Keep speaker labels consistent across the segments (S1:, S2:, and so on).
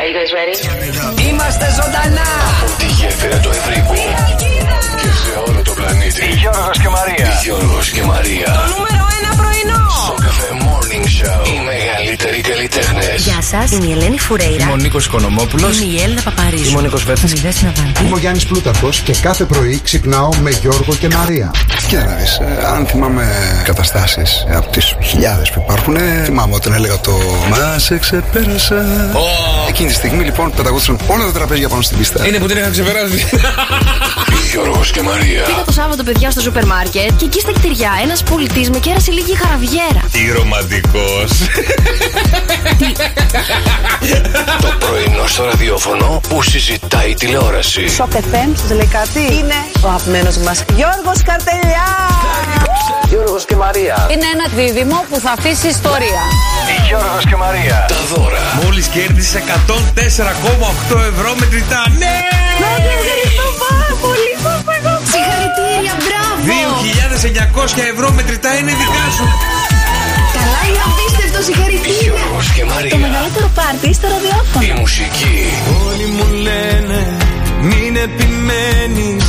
S1: Delivery.
S2: Είμαστε ζωντανά!
S3: Η γέφυρα του Ευρύπου. Και σε όλο το πλανήτη.
S4: Γιώργος και Μαρία.
S3: Γιώργος και Μαρία.
S5: Νούμερο 1 πρωινό.
S3: Στο καφέ Morning Show. Οι μεγαλύτεροι καλλιτέχνες.
S1: Γεια σας, είμαι η Ελένη Φουρέιρα.
S6: Είμαι ο Νίκος Οικονομόπουλος.
S1: Είμαι η Έλληνα Παπαρίζου.
S6: Είμαι ο Νίκος Βέρτσα.
S1: Είμαι η Δέσποινα Βάντη.
S7: Είμαι ο Γιάννης Πλούταρχος και κάθε πρωί ξυπνάω με Γιώργο και Μαρία.
S8: Και να δεις, ε, αν θυμάμαι καταστάσεις από τις χιλιάδες που υπάρχουν, ε, θυμάμαι όταν έλεγα το «Μα σε ξεπέρασα». Εκείνη τη στιγμή λοιπόν πεταγόντουσαν όλα τα τραπέζια πάνω στην πίστα.
S6: Είναι που την είχα ξεπεράσει.
S3: Γιώργος και Μαρία.
S5: Πήγα το Σάββατο, παιδιά, στο σούπερ μάρκετ και εκεί στα κτηριά ένας πολιτής με κέρασε λίγη χαραβιέρα.
S6: Τι ρομαντικός.
S3: Το πρωινό στο ραδιόφωνο που συζητάει η τηλεόραση.
S9: Σοκ FM, σας λέει κάτι. Είναι ο αγαπημένος μας Γιώργος Καρτελιά.
S4: Γιώργος και Μαρία.
S10: Είναι ένα δίδυμο που θα αφήσει ιστορία.
S4: Γιώργος και Μαρία.
S3: Τα δώρα.
S6: Μόλις κέρδισε 104,8 ευρώ μετρητά. Ναι!
S5: ναι. Συγχαρητήρια, μπράβο.
S6: 2.900 ευρώ μετρητά είναι δικά σου.
S5: Καλά, είναι απίστευτο, συγχαρητήρια.
S3: Γιώργος και
S5: Το
S3: Μαρία.
S5: μεγαλύτερο πάρτι στο ραδιόφωνο.
S3: Η μουσική.
S11: Όλοι μου λένε μην επιμένεις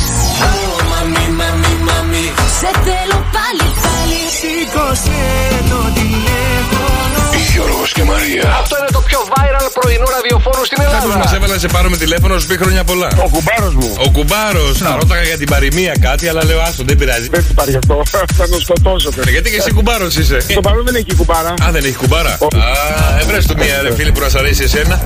S5: Σε θέλω πάλι, πάλι.
S11: Σήκωσε το τηλέφωνο
S3: Γιώργος και Μαρία.
S4: Αυτό είναι το πιο viral πρωινό ραδιοφόρο στην
S6: Κάποιο μα
S4: Ελλάδα.
S6: έβαλε να σε πάρουμε τηλέφωνο, σου πει χρόνια πολλά.
S12: Ο κουμπάρος μου.
S6: Ο κουμπάρος, να Ε. ρώταγα για την παροιμία κάτι, αλλά λέω άστο, δεν πειράζει. Ε,
S12: Δεν υπάρχει αυτό. Θα τον σκοτώσετε.
S6: Γιατί και εσύ κουμπάρος είσαι.
S12: Στο παρόν δεν έχει κουμπάρα.
S6: Α, δεν έχει κουμπάρα.
S12: Όχι.
S6: Α, έβρες του μία ρε φίλη που να σ' αρέσει εσένα.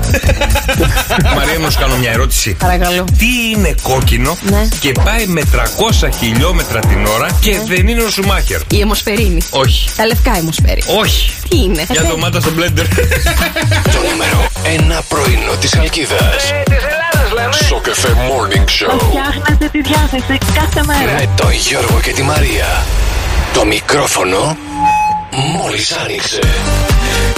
S6: Μαρία, να σου κάνω μια ερώτηση.
S10: Παρακαλώ.
S6: Τι είναι κόκκινο
S10: Ναι.
S6: και πάει με 300 χιλιόμετρα την ώρα και δεν είναι ο Σουμάχερ.
S10: Η αιμοσφαιρίνη.
S6: Όχι.
S10: Τα λευκά αιμοσφαίρι.
S6: Όχι.
S10: Τι είναι.
S6: Για
S5: Ε,
S6: ντομάτα στο μπλέντερ.
S3: Το νούμερο ένα πρωινό της Αλκίδας.
S4: Ε, της Ελλάδας λέμε.
S3: Στο καφέ Morning Show.
S9: Φτιάχνετε τη διάθεση κάθε μέρα.
S3: Με τον Γιώργο και τη Μαρία. Το μικρόφωνο μόλις άνοιξε.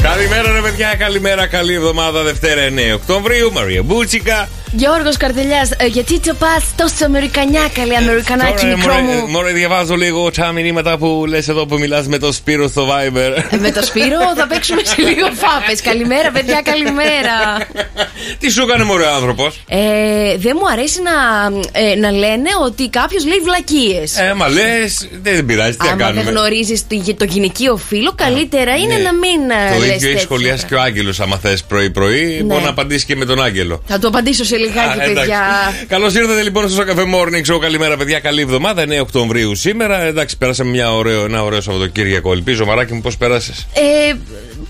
S6: καλημέρα, ρε παιδιά, καλημέρα, καλή εβδομάδα. Δευτέρα 9 Οκτωβρίου, Μαρία Μπούτσικα.
S5: Γιώργος Καρτελιάς, ε, γιατί το πας τόσο αμερικανιάκα, λέει αμερικανάκι
S6: Τώρα, ε,
S5: μικρό μου.
S6: μόνο διαβάζω λίγο τα μηνύματα που λες εδώ που μιλάς με το Σπύρο στο Viber.
S5: Ε, Με το Σπύρο θα παίξουμε σε λίγο φάπες. Καλημέρα, παιδιά, καλημέρα.
S6: Τι σου έκανε μωρέ άνθρωπος.
S5: Ε, δεν μου αρέσει να, ε, να λένε ότι κάποιος λέει βλακίες.
S6: Ε, μα λες, δεν πειράζει, τι να
S5: Άμα
S6: κάνουμε.
S5: δεν γνωρίζεις το γυναικείο φίλο, καλύτερα είναι
S6: Ναι.
S5: να μην ε,
S6: Το
S5: λες
S6: ίδιο έχει
S5: τέτοια. Ναι.
S6: σχολιάσει και ο Άγγελος. Άμα θες πρωί-πρωί, μπορεί να απαντήσει και με τον Άγγελο.
S5: Θα το απαντήσω σε λιγάκι, παιδιά.
S6: Καλώς ήρθατε λοιπόν στο Cafe Morning Show. Καλημέρα, παιδιά. Καλή εβδομάδα. 9 Οκτωβρίου σήμερα. Εντάξει, πέρασαμε μια ωραίο, ένα ωραίο Σαββατοκύριακο. Ελπίζω, μαράκι μου, πώς πέρασες.
S5: Ε,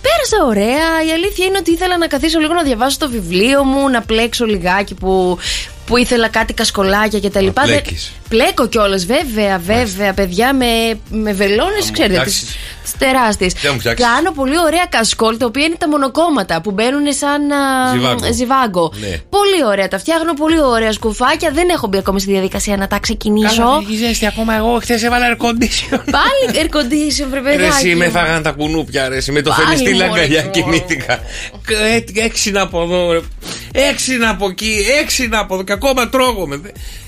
S5: πέρασα ωραία. Η αλήθεια είναι ότι ήθελα να καθίσω λίγο να διαβάσω το βιβλίο μου, να πλέξω λιγάκι που, που ήθελα κάτι κασκολάκια κτλ. Δεν-
S6: πλέκεις.
S5: Πλέκω κιόλας, βέβαια, βέβαια, παιδιά, με, με βελόνες,
S6: μου
S5: ξέρετε.
S6: φτιάξεις.
S5: Τις, τις τεράστιες.
S6: Για να μου φτιάξεις.
S5: Κάνω πολύ ωραία κασκόλ, τα οποία είναι τα μονοκόμματα που μπαίνουν σαν α,
S6: Ζιβάγκο.
S5: ζιβάγκο.
S6: Ναι.
S5: Πολύ ωραία, τα φτιάχνω πολύ ωραία σκουφάκια. Δεν έχω μπει ακόμα στη διαδικασία να τα ξεκινήσω.
S6: ζέστη ακόμα. Εγώ χθες έβαλα air condition.
S5: Πάλι air condition, βρε
S6: Ρε
S5: παιδάκι
S6: εσύ με
S5: μου.
S6: φάγανε τα κουνούπια, ρε εσύ με το
S5: Πάλι,
S6: φελιστήλα
S5: μωρέ,
S6: αγκαλιά
S5: μου.
S6: κοιμήθηκα. Ε, Έξι να από εδώ, ρε. Έξι να από εκεί, έξι να από εδώ. Και ακόμα τρώγομαι.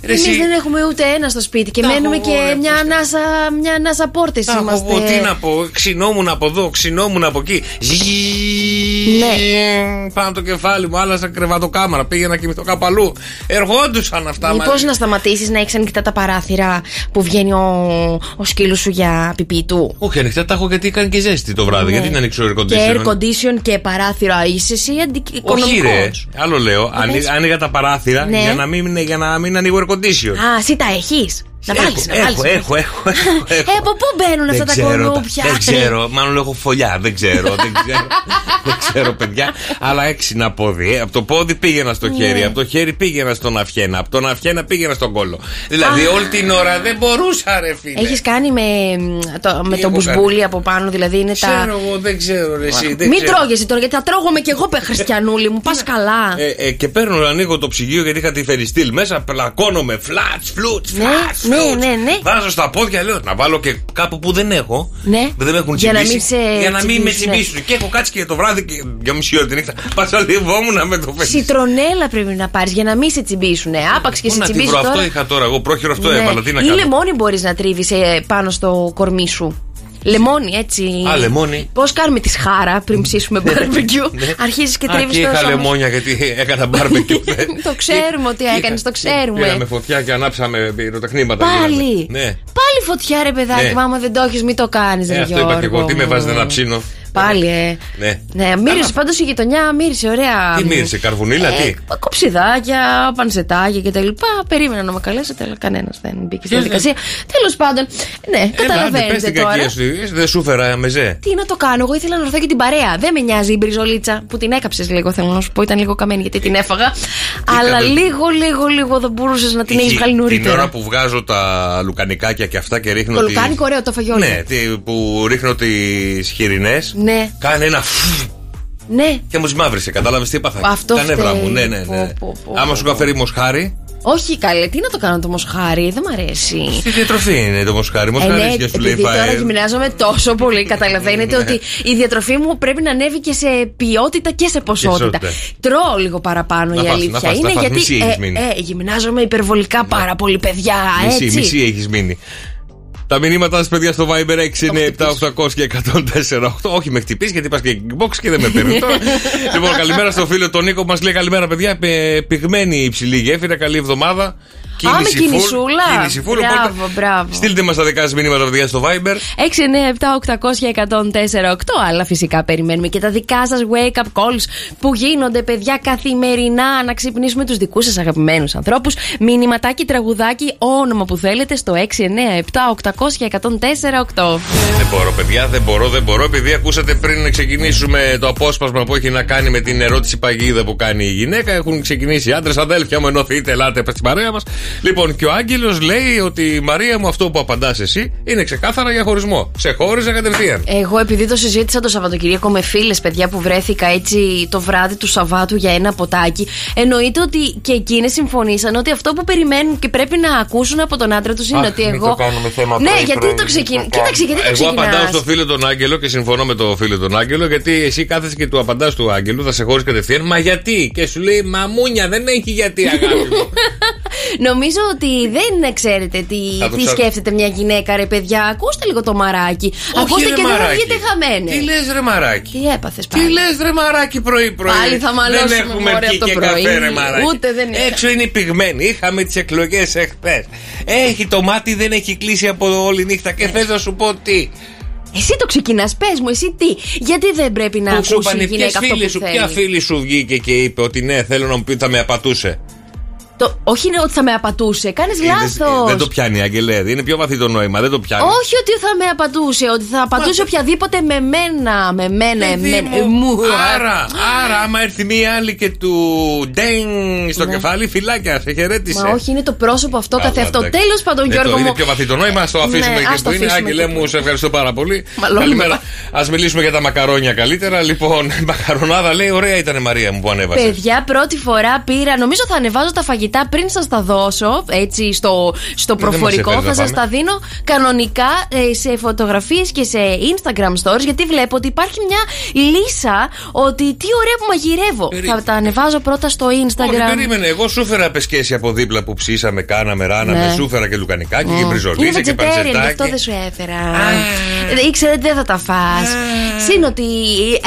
S6: Ρε
S5: Εμείς
S6: εσύ.
S5: Ναι, δεν έχουμε ούτε ένα στο σπίτι και
S6: Τα
S5: μένουμε
S6: έχω εγώ,
S5: και
S6: ρε,
S5: μια
S6: πώς
S5: ανάσα, μια ανάσα πόρτες
S6: Να πω,
S5: είμαστε.
S6: πω, τι να πω, ξινόμουν από εδώ, ξινόμουν από εκεί.
S5: Ναι.
S6: Ναι. Πάνω το κεφάλι μου, άλλασα κρεβατοκάμαρα, πήγαινα κοιμηθώ κάπου αλλού. Ερχόντουσαν αυτά
S5: Λοιπόν, να σταματήσεις να έχεις ανοιχτά τα παράθυρα που βγαίνει ο, ο σκύλος σου για πιπί του.
S6: Όχι, ανοιχτά τα έχω γιατί έκανε και ζέστη το βράδυ. Γιατί να ανοίξω air
S5: Ναι. Και air
S6: conditioner.
S5: condition και παράθυρα είσαι εσύ αντικοινωνικό.
S6: Όχι, ρε. Άλλο λέω. ανοί-
S5: πες.
S6: Άνοιγα τα παράθυρα
S5: Ναι.
S6: για, να μην, για να μην ανοίγω air conditioner.
S5: Α, εσύ τα έχεις. Να
S6: Έχω,
S5: βάλεις. να
S6: έχω,
S5: βάλεις.
S6: έχω, έχω, έχω.
S5: Ε, από πού μπαίνουν
S6: Δεν
S5: αυτά τα
S6: ξέρω,
S5: κολούπια.
S6: Δεν ξέρω, μάλλον έχω φωλιά. Δεν ξέρω, δεν ξέρω. δεν ξέρω, παιδιά. Αλλά έξι να πόδι. Ε. Από το πόδι πήγαινα
S5: Ναι.
S6: στο χέρι, από το χέρι πήγαινα στον αυχένα, από τον αυχένα πήγαινα στον κόλο. Δηλαδή όλη την ώρα δεν μπορούσα, ρε φίλε.
S5: Έχεις κάνει με, μ, το, με τον
S6: Τι έχω κάνει.
S5: μπουσμπούλι από πάνω, δηλαδή είναι τα.
S6: Ξέρω εγώ, δεν ξέρω, ρε, εσύ. δεν
S5: Μην
S6: ξέρω.
S5: τρώγεσαι τώρα, γιατί θα τρώγομαι κι εγώ, πε Χριστιανούλη μου. Πας καλά.
S6: Ε, ε, και παίρνω, ανοίγω το ψυγείο γιατί είχα τη φεριστήλ μέσα. Πλακώνομαι, φλατ, φλουτ,
S5: Ναι,
S6: φλατ,
S5: ναι,
S6: φλουτ.
S5: ναι, ναι.
S6: Βάζω στα πόδια, λέω να βάλω και κάπου που δεν έχω.
S5: Ναι.
S6: που Δεν με έχουν
S5: Για να
S6: τσιμπήσει.
S5: μην σε
S6: για να μην με
S5: τσιμπήσουν, ναι.
S6: τσιμπήσουν. Και έχω κάτσει και το βράδυ και για μισή ώρα τη νύχτα. Πασαλιβόμουν με το φεριστήλ.
S5: Σιτρονέλα πρέπει να πάρεις για να μην σε τσιμπήσουν. Άπαξ και
S6: Πού
S5: σε
S6: να τη
S5: τσιμπήσουν.
S6: βρω,
S5: τώρα.
S6: αυτό είχα τώρα. Εγώ πρόχειρο αυτό
S5: Ναι.
S6: έβαλα. Τι να
S5: Ή
S6: κάνω.
S5: λεμόνι μπορείς να τρίβεις πάνω στο ε, κορμί σου. Λεμόνι, έτσι.
S6: Α, λεμόνι. Ναι.
S5: Πώς κάνουμε τη σχάρα πριν ψήσουμε μπαρμπεκιού. Αρχίζεις και
S6: Α,
S5: τρίβεις
S6: και
S5: το
S6: είχα
S5: σώμα.
S6: λεμόνια γιατί έκανα μπάρμπεκιου.
S5: Το ξέρουμε ότι έκανες, το ξέρουμε.
S6: Πήραμε φωτιά και ανάψαμε πυροτεχνήματα.
S5: Πάλι.
S6: γίναμε. Ναι.
S5: Πάλι φωτιά, ρε παιδάκι,
S6: Ναι.
S5: μου, άμα δεν το έχεις, μην το κάνεις,
S6: Ε,
S5: ρε
S6: αυτό είπα και εγώ.
S5: Γιώργο
S6: Τι με
S5: μου.
S6: βάζετε να ψήνω.
S5: Πάλι, ε.
S6: Ναι.
S5: Ναι, μύρισε πάντως η γειτονιά, μύρισε ωραία. Ε,
S6: Τι μύρισε, καρβουνίλα, τι.
S5: Κοψιδάκια, πανσετάκια κτλ. Περίμενα να με καλέσετε, αλλά κανένας δεν μπήκε στη
S6: Ε,
S5: διαδικασία. Τέλος πάντων, ναι,
S6: πες
S5: καταλαβαίνετε
S6: την
S5: τώρα.
S6: κακία σου. Ε, Δεν σου φέρα μεζέ.
S5: Τι να το κάνω, εγώ ήθελα να ρωθώ και την παρέα. Δεν με νοιάζει η μπριζολίτσα που την έκαψες λίγο, θέλω να σου πω. Ήταν λίγο καμένη γιατί την έφαγα. Αλλά
S6: καμένη.
S5: λίγο, λίγο, λίγο δεν μπορούσες να την έχει
S6: Εκεί,
S5: βγάλει
S6: Την ώρα
S5: νωρίτερα.
S6: που βγάζω τα λουκανικάκια και αυτά και ρίχνω.
S5: Το
S6: τις-
S5: λουκάνικο ωραίο, το φαγιόλι.
S6: Ναι, τι- που ρίχνω τις χοιρινές.
S5: Ναι,
S6: Κάνε ένα φου
S5: ναι.
S6: και μου τι μαύρισε. Κατάλαβες τι είπα.
S5: Αυτό
S6: Τα νεύρα
S5: φταίει.
S6: μου, ναι, ναι. ναι.
S5: Πω, πω, πω,
S6: Άμα σου καφέρει μοσχάρι.
S5: Όχι καλέ, τι να το κάνω το μοσχάρι, δεν μ' αρέσει.
S6: Τι διατροφή είναι το μοσχάρι. Μοσχάρι και σου λέει
S5: Ε, ναι, επειδή
S6: ε,
S5: τώρα
S6: φάει.
S5: γυμνάζομαι τόσο πολύ, καταλαβαίνετε ότι η διατροφή μου πρέπει να ανέβει και σε ποιότητα και σε ποσότητα.
S6: ποσότητα.
S5: Τρώω λίγο παραπάνω
S6: Να
S5: η
S6: φας,
S5: αλήθεια
S6: να φας, να
S5: είναι
S6: φας.
S5: γιατί
S6: Μισή
S5: ε,
S6: έχεις μείνει.
S5: ε, γυμνάζομαι υπερβολικά πάρα πολύ, παιδιά.
S6: Μισή,
S5: έτσι.
S6: μισή έχεις μείνει. Τα μηνύματά σας, παιδιά, στο Viber 6, 9, 7, 800 και 104. Όχι, με χτυπήσεις γιατί πας και kickbox και δεν με παίρνει τώρα. λοιπόν, καλημέρα στο φίλο τον Νίκο που μας λέει καλημέρα, παιδιά. Πε- Πυγμένη υψηλή γέφυρα, καλή εβδομάδα.
S5: Α, με
S6: Κίνηση full,
S5: κινησούλα.
S6: Κίνηση full. Οπότε,
S5: Μπράβο, μπράβο.
S6: στείλτε μας τα δικά σας μηνύματα, παιδιά, στο Viber.
S5: 697-800-1048. Αλλά φυσικά περιμένουμε και τα δικά σας wake up calls που γίνονται, παιδιά, καθημερινά. Να ξυπνήσουμε τους δικούς σας αγαπημένους ανθρώπους. Μηνυματάκι, τραγουδάκι, όνομα που θέλετε στο 697-800-1048.
S6: Δεν μπορώ, παιδιά, δεν μπορώ, δεν μπορώ. Επειδή ακούσατε πριν να ξεκινήσουμε το απόσπασμα που έχει να κάνει με την ερώτηση παγίδα που κάνει η γυναίκα, έχουν ξεκινήσει άντρες, αδέλφια μου, ενωθείτε, ελάτε στην παρέα μας. Λοιπόν, και ο Άγγελος λέει ότι Μαρία μου, αυτό που απαντάς εσύ είναι ξεκάθαρα για χωρισμό. Σε χώριζα κατευθείαν.
S5: Εγώ επειδή το συζήτησα το Σαββατοκύριακο με φίλες, παιδιά που βρέθηκα έτσι το βράδυ του Σαββάτου για ένα ποτάκι, εννοείται ότι και εκείνες συμφωνήσαν ότι αυτό που περιμένουν και πρέπει να ακούσουν από τον άντρα τους είναι
S6: Αχ,
S5: ότι
S6: μην
S5: εγώ.
S6: το κάνουμε θέμα
S5: ναι,
S6: πρωί,
S5: γιατί
S6: πρωί,
S5: το
S6: μην
S5: ξεκινά.
S6: το κάνουμε.
S5: Κοίταξε, γιατί το
S6: Εγώ
S5: ξεκινά.
S6: απαντάω στο φίλο τον Άγγελο και συμφωνώ με το φίλο τον Άγγελο, γιατί εσύ κάθεσαι και του απαντάς του Άγγελου, θα σε χωρίσει κατευθείαν. Μα γιατί? Και σου λέει Μαμούνια, δεν έχει γιατί, αγάπη μου.
S5: Νομίζω ότι δεν ε, ξέρετε τι,
S6: Θα το
S5: τι
S6: ψάξω.
S5: σκέφτεται μια γυναίκα, ρε παιδιά. Ακούστε λίγο το μαράκι.
S6: Όχι,
S5: ακούστε
S6: ρε
S5: και δεν θα
S6: μαράκι.
S5: βγείτε χαμένοι.
S6: Τι λες, ρε μαράκι.
S5: Τι έπαθες πάλι.
S6: Τι λες, ρε μαράκι, πρωί-πρωί.
S5: Πάλι θα μαλώσουμε,
S6: Δεν έχουμε
S5: μωρέ,
S6: βγει
S5: από το
S6: και
S5: πρωί.
S6: καφέ, ρε μαράκι.
S5: Ούτε δεν είχα.
S6: Έξω είναι πυγμένοι. Είχαμε τις εκλογές εχθές. Έχει το μάτι, δεν έχει κλείσει από όλη νύχτα.
S5: Ναι.
S6: Και θες να σου πω τι.
S5: Εσύ το ξεκινάς, πες μου, εσύ τι. Γιατί δεν πρέπει να
S6: Που σου
S5: ακούσει η
S6: είπανε, ποιες
S5: γυναίκα αυτό που
S6: φίλες σου, ποια
S5: θέλει.
S6: φίλη σου βγήκε και είπε ότι ναι, θέλω να μου πει θα με απατούσε.
S5: Το, όχι είναι ότι θα με απατούσε. Κάνεις
S6: Είδες,
S5: λάθος.
S6: Ε, Δεν το πιάνει, Αγγελέ. Είναι πιο βαθύ το νόημα. Δεν το πιάνει.
S5: Όχι ότι θα με απατούσε, ότι θα απατούσε οποιαδήποτε με μένα, ναι, με μένα,
S6: Παιδί
S5: εμένα,
S6: μου,
S5: μου.
S6: Άρα, άρα, άμα έρθει μία άλλη και του ντέιν στο
S5: Ναι.
S6: κεφάλι, φυλάκια, σε χαιρέτησε.
S5: Μα όχι, είναι το πρόσωπο αυτό
S6: Καλά,
S5: καθε αυτό.
S6: εντάξει.
S5: Τέλος πάντων,
S6: Ε,
S5: Γιώργο
S6: το
S5: μου.
S6: Είναι πιο βαθύ το νόημα, ας το αφήσουμε
S5: Ναι,
S6: εκεί
S5: ας το
S6: που είναι.
S5: αφήσουμε
S6: Άγγελε
S5: εκεί που
S6: μου, σε ευχαριστώ πάρα πολύ.
S5: Μαλώνουμε.
S6: Καλημέρα. Ας μιλήσουμε για τα μακαρόνια καλύτερα. Λοιπόν, η μακαρονάδα λέει: Ωραία ήταν η Μαρία μου που ανέβασε.
S5: Παιδιά, πρώτη φορά πήρα. Νομίζω θα ανεβάζω τα φαγητά πριν σας τα δώσω. Έτσι, στο, στο
S6: Ε, δεν μας
S5: προφορικό.
S6: έφερες
S5: Θα
S6: να
S5: σας
S6: πάμε.
S5: τα δίνω κανονικά ε, σε φωτογραφίες και σε Instagram stories. Γιατί βλέπω ότι υπάρχει μια λύσα ότι τι ωραία που μαγειρεύω. Θα τα ανεβάζω πρώτα στο
S6: Όχι,
S5: Instagram.
S6: περίμενε. Εγώ σου έφερα πεσκέση από δίπλα που ψήσαμε, κάναμε, ράναμε.
S5: Ναι.
S6: Σου έφερα και λουκανικάκι και
S5: Mm. Είναι
S6: μπριζολίτσα και
S5: vegetarian, γι' αυτό
S6: παντσετάκι.
S5: δεν σου έφερα. Ε, Ήξερε ότι δεν θα τα φά. Συν ότι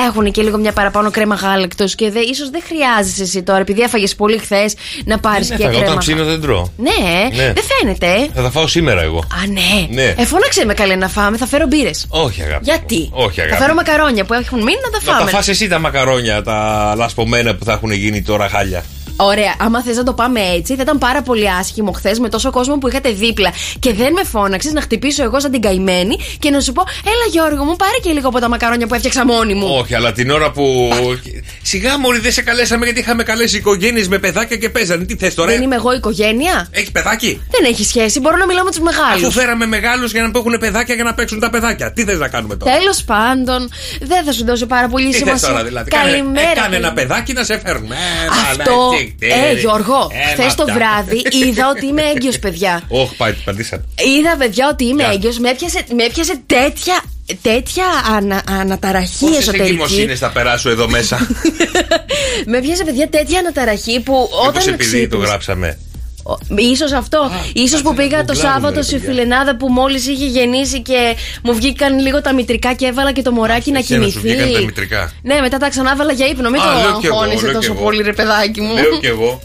S5: έχουν και λίγο μια παραπάνω κρέμα γάλακτος και δε, ίσως δεν χρειάζεσαι εσύ τώρα, επειδή έφαγες πολύ χθες, να πάρεις
S6: Δεν
S5: και
S6: έφαγα, Όταν
S5: κρέμα.
S6: Ναι, ψήνω δεν τρώω.
S5: Ναι,
S6: Ναι.
S5: δεν φαίνεται. ε.
S6: Θα τα φάω σήμερα εγώ.
S5: Α, ναι.
S6: Ναι.
S5: Ε, φώναξε με καλέ να φάμε, θα φέρω μπύρες.
S6: Όχι, αγάπη.
S5: Γιατί?
S6: μου. Όχι,
S5: Θα
S6: αγάπη.
S5: φέρω μακαρόνια που έχουν μείνει να τα
S6: Να τα
S5: φάμε.
S6: φας εσύ τα μακαρόνια, τα λασπωμένα που θα έχουν γίνει τώρα χάλια.
S5: Ωραία, άμα θες να το πάμε έτσι, θα ήταν πάρα πολύ άσχημο χθες με τόσο κόσμο που είχατε δίπλα και δεν με φώναξες να χτυπήσω εγώ σαν την καημένη και να σου πω, Έλα Γιώργο μου, πάρε και λίγο από τα μακαρόνια που έφτιαξα μόνη μου.
S6: Όχι, αλλά την ώρα που. Σιγά μωρή δεν σε καλέσαμε γιατί είχαμε καλέσει οικογένειες με παιδάκια και παίζανε. Τι θες τώρα,
S5: Δεν είμαι εγώ οικογένεια.
S6: έχεις παιδάκι.
S5: Δεν έχει σχέση, μπορώ να μιλάω με τους μεγάλους.
S6: Αφού φέραμε μεγάλους για να που έχουν παιδάκια για να παίξουν τα παιδάκια. Τι θες να κάνουμε τώρα.
S5: Τέλος πάντων, δεν θα σου δώσω πάρα πολύ
S6: Τι θες
S5: σημασία.
S6: τώρα δηλαδή.
S5: Καλημέρα.
S6: Κάνε, ε, κάνε ένα παιδάκι να σε φέρνουμε. Ε,
S5: Αυτό.
S6: μαλά, τι, τι.
S5: Ε, Γιώργο,
S6: Ε,
S5: χθες το
S6: μα,
S5: βράδυ είδα ότι είμαι έγκυος, παιδιά.
S6: Όχι, πάει, πατήσατε.
S5: Είδα, παιδιά, ότι είμαι έγκυος. Με έπιασε, με έπιασε τέτοια, τέτοια ανα, αναταραχή
S6: Πόσες εγκυμοσύνε
S5: εσωτερική.
S6: θα περάσω εδώ μέσα.
S5: Με έπιασε, παιδιά, τέτοια αναταραχή που
S6: Μήπως
S5: όταν.
S6: επειδή το
S5: ξύπνησα-
S6: γράψαμε.
S5: Ίσως αυτό. Ίσως που πήγα το
S6: γκουγκλάρουμε,
S5: Σάββατο
S6: ρε,
S5: στη
S6: παιδιά.
S5: Φιλενάδα που μόλις είχε γεννήσει και μου βγήκαν λίγο τα μητρικά και έβαλα και το μωράκι να
S6: εσένα σου
S5: κοιμηθεί.
S6: βγήκαν τα μητρικά.
S5: Ναι, μετά τα ξανά έβαλα για ύπνο. Μην
S6: Α,
S5: το
S6: λέω κι εγώ,
S5: αγχώνεσαι
S6: λέω κι
S5: τόσο
S6: εγώ.
S5: πολύ, ρε παιδάκι μου.
S6: Λέω κι εγώ.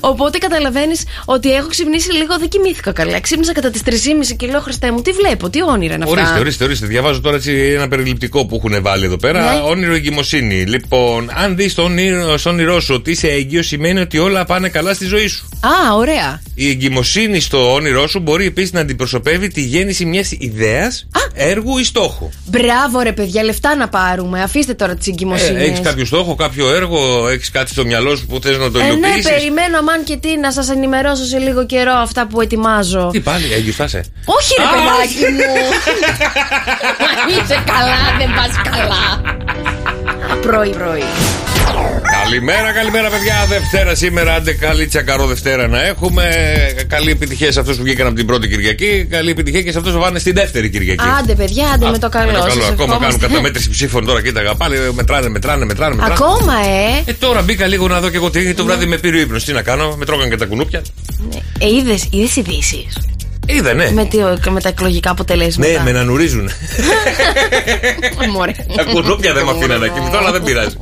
S5: Οπότε καταλαβαίνεις ότι έχω ξυπνήσει λίγο, δεν κοιμήθηκα καλά. Ξύπνησα κατά τις 3.30 και λέω Χριστέ μου, τι βλέπω, τι όνειρα είναι αυτά.
S6: Ορίστε, ορίστε, ορίστε. Διαβάζω τώρα έτσι ένα περιληπτικό που έχουν βάλει εδώ πέρα.
S5: Ναι.
S6: Όνειρο εγκυμοσύνη. Λοιπόν, αν δεις το όνειρο, στο όνειρό σου ότι είσαι έγκυος, σημαίνει ότι όλα πάνε καλά στη ζωή σου.
S5: Α, ωραία.
S6: Η εγκυμοσύνη στο όνειρό σου μπορεί επίσης να αντιπροσωπεύει τη γέννηση μιας ιδέας, έργου ή στόχου.
S5: Μπράβο, ρε παιδιά, λεφτά να πάρουμε. Αφήστε τώρα
S6: Ε,
S5: τις εγκυμοσύνες.
S6: έχεις κάποιο στόχο, κάποιο έργο, έχεις κάτι στο μυαλό σου που θες να το
S5: ε, ναι,
S6: υλοποιήσεις.
S5: περιμένω αμάν και τι να σας ενημερώσω σε λίγο καιρό αυτά που ετοιμάζω.
S6: Τι πάλι, έγκυο θα είσαι.
S5: Όχι, ρε
S11: Α,
S5: παιδάκι μου. Μα Είσαι καλά, δεν πας καλά. Πρωί-πρωί.
S6: Καλημέρα, καλημέρα, παιδιά. Δευτέρα σήμερα, άντε καλή τσακαρό Δευτέρα να έχουμε. Καλή επιτυχία σε αυτούς που βγήκαν από την πρώτη Κυριακή. Καλή επιτυχία και σε αυτούς που βάνε στην δεύτερη Κυριακή.
S5: Άντε, παιδιά, άντε με το καλό.
S6: Με το
S5: σας
S6: Ακόμα κάνουν
S5: ευχόμαστε.
S6: καταμέτρηση ψήφων τώρα, κοίταγα πάλι. ε, Μετράνε, μετράνε, μετράνε. μετράνε.
S5: Ακόμα, ε.
S6: Ε, τώρα μπήκα λίγο να δω και εγώ τι έγινε.
S5: Ναι.
S6: Το βράδυ με πήρε ο ύπνος. Τι να κάνω, με τρώγαν και τα κουνούπια.
S5: Ε, είδες, είδες ειδήσεις.
S6: Είδα, ναι.
S5: Με, τι- με τα εκλογικά αποτελέσματα.
S6: Ναι, με να νουρίζουν.
S5: Μωρέ.
S6: Τα κουνούπια δεν με αφήναν να κοιμηθώ, αλλά δεν πειράζει.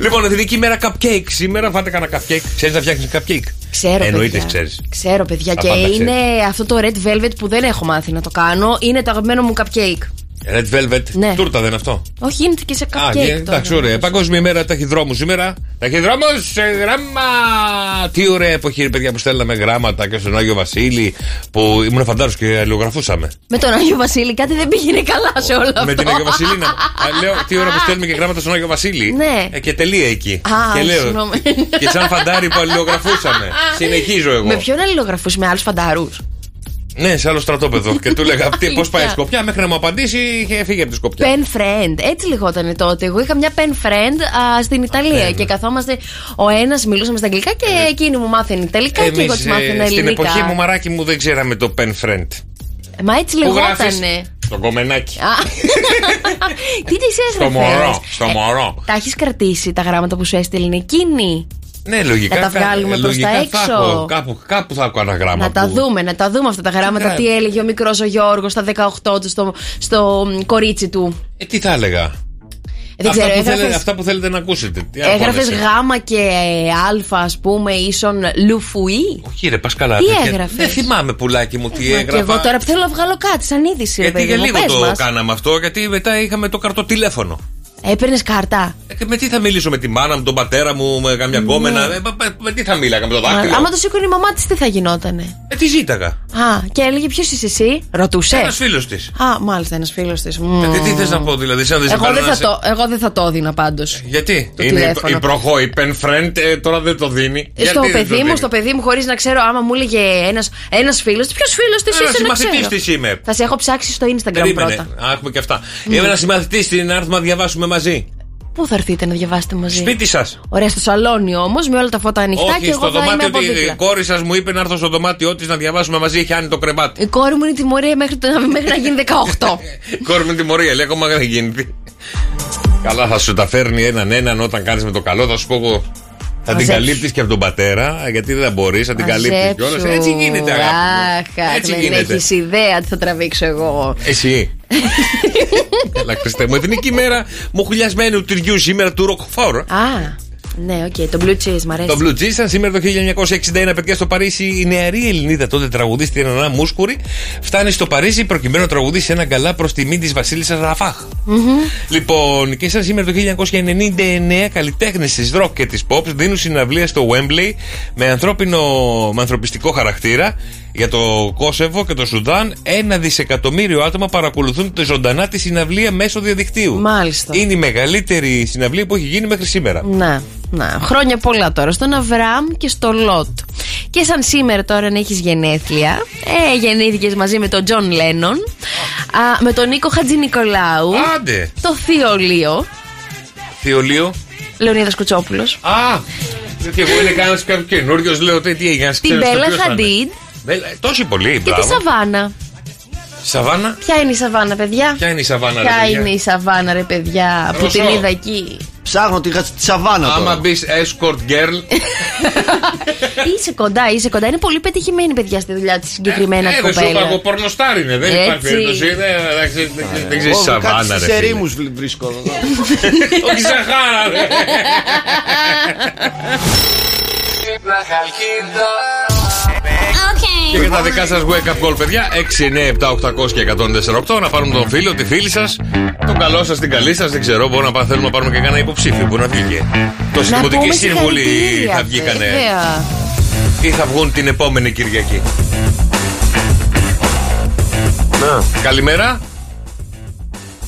S6: λοιπόν, εθνική μέρα cupcake. Σήμερα φάτε κανένα cupcake. Ξέρεις να φτιάχνει cupcake.
S5: Ξέρω,
S6: Εννοείται,
S5: παιδιά.
S6: ξέρεις.
S5: Ξέρω, παιδιά,
S6: Τα
S5: και
S6: πάντα
S5: είναι
S6: ξέρεις.
S5: αυτό το red velvet που δεν έχω μάθει να το κάνω. Είναι το αγαπημένο μου cupcake.
S6: Red velvet.
S5: Ναι.
S6: Τούρτα δεν είναι αυτό.
S5: Όχι, γίνεται και σε
S6: Α,
S5: cupcake.
S6: ναι,
S5: τώρα.
S6: εντάξει, ωραία. Παγκόσμια ημέρα ταχυδρόμου σήμερα. Ταχυδρόμου σε γράμμα! Τι ωραία εποχή, ρε παιδιά, που στέλναμε γράμματα και στον Άγιο Βασίλη που ήμουν φαντάρος και αλληλογραφούσαμε.
S5: Με τον Άγιο Βασίλη κάτι δεν πήγαινε καλά σε όλα αυτά.
S6: Με την Άγιο Βασιλίνα. Α, Ε, λέω, τι ώρα που στέλνουμε και γράμματα στον Άγιο Βασίλη.
S5: Ναι.
S6: Ε, και τελεία εκεί.
S5: Α,
S6: και λέω.
S5: συγγνώμη.
S6: Και σαν φαντάρι που αλληλογραφούσαμε. Συνεχίζω εγώ.
S5: Με ποιον αλληλογραφούς, με άλλους φανταρού.
S6: Ναι, σε άλλο στρατόπεδο. και του λέγα πώς πάει η
S5: Αλήθεια.
S6: Σκοπιά. Μέχρι να μου απαντήσει είχε φύγει από τη Σκοπιά.
S5: Pen friend. Έτσι λιγότανε τότε. Εγώ είχα μια pen friend α, στην Ιταλία και καθόμαστε ο ένας, μιλούσαμε στα αγγλικά και εκείνη μου μάθαινε Ιταλικά και εγώ
S6: Ναι. Εμείς,
S5: τη
S6: ε,
S5: μάθαινα
S6: στην
S5: ελληνικά.
S6: εποχή μου, μαράκι μου, δεν ξέραμε το pen friend.
S5: Μα έτσι
S6: Πού γράφεις?
S5: λεγότανε.
S6: Στο κομμενάκι.
S5: Α, Τι της έστειλε.
S6: Στο μωρό. Στο μωρό.
S5: Τα έχεις κρατήσει τα γράμματα που σου έστειλε εκείνη.
S6: Ναι, λογικά.
S5: Να τα
S6: κα-
S5: βγάλουμε προς
S6: λογικά
S5: τα
S6: θα
S5: έξω.
S6: έχω- Κάπου, κάπου θα έχω ένα γράμμα.
S5: Να τα
S6: που-
S5: δούμε, να τα δούμε αυτά τα γράμματα.
S6: Ναι.
S5: Τι έλεγε ο μικρός ο Γιώργος στα 18 του στο, στο μ, κορίτσι του.
S6: Ε, τι θα έλεγα.
S5: Δεν
S6: αυτά,
S5: ξέρω,
S6: που θέλετε,
S5: έγραφε.
S6: αυτά που θέλετε να ακούσετε. Τι
S5: Έγραφε
S6: αγχώνεσαι.
S5: γάμα και ε, α, ας πούμε, ίσον λουφουή.
S6: Κύριε Πασκαλά,
S5: Τι
S6: τέτοια-
S5: έγραφες? Ε,
S6: Δεν θυμάμαι πουλάκι μου τι
S5: Μα Και
S6: έγραφα.
S5: εγώ τώρα θέλω να βγάλω κάτι σαν είδηση. ρε
S6: γιατί
S5: παιδί
S6: για
S5: μου,
S6: λίγο
S5: πες
S6: το
S5: μας.
S6: κάναμε αυτό, γιατί μετά είχαμε το καρτοτηλέφωνο.
S5: Έπαιρνες κάρτα.
S6: Ε, και με τι θα μιλήσω, με τη μάνα μου, τον πατέρα μου, με καμιά κόμενα. ε, με- με- Με τι θα μίλαγα, με το
S5: Μα-
S6: δάχτυλο.
S5: Ναι. Άμα το σήκωνε η μαμά της, τι θα γινότανε.
S6: Ε, τι ζήταγα.
S5: Α, και έλεγε ποιος είσαι εσύ. Ρωτούσε.
S6: Ένας φίλος της.
S5: Α, μάλιστα, ένας φίλος της.
S6: Ε, Τι θες να πω, δηλαδή, σαν δεν σε
S5: Εγώ δεν
S6: παίρνω
S5: θα
S6: να σε-
S5: το- εγώ δεν θα το έδινα πάντως.
S6: Ε, Γιατί
S5: Το
S6: είναι η-
S5: τηλέφωνο.
S6: η προχώ, η pen friend, ε, τώρα δεν το δίνει. Γιατί
S5: Στο
S6: δεν το
S5: παιδί μου,
S6: δίνει?
S5: στο παιδί μου, χωρίς να ξέρω άμα μου έλεγε ένας ένας φίλος. Ποιος φίλος της
S6: Ένας
S5: είσαι, να ξέρω.
S6: συμμαθητής της είμαι.
S5: Θα σε έχω ψάξει στο Instagram πρώτα.
S6: Α, έχουμε και αυτά. Είμαι ένας συμμαθητής στην άρθμα να διαβάσουμε μαζί.
S5: Πού θα έρθετε να διαβάσετε μαζί.
S6: Σπίτι σας.
S5: Ωραία, στο σαλόνι όμως, με όλα τα φώτα ανοιχτά Ναι. και
S6: Όχι,
S5: εγώ
S6: στο
S5: θα είμαι
S6: δωμάτιο.
S5: από
S6: ότι Η
S5: δίπλα.
S6: κόρη σας μου είπε να έρθω στο δωμάτιό της να διαβάσουμε μαζί. Έχει άνει το κρεβάτι.
S5: Η κόρη μου είναι η τιμωρία μέχρι, το- μέχρι να γίνει 18.
S6: Η κόρη μου είναι τιμωρία, λέει ακόμα δεν γίνεται. Καλά, θα σου τα φέρνει έναν έναν όταν κάνεις με το καλό. Θα σου πω εγώ. Θα την
S5: Μαζέψου.
S6: καλύπτεις και από τον πατέρα, γιατί δεν μπορείς, θα την καλύπτεις
S5: Μαζέψου.
S6: κιόλας. Έτσι γίνεται, αγάπη. μου.
S5: Αχ, αχ,
S6: Έτσι
S5: δεν
S6: γίνεται.
S5: έχεις ιδέα τι θα τραβήξω εγώ.
S6: Εσύ. Καλά, Χριστέ μου. Εθνική μέρα μουχουλιασμένου τυριού σήμερα του Ροκφόρ.
S5: Α, ναι, οκ, το blue cheese μ' αρέσει.
S6: Το Blue Jeans ήταν σήμερα το 1961, παιδιά, στο Παρίσι. Η νεαρή Ελληνίδα τότε τραγουδίστρια Νανά Μούσκουρη φτάνει στο Παρίσι προκειμένου να τραγουδήσει ένα καλά προς τιμή της Βασίλισσας Ραφάχ.
S11: Μμμ.
S6: Λοιπόν, και σαν σήμερα το 1999, καλλιτέχνες της ροκ και της pop δίνουν συναυλία στο Wembley με, ανθρώπινο, με ανθρωπιστικό χαρακτήρα για το Κόσεβο και το Σουδάν. Ένα δισεκατομμύριο άτομα παρακολουθούν τη ζωντανά τη συναυλία μέσω διαδικτύου. Μάλιστα. Είναι η μεγαλύτερη συναυλία που έχει γίνει μέχρι σήμερα.
S5: Να, να. Ναι, Χρόνια πολλά τώρα στον Αβραάμ και στο Λότ. Και σαν σήμερα τώρα να έχεις γενέθλια, ε, γεννήθηκες μαζί με τον Τζον Λένον, α, με τον Νίκο Χατζη Νικολάου,
S6: Άντε!
S5: το Θείο Λίο,
S6: Θεολίου.
S5: Λεωνίδας Κουτσόπουλος,
S6: Α! Και εγώ είναι κανένας κάποιο καινούριος, λέω τι τι έγινε.
S5: την Μπέλα Χαντίν
S6: Τόσοι πολλοί,
S5: και τη
S6: μπράβο.
S5: Σαβάνα.
S6: Σαβάνα.
S5: Ποια είναι η Σαβάνα, παιδιά?
S6: Ποια είναι η Σαβάνα, ρε
S5: Ποια
S6: παιδιά?
S5: είναι η Σαβάνα, ρε παιδιά, που
S6: Ρωσό.
S5: την είδα εκεί.
S13: Ψάχνω τη, τη σαβάνα τώρα.
S6: Άμα μπεις escort girl.
S5: είσαι κοντά, είσαι κοντά. Είναι πολύ πετυχημένη παιδιά στη δουλειά της συγκεκριμένα
S6: Ε,
S5: την
S6: δεν σου είπα,
S5: κοπέλα.
S6: εγώ πορνοστάρ είναι. Δεν υπάρχει
S5: Έτσι.
S6: περίπτωση. Δεν- δεν- δεν- δεν- Δεν ξέρεις
S13: Εγώ
S6: σαβάνα,
S13: Κάτι
S6: ρε.
S13: στις
S6: φίλε.
S13: ερήμους βλ- βρίσκω εδώ.
S6: Όχι σαν χάρα, ρε. Και
S5: Λοιπόν.
S6: για τα δικά σας wake up call, παιδιά, 6, 9, 7, 800 και 148. Να πάρουμε τον φίλο, τη φίλη σας, τον καλό σας, την καλή σας. Δεν ξέρω, μπορεί να πά- θέλουμε να πάρουμε και κανένα υποψήφιο που να βγήκε. Το
S5: Να
S6: Συνομωτική
S5: πούμε
S6: Σύμβουλη
S5: συγχαρητήρια,
S6: θα βγήκανε.
S5: βέβαια.
S6: Ή θα βγουν την επόμενη Κυριακή. Να. Καλημέρα.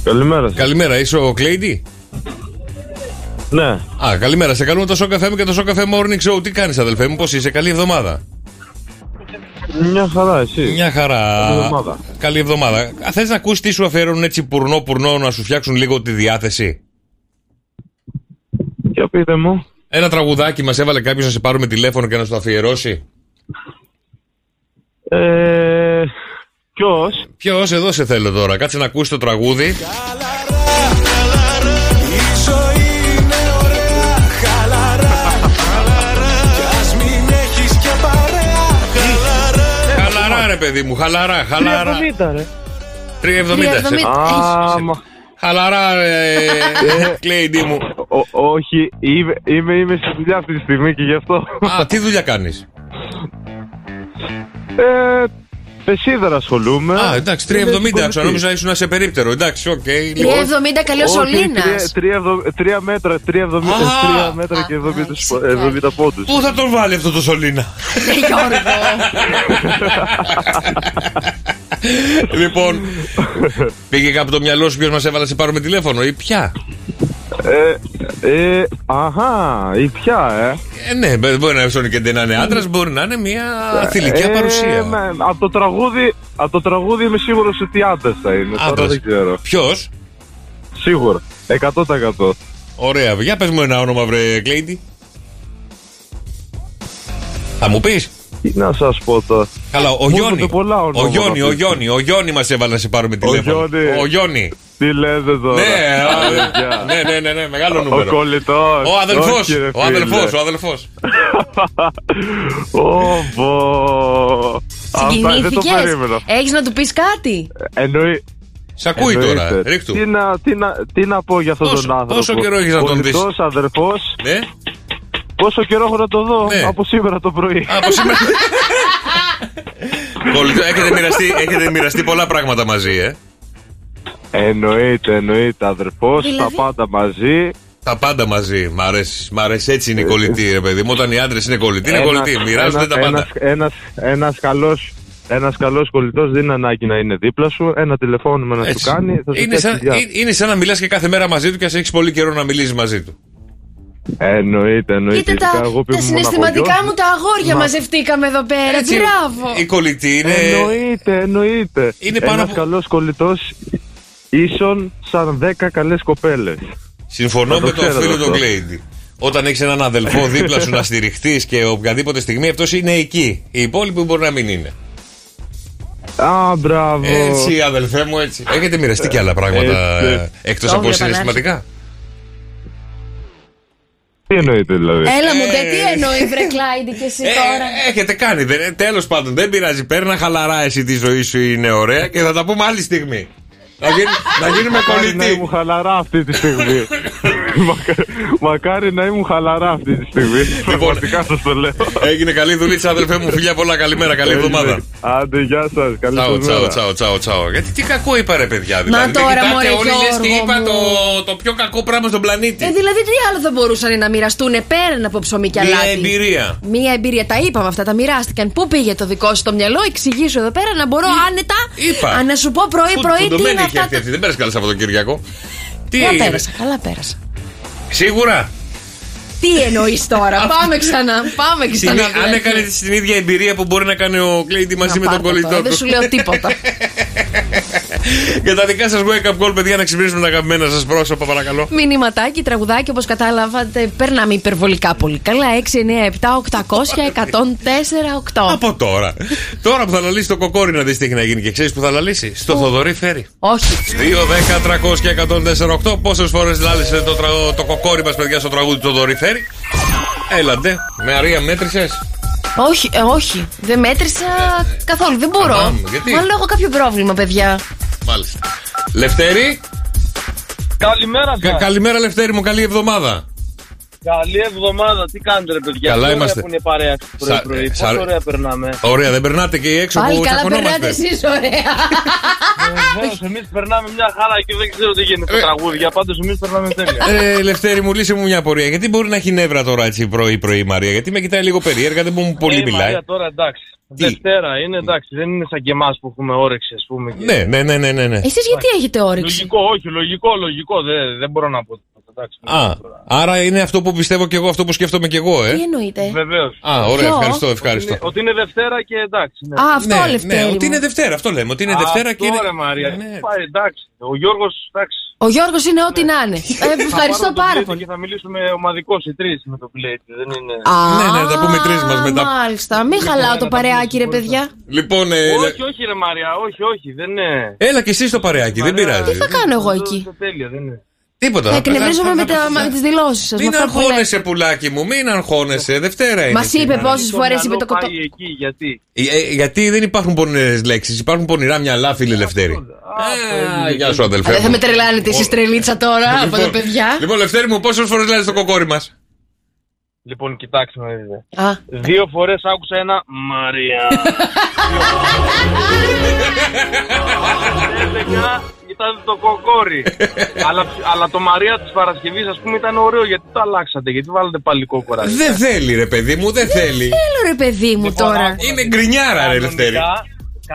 S14: Καλημέρα.
S6: Καλημέρα, είσαι ο Κλέιντι.
S14: Ναι.
S6: Α, καλημέρα. Σε καλούμε το Show Cafe μου και το Show Cafe Morning Show. Τι κάνεις, αδελφέ μου, πώς είσαι, καλή εβδομάδα.
S14: Μια χαρά, εσύ.
S6: Μια χαρά.
S14: Καλή εβδομάδα.
S6: Καλή εβδομάδα. Θες να ακούσει τι σου αφιερώνουν έτσι πουρνό-πουρνό να σου φτιάξουν λίγο τη διάθεση.
S14: Για πείτε μου.
S6: Ένα τραγουδάκι μας έβαλε κάποιος να σε πάρουμε τηλέφωνο και να σου το αφιερώσει.
S14: Ε, Ποιος.
S6: Ποιος, εδώ σε θέλω τώρα. Κάτσε να ακούσεις το τραγούδι.
S11: Η ζωή είναι ωραία, χαλαρά. Κι ας μην έχεις και παρέα, χαλαρά.
S6: Χαλαρά, ρε παιδί μου, χαλαρά, χαλαρά. 3,70.
S11: 3,70.
S6: σε-
S11: Α,
S6: σε- Χαλαρά, ε, ρε. Κλέιντι μου.
S14: όχι, είμαι, είμαι, είμαι στη δουλειά αυτή τη στιγμή και γι' αυτό.
S6: Α, τι δουλειά κάνεις.
S14: Ε, πεσίδερα ασχολούμαι.
S6: Α, εντάξει, 3,70 άκουσα. Νόμιζα ήσουν σε περίπτερο. Εντάξει, οκ. λοιπόν.
S5: 3,70 καλός ο Λίνας.
S14: 3 μέτρα, 3,70 τρία μέτρα και 70 πόντους.
S6: Πού θα τον βάλει αυτό το σωλήνα.
S5: Ε,
S6: λοιπόν, πήγε κάπου το μυαλό σου ποιος μας έβαλε να σε πάρουμε τηλέφωνο ή πια.
S14: Ε, ε, αχά, ή πια, ε.
S6: Ε, ναι, μπο- μπορεί να είναι και να είναι άντρας, μπορεί να είναι μια θηλυκιά
S14: Ε,
S6: παρουσία.
S14: ναι, από, το τραγούδι, από το τραγούδι είμαι σίγουρος ότι άντρας θα είναι. Τώρα
S6: Άντρας.
S14: δεν ξέρω.
S6: Ποιος?
S14: Σίγουρα. 100%.
S6: Ωραία, για πες μου ένα όνομα, βρε Κλέιντι. Θα μου πεις.
S14: Τι να σας πω τώρα.
S6: Καλά, ο
S14: Μου
S6: Γιώνη.
S14: έρχονται πολλά
S6: Ο
S14: ονόματα
S6: Γιώνη, ο
S14: αυτή.
S6: Γιώνη, ο Γιώνη μας έβαλε να σε πάρουμε τηλέφωνο.
S14: Γιώνη.
S6: Ο Γιώνη.
S14: Τι λέτε τώρα.
S6: Ναι, α,
S14: Παιδιά.
S6: ναι, ναι, ναι, ναι, μεγάλο
S14: Ο
S6: νούμερο.
S14: κολλητός.
S6: Ο αδελφός. Ο αδελφός, ο αδελφός.
S14: Ω, Αυτά δεν το
S5: Συγκινήθηκες?
S14: περίμενα.
S5: Έχεις να του πεις κάτι.
S14: Εννοεί.
S6: Σ' ακούει
S14: Εννοείται.
S6: τώρα, ρίχτου.
S14: Τι να, τι, να, τι να πω για αυτόν
S6: Πόσο-
S14: τον άνθρωπο.
S6: πόσο καιρό έχεις να τον δεις?
S14: Πολιτός, αδερφός.
S6: Ναι.
S14: Πόσο καιρό έχω να το δω από σήμερα το πρωί.
S6: Από σήμερα. Κολλητό, έχετε μοιραστεί, έχετε μοιραστεί πολλά πράγματα μαζί, ε.
S14: εννοείται, εννοείται. Αδερφός,
S6: Δηλαδή?
S14: τα πάντα μαζί.
S6: Τα πάντα μαζί. Μ' αρέσει. Μ' αρέσει. Έτσι είναι οι κολλητοί, ρε παιδί μου. Όταν οι άντρες είναι κολλητοί, είναι
S14: Ε, Ένας-
S6: κολλητοί. Μοιράζονται
S14: ένας-
S6: τα πάντα.
S14: Ένας, ένας, ένας καλός ένας καλός κολλητός δεν είναι ανάγκη να είναι δίπλα σου. Ένα τηλεφώνημα να σου κάνει. Θα σου
S6: Είναι
S14: πιάσει
S6: σαν,
S14: δουλειά.
S6: είναι- είναι σαν να μιλάς και κάθε μέρα μαζί του και ας έχεις πολύ καιρό να μιλήσεις μαζί του.
S14: Εννοείται,
S6: Ε,
S14: εννοείται.
S5: Κοίτα τα,
S14: Ειδικά εγώ που
S5: τα
S14: ήμουν
S5: συναισθηματικά
S14: μοναχογιός.
S5: μου τα αγόρια
S14: Μα-
S5: μαζευτήκαμε εδώ πέρα.
S6: Έτσι,
S5: Ναι, Μπράβο.
S6: Οι κολλητοί είναι.
S14: Εννοείται, εννοείται.
S6: Ε, Είναι πάνω
S14: Ένας
S6: από-
S14: καλός κολλητός ίσον σαν 10 καλές κοπέλες.
S6: Συμφωνώ
S14: Θα το
S6: με τον
S14: ξέρω
S6: φίλο
S14: αυτό.
S6: τον Κλέιντι. Όταν έχεις έναν αδελφό δίπλα σου να στηριχτείς και οποιαδήποτε στιγμή αυτός είναι εκεί. Οι υπόλοιποι μπορεί να μην είναι.
S14: Α, μπράβο.
S6: Έτσι, αδελφέ μου, έτσι. Έχετε μοιραστεί και άλλα πράγματα
S14: Ε, Έτσι.
S6: εκτό
S14: Το
S6: από
S14: έβλεπα,
S6: συναισθηματικά.
S14: Τι εννοείται δηλαδή.
S5: Έλα μου, ντε,
S6: Ε.
S5: τι εννοεί βρε Κλάιντι και εσύ Ε, τώρα.
S6: Έχετε κάνει. Τέλος πάντων, δεν πειράζει. Παίρνα χαλαρά εσύ τη ζωή σου, είναι ωραία και θα τα πούμε άλλη στιγμή. Να, γίνει, να γίνουμε
S5: ναι,
S14: Μακάρι να
S6: κολλητοί.
S14: ήμουν χαλαρά αυτή τη στιγμή. Μακα- Μακάρι να ήμουν χαλαρά αυτή τη στιγμή.
S6: Λοιπόν,
S14: Πραγματικά σας το λέω.
S6: Έγινε καλή δουλίτσα, αδελφέ μου. Φιλιά πολλά, καλημέρα, καλή εβδομάδα.
S14: Άντε, γεια σας. Καλή
S6: Τσαο,
S14: σας μέρα.
S6: τσαο, τσαο, τσαο, τσαο. Γιατί τι κακό είπα, ρε παιδιά. Δηλαδή, με
S5: τώρα,
S6: κοιτάτε
S5: μωρέ,
S6: όλοι, λες τι
S5: Γιώργο
S6: είπα
S5: μου.
S6: το, το πιο κακό πράγμα στον πλανήτη.
S5: Ε, δηλαδή, τι άλλο θα μπορούσαν να μοιραστούν πέραν από ψωμί και
S6: Μια
S5: αλάτι.
S6: εμπειρία.
S5: Μία εμπειρία. Τα είπαμε αυτά, τα μοιράστηκαν. Πού πήγε το δικό σου το μυαλό, εξηγήσω εδώ πέρα να μπορώ άνετα
S6: είπα.
S5: Α, να σου πω πρωί-πρωί τι είναι
S6: Φουντουμένη είχε
S5: αυτά.
S6: έρθει αυτή. Δεν πέρασε καλά Σαββατοκύριακο. Τι
S5: Καλά
S6: έγινε.
S5: πέρασα, καλά πέρασα.
S6: Σίγουρα.
S5: Τι εννοείς τώρα, πάμε ξανά, πάμε
S6: Στην-
S5: ξανά.
S6: αν έκανε την ίδια εμπειρία που μπορεί να κάνει ο Κλέιντι μαζί με τον
S5: πάρτε τώρα,
S6: κολλητό
S5: Δεν
S6: του.
S5: σου λέω τίποτα.
S6: Για τα δικά σας wake up call, παιδιά, να ξυπνήσουμε τα αγαπημένα σας πρόσωπα, παρακαλώ.
S5: Μηνυματάκι, τραγουδάκι, όπως κατάλαβατε, περνάμε υπερβολικά πολύ καλά. 6, 9, 7, 800, 104, 8.
S6: Από τώρα. τώρα που θα λαλήσει το κοκόρι να δεις τι έχει να γίνει και ξέρεις που θα λαλήσει. Στο Θοδωρή φέρει.
S5: Όχι.
S6: 2, 10, 300 και 104,8. Πόσες φορές λάλησες το, τρα- το κοκόρι μας, παιδιά, στο τραγούδι του Θοδωρή φέρει. Έλαντε. Με αρία μέτρησες.
S5: Όχι, ε, όχι. Δεν μέτρησα καθόλου. Δεν μπορώ.
S6: Αμάν, γιατί?
S5: Μάλλον έχω κάποιο πρόβλημα, παιδιά.
S6: Μάλιστα. Λευτέρη.
S5: Ναι.
S6: Καλημέρα, Καλημέρα, Λευτέρη μου. Καλή εβδομάδα.
S15: Καλή εβδομάδα, τι κάνετε ρε παιδιά.
S6: Καλά
S15: Τι ωραία
S6: είμαστε.
S15: Που είναι η παρέα πρωί,
S6: Σα-
S15: πρωί.
S6: ε,
S15: Πώς
S6: σα- Ε,
S15: ωραία περνάμε.
S6: Ωραία, δεν περνάτε και έξω
S5: Πάλι
S6: που
S5: καλά περνάτε
S6: τσακωνόμαστε.
S5: εσείς, ωραία.
S15: Βεβαίως, εμείς περνάμε μια χαρά και δεν ξέρω τι γίνεται στα τραγούδια. Πάντως εμείς περνάμε τέλεια.
S6: Ε, Λευτέρη μου, λύσε μου μια απορία. Γιατί μπορεί να έχει νεύρα τώρα έτσι πρωί-πρωί η Μαρία, Γιατί με κοιτάει λίγο περίεργα, δεν μου πολύ
S15: Ε, η
S6: μιλάει.
S15: Μαρία τώρα εντάξει. Δευτέρα είναι εντάξει, δεν είναι σαν και εμάς που έχουμε όρεξη, ας πούμε. και-
S6: Ναι, ναι, ναι, ναι, ναι. ναι.
S5: Εσείς γιατί έχετε όρεξη.
S15: Λογικό, όχι, λογικό, λογικό. Δεν, δεν μπορώ να πω.
S6: Α, άρα είναι αυτό που πιστεύω και εγώ, αυτό που σκέφτομαι και εγώ, ε.
S5: Τι εννοείται.
S15: Βεβαίως.
S6: Α, ωραία, ευχαριστώ, ευχαριστώ.
S15: Ότι είναι, ότι είναι Δευτέρα και εντάξει. ναι.
S5: Α, αυτό,
S6: ναι,
S5: Λευτέρη
S6: ναι,
S5: μου.
S6: ότι είναι Δευτέρα, αυτό λέμε. Ότι είναι
S15: Α,
S6: Δευτέρα και
S15: αυτό,
S6: είναι. Ναι,
S15: ρε, Μαρία. Πάει, εντάξει. Ο Γιώργος, εντάξει.
S5: Ο Γιώργος είναι ό,τι
S6: Ναι.
S5: να είναι. Ε, ευχαριστώ πάρα πολύ.
S15: Και θα μιλήσουμε ομαδικό οι τρεις με το Blade. Δεν είναι.
S6: Ναι, ναι, τα πούμε οι τρεις μας
S5: Α,
S6: μετά.
S5: Μάλιστα. Μην χαλάω το παρεάκι, ρε παιδιά.
S6: Λοιπόν, ε,
S15: Όχι, όχι, ρε Μαρία, όχι, όχι, δεν είναι.
S6: έλα και εσύ στο παρεάκι, δεν
S5: Τι
S6: πειράζει.
S5: θα κάνω εγώ εκεί.
S15: Τέλεια, δεν είναι.
S6: Τίποτα.
S5: Θα
S6: θα πετάξουμε,
S5: Ναι, εκνευρίζομαι
S6: θα
S5: με, τα- με τις δηλώσεις σας.
S6: Ε, Μην αγχώνεσαι, πουλάκι μου, μην αγχώνεσαι. Δευτέρα είναι.
S5: Μας είπε
S6: σήμερα.
S5: πόσε φορές είπε το κοτό.
S15: εκεί, γιατί.
S6: Ε, ε, γιατί δεν υπάρχουν πονηρές λέξεις, υπάρχουν πονηρά μυαλά, φίλε
S15: Ε,
S6: Λευτέρη. Α, Γεια σου,
S5: Α,
S6: αδελφέ.
S5: Ε, Δεν θα
S6: μου.
S5: με τρελάνετε εσεί τρελίτσα τώρα από τα παιδιά.
S6: Λοιπόν, Λευτέρη μου, πόσες φορές λένε στο κοκόρι μας.
S15: Λοιπόν, κοιτάξτε να δείτε.
S6: λοιπόν.
S5: Α.
S15: Δύο φορές άκουσα ένα Μαρία. Έλεγα ήταν το κοκόρι. αλλά, αλλά το Μαρία της Παρασκευής, ας πούμε, ήταν ωραίο γιατί το αλλάξατε. Γιατί βάλατε πάλι κόκορα.
S6: Δεν θέλει, ρε παιδί μου, δεν θέλει.
S5: Θέλω ρε παιδί μου
S6: Λοιπόν,
S5: τώρα.
S6: Είναι γκρινιάρα, ρε Λευτέρη.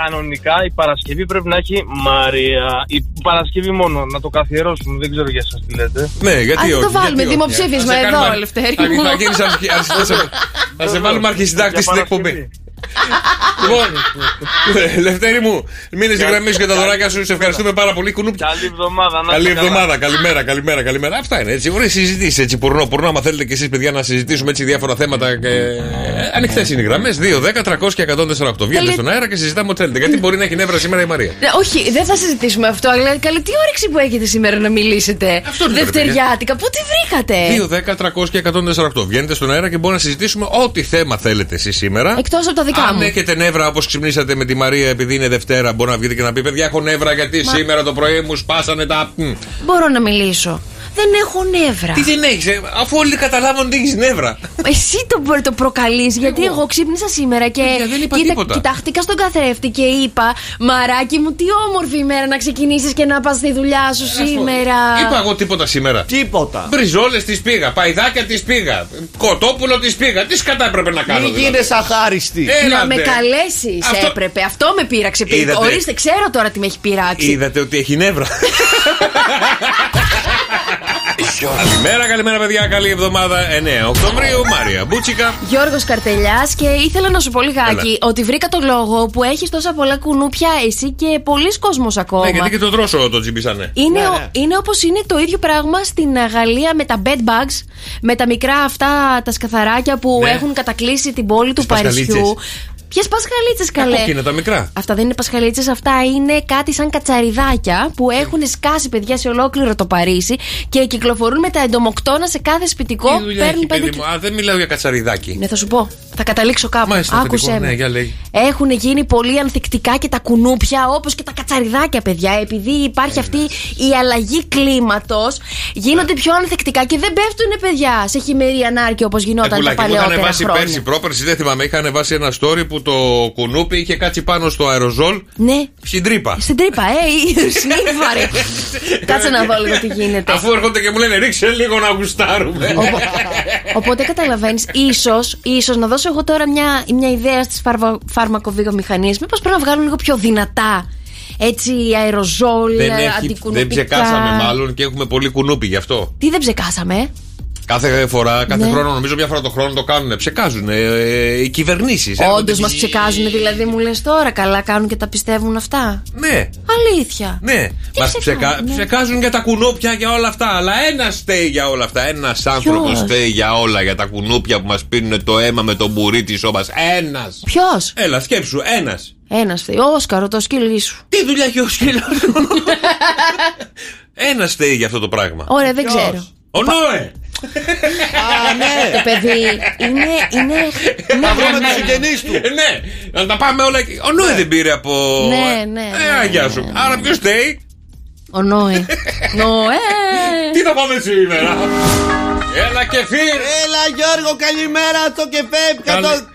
S15: Κανονικά η Παρασκευή πρέπει να έχει Μαρία. Η Παρασκευή μόνο, να το καθιερώσουμε. Δεν ξέρω για εσάς τι λέτε.
S6: Ναι, γιατί
S5: Α,
S6: όχι.
S5: το
S6: γιατί
S5: βάλουμε
S6: όχι.
S5: δημοψήφισμα
S6: Θα σε
S5: εδώ,
S6: κάνουμε-
S5: Λευτέρη
S6: θα-
S5: μου.
S6: Θα γίνεις αρχι- αρχι- θα σε- θα σε βάλουμε αρχισυντάκτης στην εκπομπή. Λοιπόν, ε, Λευτέρη μου, μείνε στη γραμμή σου και τα δωράκια σου. Σε ευχαριστούμε πάρα πολύ. Κουνούπια.
S15: Καλή εβδομάδα, να
S6: Καλή
S15: είστε καλά.
S6: εβδομάδα, καλημέρα, καλημέρα, καλημέρα. Αυτά είναι έτσι. Ωραίε συζητήσεις έτσι. Πουρνό, πουρνό. Άμα θέλετε και εσείς, παιδιά, να συζητήσουμε έτσι διάφορα θέματα. Και... ε, Ανοιχτές είναι οι γραμμές. 2, 10, 300 και 148. Βγαίνετε στον αέρα και συζητάμε ό,τι θέλετε. Γιατί μπορεί να έχει νεύρα σήμερα η Μαρία.
S5: Ναι, όχι, δεν θα συζητήσουμε αυτό, αλλά καλή τι όρεξη που έχετε σήμερα να μιλήσετε.
S6: λέω, ρε
S5: Δευτεριάτικα, πού τη βρήκατε.
S6: 2, 10, 300 και 148. Βγαίνετε στον αέρα και μπορεί να συζητήσουμε ό,τι θέμα θέλετε εσείς σήμερα.
S5: Εκτός από τα δικά
S6: Αν
S5: μου.
S6: έχετε νεύρα όπως ξυπνήσατε με τη Μαρία επειδή είναι Δευτέρα, μπορεί να βγείτε και να πει: Παιδιά, έχω νεύρα γιατί
S5: Μα-
S6: σήμερα το πρωί μου σπάσανε τα. μ».
S5: Μπορώ να μιλήσω. Δεν έχω νεύρα.
S6: Τι δεν έχεις, αφού όλοι καταλάβουν ότι έχεις νεύρα.
S5: Εσύ το, προ- το προκαλείς, γιατί εγώ ξύπνησα σήμερα και
S6: Παιδιά, δεν είπα τίποτα.
S5: κοιτάχτηκα στον καθρέφτη και είπα Μαράκι μου, τι όμορφη ημέρα να ξεκινήσεις και να πας στη δουλειά σου σήμερα.
S6: Είπα εγώ τίποτα σήμερα.
S13: Τίποτα.
S6: Μπριζόλες τη πήγα, παϊδάκια τη πήγα, κοτόπουλο τη πήγα. Τι σκατά έπρεπε να κάνω.
S13: Μην
S6: δηλαδή.
S13: γίνεσαι αχάριστη.
S6: Έλα,
S5: να με
S6: ντε.
S5: καλέσεις,
S6: Αυτό-
S5: έπρεπε. Αυτό με πείραξε. πριν.
S6: Είδατε.
S5: Ορίστε, ξέρω τώρα τι με έχει πειράξει.
S6: Είδατε ότι έχει νεύρα. καλημέρα, καλημέρα, παιδιά. Καλή εβδομάδα 9 Οκτωβρίου. Μάρια Μπούτσικα.
S5: Γιώργος Καρτελιάς και ήθελα να σου πω λιγάκι
S6: Έλα.
S5: ότι βρήκα το λόγο που έχεις τόσα πολλά κουνούπια εσύ και πολλοί κόσμος ακόμα.
S6: Ναι, γιατί και το τρόσο το τσιμπήσανε.
S5: Είναι,
S6: Ναι,
S5: ο-
S6: ναι.
S5: είναι όπως είναι το ίδιο πράγμα στην α, Γαλλία με τα bed bugs, με τα μικρά αυτά τα σκαθαράκια που
S6: Ναι.
S5: έχουν κατακλείσει την πόλη του
S6: πασχαλίτσες.
S5: Παρισιού. Ποιες πασχαλίτσες
S6: Τα
S5: καλέ.
S6: κόκκινα, τα μικρά.
S5: Αυτά δεν είναι πασχαλίτσες, αυτά είναι κάτι σαν κατσαριδάκια που
S6: Ναι.
S5: έχουν σκάσει παιδιά σε ολόκληρο το Παρίσι και κυκλοφορούν με τα εντομοκτώνα σε κάθε σπιτικό.
S6: Τι δουλειά έχει,
S5: Παίρνουν πέντε
S6: παιδί
S5: κιλά.
S6: μου. Α, δεν μιλάω για κατσαριδάκι.
S5: Ναι, θα σου πω. Θα καταλήξω κάπου.
S6: Μάλιστα,
S5: Άκουσε
S6: παιδικό,
S5: με.
S6: ναι, για λέει.
S5: Έχουν γίνει πολύ ανθεκτικά και τα κουνούπια όπως και τα κατσαριδάκια, παιδιά. Επειδή
S6: Ε,
S5: υπάρχει αυτή η αλλαγή κλίματος,
S6: Ναι.
S5: γίνονται πιο ανθεκτικά και δεν πέφτουν, παιδιά, σε χειμερή ανάρκη όπως γινόταν τα
S6: Πουλάκι Ε, μου, είχα
S5: παλαιότερα
S6: ανεβάσει
S5: χρόνια.
S6: πέρσι, πρόπερσι, δεν θυμάμαι. Είχα ανεβάσει ένα story που το κουνούπι είχε κάτσει πάνω στο αεροζόλ
S5: Ναι,
S6: στην τρύπα.
S5: στην τρύπα, ε, σνίφαρε. Κάτσε να δω λίγο τι γίνεται.
S6: Ε, Αφού έρχονται και μου λένε ρίξε λίγο να γουστάρουμε.
S5: Οπότε καταλαβαίνεις, ίσως ίσως να δώσω εγώ τώρα μια, μια ιδέα στις φαρμακοβιομηχανίες. Μήπως πρέπει να βγάλουν λίγο πιο δυνατά έτσι αεροζόλ,
S6: δεν, έχει, δεν
S5: αντικουνουπικά.
S6: ψεκάσαμε μάλλον και έχουμε πολύ κουνούπι γι' αυτό.
S5: Τι δεν ψεκάσαμε, ε?
S6: Κάθε φορά, κάθε
S5: Ναι.
S6: χρόνο, νομίζω μια φορά το χρόνο το κάνουν. Ψεκάζουν ε, ε, οι κυβερνήσεις.
S5: Όντω μα ψεκάζουν, δηλαδή μου λες τώρα. Καλά κάνουν και τα πιστεύουν αυτά.
S6: Ναι,
S5: Αλήθεια.
S6: ναι. Μας ψεκα...
S5: ναι.
S6: ψεκάζουν για τα κουνούπια για όλα αυτά. Αλλά ένα στέει για όλα αυτά. Ένας άνθρωπος στέει για όλα. Για τα κουνούπια που μας πίνουν το αίμα με τον μπουρί της σώμας. Ένας.
S5: Ποιος?
S6: Έλα, σκέψου, ένας.
S5: Ένας φταίει. Όσκαρο, το σκυλί σου.
S6: Τι δουλειά έχει ο σκύλος. Ένας στέει για αυτό το πράγμα.
S5: Ωραία, δεν ξέρω.
S6: Ο Νόε!
S5: Α, ναι. Το παιδί είναι. είναι ναι,
S6: Να βρούμε τους συγγενείς του. Ναι, να τα πάμε όλα εκεί. Ο Νόε δεν πήρε από.
S5: Ναι, ναι,
S6: Ε,
S5: ναι,
S6: αγιά σου. Άρα ποιος στέει.
S5: Ο Νόε. Νόε.
S6: Τι θα πάμε σήμερα. Έλα και φύρ.
S13: Έλα Γιώργο, καλημέρα στο κεφέ. Κατώ-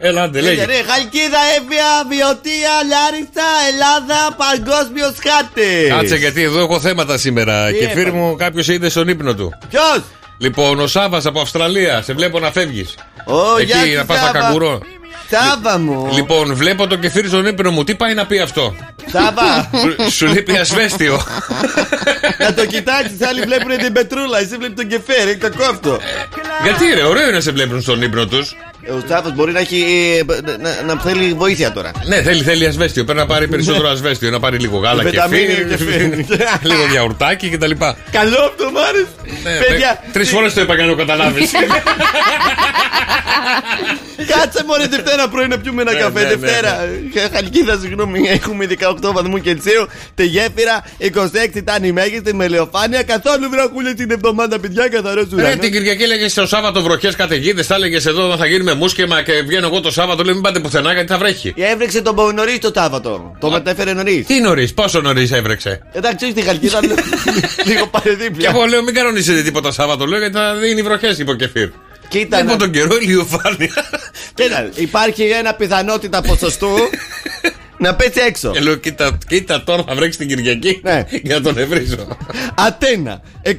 S6: Έλα, άντε, λέγε.
S13: Ρε, Χαλκίδα, Εύβοια, Βιωτία, Λάρισα, Ελλάδα, παγκόσμιος χάτη.
S6: Κάτσε γιατί εδώ έχω θέματα σήμερα.
S13: Τι
S6: Και
S13: έπαθε?
S6: φύρ μου κάποιος είδε στον ύπνο του.
S13: Ποιος?
S6: Λοιπόν, ο Σάβα από Αυστραλία. Σε βλέπω να φεύγεις.
S13: γεια
S6: Εκεί
S13: σου,
S6: να πας να
S13: Σάβα.
S6: καγκουρό.
S13: Σάβα μου.
S6: Λοιπόν, βλέπω το κεφίρι στον ύπνο μου. Τι πάει να πει αυτό.
S13: Σάβα.
S6: Σου- Σου λείπει ασβέστιο.
S13: Να το κοιτάξεις, άλλοι βλέπουν την πετρούλα. Εσύ βλέπεις τον κεφέ, ρε, κακό αυτό.
S6: Γιατί ρε, ωραίο είναι να σε βλέπουν στον ύπνο τους.
S13: Ο Σάβα μπορεί να έχει. ε, να- να θέλει βοήθεια τώρα.
S6: Ναι, θέλει, θέλει ασβέστιο. Πρέπει να πάρει περισσότερο ασβέστιο. Να πάρει λίγο γάλα και
S13: Ναι. Βιταμίνη
S6: φύρι.
S13: και φύρι.
S6: Λίγο γιαουρτάκι κτλ. Ναι,
S13: Καλό αυτό, μ' άρεσε. Παιδιά,
S6: Τρει φορέ Ναι, το είπα για να το καταλάβεις.
S13: Κάτσε μωρέ Δευτέρα πρωί να πιούμε ένα
S6: Ναι,
S13: καφέ.
S6: ναι, ναι,
S13: Δευτέρα. Ε, Χαλκίδα, συγγνώμη, έχουμε 18 βαθμού Κελσίου. Τη γέφυρα 26 ήταν η μέγιστη με ηλιοφάνεια. Καθόλου βραχούλε την εβδομάδα, παιδιά, καθαρός
S6: Ρε,
S13: ουρανό.
S6: την Κυριακή έλεγε στο Σάββατο βροχές καταιγίδες. Τα έλεγε εδώ θα γίνουμε μουσκεμα και βγαίνω εγώ το Σάββατο. Λέω μην πάτε πουθενά γιατί θα βρέχει.
S13: Έβρεξε τον νωρίς το Σάββατο. Το μετέφερε νωρίς.
S6: Τι νωρίς, πόσο νωρίς έβρεξε.
S13: Εντάξει, όχι τη Χαλκίδα, λέω, λίγο
S6: Και
S13: παρεδίπλια.
S6: εγώ λέω μην κανονίσετε τίποτα Σάββατο, λέω γιατί θα δίνει βροχές, είπε ο Κεφίρ.
S13: Κοίτα, ναι,
S6: Υπό
S13: να-
S6: τον καιρό ηλιοφάνεια.
S13: Κοίτα, υπάρχει ένα πιθανότητα ποσοστού να πέσει έξω.
S6: Και λέω κοίτα, κοίτα τώρα θα βρέξει την Κυριακή για να τον ευρίζω.
S13: Αθήνα, 22-27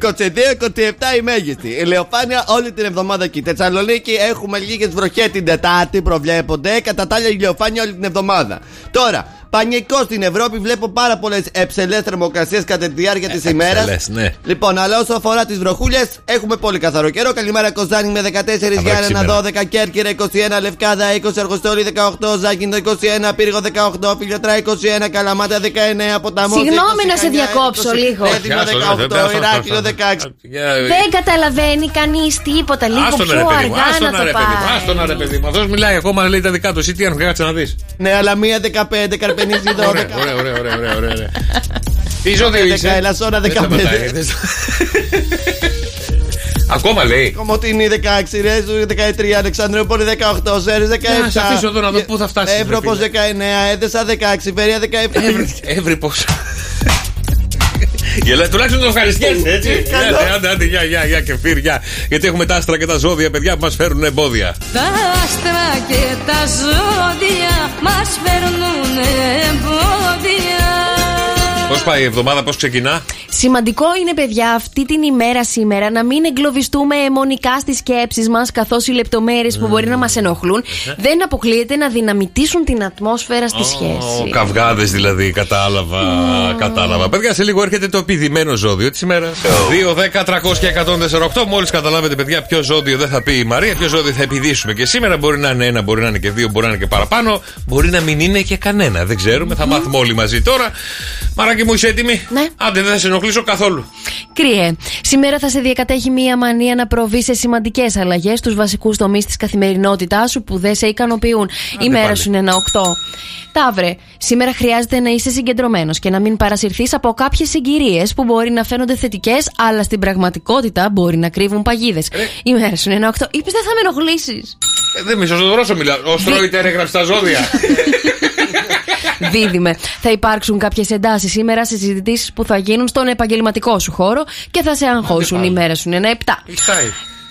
S13: η μέγιστη. Ηλεοφάνεια όλη την εβδομάδα εκεί. Θεσσαλονίκη έχουμε λίγες βροχές την Τετάρτη, προβλέπονται. Κατά τα άλλα, ηλεοφάνεια όλη την εβδομάδα. Τώρα, πανικό στην Ευρώπη, βλέπω πάρα πολλές εψελές θερμοκρασίες κατά τη διάρκεια της ημέρα.
S6: Λες, ναι.
S13: Λοιπόν, αλλά όσο αφορά τις βροχούλες, έχουμε πολύ καθαρό καιρό. Καλημέρα, Κοζάνη με 14, Γιάννενα
S6: σήμερα.
S13: 12, Κέρκυρα 21, Λευκάδα 20, Αργοστόλη 18, Ζάκινο 21, Πύργο 18, Φιλιοτρά 21, Καλαμάτα 19, Ποταμός
S5: Συγγνώμη να σε διακόψω λίγο.
S13: Έδινο
S6: Άστο, ναι,
S13: 18,
S6: βέβαια,
S13: Ηράκλειο
S6: άστο,
S13: 16.
S6: Για-
S5: Δεν καταλαβαίνει κανείς τίποτα. Λίγο
S6: Άστον Ε, ρε
S5: πιο
S6: παιδί μου,
S5: αργά
S6: άστον
S5: να
S6: ρε
S5: το
S6: παιδί μου, άστον
S5: πάει.
S6: ρε παιδί μου. Αυτό μιλάει ακόμα, λέει τα δικά του. Εσύ τι αν κάτσε να δεις.
S13: Ναι, αλλά μία 15, Καρπενίζη 12.
S6: Ναι, Ωραία, ωραία, ωραία, ωραία, ωραία, ωραία. Τι ζωή είσαι.
S13: 11, Ελασσόνα
S6: Δεν
S13: 15.
S6: σταματάει, δεν Ακόμα λέει.
S13: Κομωτινή 16, Ρέζου 13, Αλεξανδρούπολη 18, Σέρι 17.
S6: Να σε αφήσω εδώ να δω πού θα φτάσεις, ρε
S13: Εύρωπος 19, Έδεσα 16, Φερία 17.
S6: Εύρυπο. Γελάει, τουλάχιστον το ευχαριστιέσαι, έτσι.
S13: Καλό.
S6: Άντε, άντε, άντε, γεια, γεια, γεια και φύρια. Γιατί έχουμε τα άστρα και τα ζώδια, παιδιά που μας φέρουν εμπόδια.
S16: Τα άστρα και τα ζώδια μας φέρνουν εμπόδια
S6: Πώς πάει η εβδομάδα, πώς ξεκινά.
S5: Σημαντικό είναι, παιδιά, αυτή την ημέρα σήμερα να μην εγκλωβιστούμε αιμονικά στις σκέψεις μας, καθώς οι λεπτομέρειες που μπορεί να μας
S6: Ε.
S5: ενοχλούν δεν αποκλείεται να δυναμητήσουν την ατμόσφαιρα στη σχέση.
S6: Καυγάδες δηλαδή, κατάλαβα. Κατάλαβα. Παιδιά, σε λίγο έρχεται το επιδημένο ζώδιο της ημέρας. 2, 10, 300 και 148. Μόλις καταλάβετε, παιδιά, ποιο ζώδιο δεν θα πει η Μαρία, ποιο ζώδιο θα επιδίσουμε. Και σήμερα μπορεί να είναι ένα, μπορεί να είναι και δύο, μπορεί να είναι και παραπάνω. Μπορεί να μην είναι και κανένα. Δεν ξέρουμε. Θα μάθουμε όλοι μαζί τώρα. Μαράκι μου, είσαι έτοιμη. Ναι. Άντε, δεν θα σε ενοχλήσω καθόλου.
S5: Κρύε, σήμερα θα σε διακατέχει μία μανία να προβεί σε σημαντικές αλλαγές στους βασικούς τομείς της καθημερινότητάς σου που δεν σε ικανοποιούν. Η μέρα
S17: πάλι.
S5: σου είναι ένα 8. Ταύρε, σήμερα χρειάζεται να είσαι συγκεντρωμένος και να μην παρασυρθείς από κάποιες συγκυρίες που μπορεί να φαίνονται θετικές, αλλά στην πραγματικότητα μπορεί να κρύβουν παγίδες. Η μέρα σου είναι ένα 8. Είπες δεν θα με ενοχλήσεις.
S6: Ε, δεν μισό στο δρόσο μιλάω. Ο Στρόιτερ έγραψε τα ζώδια.
S5: Δίδυμε. Θα υπάρξουν κάποιες εντάσεις σήμερα σε συζητήσεις που θα γίνουν στον επαγγελματικό σου χώρο και θα σε αγχώσουν. Η μέρα σου είναι ένα 7.
S6: Κοιτάει.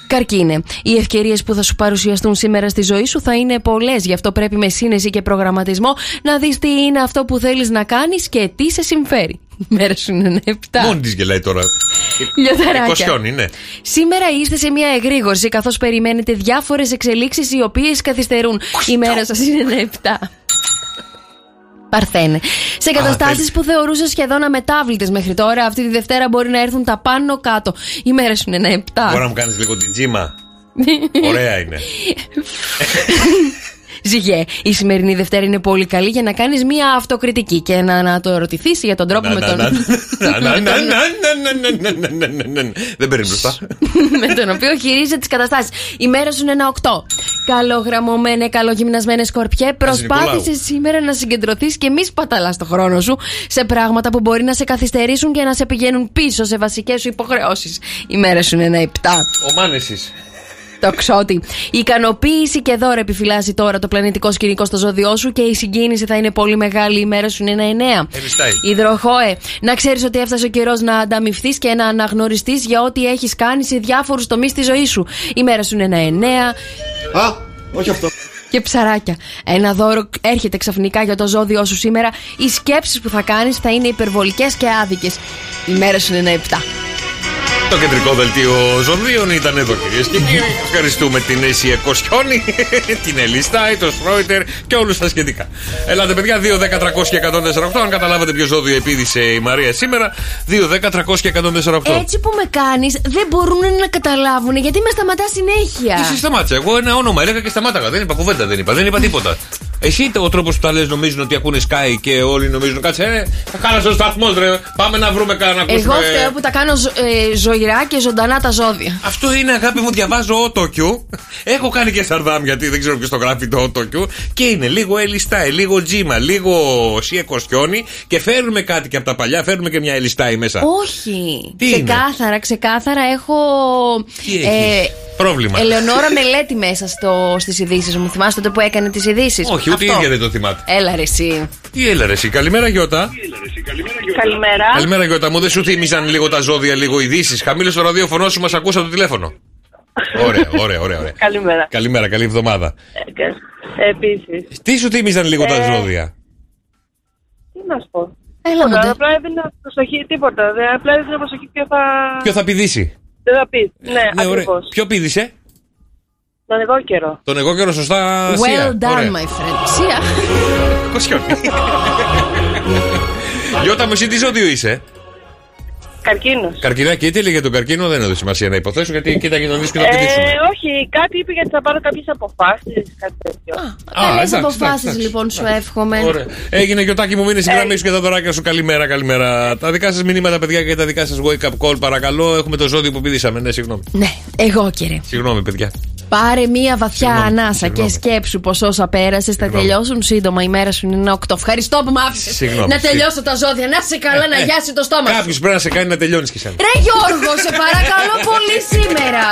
S5: Καρκίνε. Οι ευκαιρίες που θα σου παρουσιαστούν σήμερα στη ζωή σου θα είναι πολλές. Γι' αυτό πρέπει με σύνεση και προγραμματισμό να δεις τι είναι αυτό που θέλεις να κάνεις και τι σε συμφέρει. Η μέρα σου είναι ένα 7.
S6: Μόνη της γελάει τώρα. ναι.
S5: Λιονταράκια.
S6: Κοσιόν είναι.
S5: Σήμερα είστε σε μια εγρήγορση καθώς περιμένετε διάφορες εξελίξεις οι οποίες καθυστερούν. Η μέρα σας είναι ένα 7. Παρθένε. Σε καταστάσει που θεωρούσες σχεδόν αμετάβλητες μέχρι τώρα, αυτή τη Δευτέρα μπορεί να έρθουν τα πάνω κάτω. Η μέρα σου είναι ένα 7.
S6: Μπορεί να μου κάνεις λίγο την τζίμα. Ωραία είναι.
S5: Ζυγέ, η σημερινή Δευτέρα είναι πολύ καλή για να κάνεις μία αυτοκριτική και να, να το ερωτηθείς για τον τρόπο
S6: Να,
S5: με
S6: να,
S5: τον.
S6: να, να, να, να, να, να, να, να, να, να, να. Δεν παίρνει μπροστά.
S5: με τον οποίο χειρίζεται τις καταστάσεις. Η μέρα σου είναι ένα 8. Καλογραμμωμένε, καλογυμνασμένε σκορπιέ, προσπάθησε
S6: Νικολάου.
S5: σήμερα να συγκεντρωθείς και μη σπαταλάς το χρόνο σου σε πράγματα που μπορεί να σε καθυστερήσουν και να σε πηγαίνουν πίσω σε βασικές σου υποχρεώσεις. Η μέρα σου είναι ένα 7.
S6: Ο Μάνεσης.
S5: Το ξότι. Η ικανοποίηση και δώρα επιφυλάσσει τώρα το πλανητικό σκηνικό στο ζώδιό σου και η συγκίνηση θα είναι πολύ μεγάλη. Η μέρα σου είναι ένα εννέα.
S6: Ελιστάει.
S5: Υδροχόε, να ξέρεις ότι έφτασε ο καιρός να ανταμυφθείς και να αναγνωριστείς για ό,τι έχεις κάνει σε διάφορους τομείς τη ζωή σου. Η μέρα σου είναι ένα εννέα.
S13: Α, όχι αυτό.
S5: Και ψαράκια. Ένα δώρο έρχεται ξαφνικά για το ζώδιό σου σήμερα. Οι σκέψεις που θα κάνεις θα είναι υπερβολικές και άδικες. Η μέρα σου είναι ένα 7.
S6: Το κεντρικό δελτίο ζωδίων ήταν εδώ κυρίες και κύριοι. Ευχαριστούμε την Έσια Κοσιόνη, την Ελιστάη, τον Σρόιτερ και όλους τα σχετικά. Ελάτε, παιδιά, 2, 10, 300 και 148. Αν καταλάβατε ποιο ζώδιο επίδησε η Μαρία σήμερα, 2, 10, 300 και 148.
S5: Έτσι που με κάνεις, δεν μπορούν να καταλάβουν γιατί με σταματά συνέχεια.
S6: Εσύ σταμάτησα. Εγώ ένα όνομα έλεγα και σταμάταγα. Δεν είπα κουβέντα, δεν είπα, δεν είπα τίποτα. Εσύ το- ο τρόπος που τα λες νομίζουν ότι ακούνε Sky και όλοι νομίζουν κάτσε. Ε, χάλασε ο σταθμός, ρε. Πάμε να βρούμε κανένα
S5: Εγώ
S6: ακούσουμε.
S5: φταίω που τα κάνω ζω- ε, ζωηρά και ζωντανά τα ζώδια.
S6: Αυτό είναι αγάπη μου, διαβάζω ότοκιου. Έχω κάνει και σαρδάμ γιατί δεν ξέρω ποιος το γράφει το ότοκιου. Και είναι λίγο ελιστάι, λίγο τζίμα, λίγο σία κοστιόνι. Και φέρνουμε κάτι και από τα παλιά, φέρνουμε και μια ελιστάι μέσα.
S5: Όχι.
S6: Τι είναι?
S5: ξεκάθαρα, ξεκάθαρα έχω. ε,
S6: Τι έχεις? Πρόβλημα.
S5: Ελεονόρα μελέτη μέσα στο, στις ειδήσεις μου. Θυμάστε τότε που έκανε τις ειδήσεις.
S6: Όχι, ούτε η ίδια δεν το θυμάται.
S5: Έλα ρε εσύ.
S6: Τι έλα ρε εσύ, καλημέρα Γιώτα.
S17: Καλημέρα.
S6: Καλημέρα Γιώτα μου, δεν σου θύμιζαν λίγο τα ζώδια, λίγο ειδήσεις. Χαμήλω το ραδιόφωνο σου, μας ακούσα το τηλέφωνο. Ωραία, ωραία, ωραία. ωραία.
S17: Καλημέρα.
S6: καλημέρα, καλή εβδομάδα.
S17: Επίσης.
S6: Τι σου θύμιζαν λίγο τα
S17: Ε,
S6: ζώδια.
S17: Τι να σου πω.
S5: Έλα,
S17: μου. Απλά έδινα προσοχή, τίποτα. Δεν- Απλά έδινα προσοχή ποιο θα.
S6: Ποιο θα πηδήσει.
S17: Δεν θα πεις. Ναι,
S6: Ναι, ωραία.
S17: ακριβώς.
S6: Ποιο πήδησε.
S17: Τον εγώ καιρό.
S6: Τον εγώ καιρό, σωστά. Σία.
S5: Well done,
S6: Ωραία.
S5: my friend. Σία.
S6: Κοσιόνι. Γιώτα μου, εσύ τι ζώδιο είσαι.
S17: Καρκίνος.
S6: Καρκινάκι, τι έλεγε τον καρκίνο, δεν έδωσε σημασία να υποθέσω γιατί κοίταγε τον δίσκο να
S17: Ε,
S6: πηδήξουμε.
S17: όχι, κάτι είπε γιατί θα πάρω κάποιες αποφάσεις. Κάτι τέτοιο.
S5: Καλές
S6: εντάξει,
S5: αποφάσεις
S6: εντάξει,
S5: λοιπόν σου εύχομαι.
S6: Ωραία. Έγινε Γιωτάκη μου, μείνε στην γραμμή σου και τα δωράκια σου. Καλημέρα, καλημέρα. Τα δικά σας μηνύματα, παιδιά, και τα δικά σας wake up call, παρακαλώ. Έχουμε το ζώδιο που πηδήσαμε. Ναι, συγγνώμη.
S5: Ναι, εγώ κύριε.
S6: Συγγνώμη, παιδιά.
S5: Πάρε μία βαθιά ανάσα
S6: συγγνώμη.
S5: και σκέψου πως όσα πέρασες θα
S6: Συγγνώμη.
S5: τελειώσουν σύντομα. Η μέρα σου είναι ένα 8. Ευχαριστώ που με άφησες
S6: Συγγνώμη.
S5: να τελειώσω τα ζώδια. Να σε καλά, να
S6: Ε, ε,
S5: γιάσει το στόμα σου.
S6: Κάποιος πρέπει να σε κάνει να τελειώνεις κι σαν.
S5: Ρε Γιώργο, σε παρακαλώ πολύ σήμερα.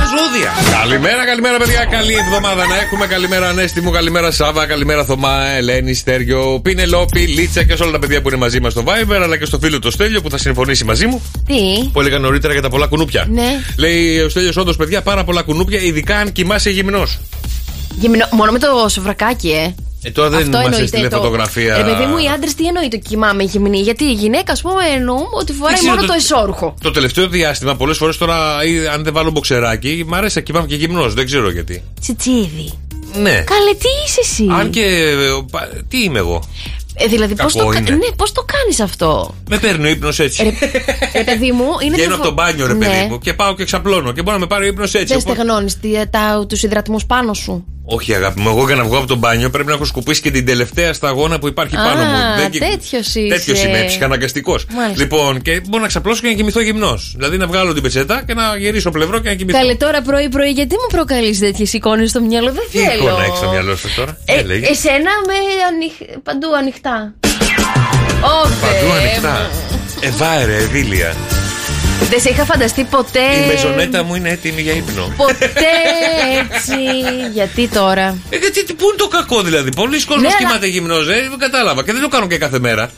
S6: Τα ζώδια. Καλημέρα, καλημέρα, παιδιά. Καλή εβδομάδα να έχουμε. Καλημέρα, Ανέστη μου. Καλημέρα, Σάβα. Καλημέρα, Θωμά, Ελένη, Στέργιο, Πινελόπη, Λίτσα και σε όλα τα παιδιά που είναι μαζί μας στο Viber. Αλλά και στο φίλο το Στέλιο που θα συμφωνήσει μαζί μου.
S5: Τι.
S6: Που έλεγα νωρίτερα για τα πολλά κουνούπια.
S5: Ναι.
S6: Λέει ο Στέλιος, όντως, παιδιά, πάρα πολλά κουνούπια, ειδικά αν κοιμάσαι γυμνός.
S5: Γυμνό, μόνο με το σοβρακάκι, ε.
S6: Ε, τώρα δεν
S5: Αυτό
S6: μας
S5: εννοείται.
S6: έστειλε
S5: το-
S6: φωτογραφία.
S5: Ρε παιδί μου, οι άντρες τι εννοεί το κοιμάμαι γυμνή. Γιατί η γυναίκα, ας πούμε, εννοούμε ότι φοράει
S6: Δεν ξέρω
S5: μόνο το
S6: το-
S5: εσόρουχο.
S6: Το τελευταίο διάστημα, πολλές φορές τώρα, ή αν δεν βάλω μποξεράκι, μ' αρέσει να κοιμάμαι και γυμνός. Δεν ξέρω γιατί.
S5: Τσιτσίδι.
S6: Ναι.
S5: Καλέ, τι είσαι εσύ.
S6: Αν και. ε, πα- Τι είμαι εγώ.
S5: Ε, δηλαδή, πώς
S6: Κακό
S5: το, κα-
S6: είναι.
S5: ναι, πώς το κάνεις αυτό.
S6: Με παίρνει ο ύπνος έτσι.
S5: Ρε παιδί μου, είναι.
S6: Βγαίνω από
S5: διαφο-
S6: το μπάνιο, ρε
S5: Ναι.
S6: παιδί μου, και πάω και ξαπλώνω και μπορεί να με πάρει ο ύπνος έτσι.
S5: Δεν ε,
S6: Οπότε-
S5: στεγνώνεις τους υδρατμούς πάνω σου.
S6: Όχι, αγάπη μου, εγώ για να βγω από το μπάνιο πρέπει να έχω σκουπίσει και την τελευταία σταγόνα που υπάρχει πάνω μου.
S5: Α,
S6: Δεν κυ-
S5: τέτοιο είσαι.
S6: Τέτοιο είμαι, ψυχαναγκαστικός.
S5: Μάλιστα.
S6: Λοιπόν, και μπορώ να ξαπλώσω και να κοιμηθώ γυμνός. Δηλαδή να βγάλω την πετσέτα και να γυρίσω πλευρό και να κοιμηθώ.
S5: Καλέ τώρα πρωί-πρωί, γιατί μου προκαλείς τέτοιες εικόνες στο μυαλό, δεν
S6: Τι
S5: θέλω.
S6: εικόνα έχεις στο μυαλό σου τώρα.
S5: Ε,
S6: Ε, λέγε.
S5: εσένα με ανοιχ- παντού ανοιχτά. Όχι.
S6: Παντού ανοιχτά. Εβάρε, ευήλια.
S5: Δεν σε είχα φανταστεί ποτέ.
S6: Η μεζονέτα μου είναι έτοιμη για ύπνο.
S5: Ποτέ έτσι. Γιατί τώρα.
S6: Ε, γιατί τι- πού είναι το κακό δηλαδή. Πολλοί κόσμοι
S5: Ναι, αλλά-
S6: κοιμάται γυμνό, ε, δεν κατάλαβα. Και δεν το κάνω και κάθε μέρα.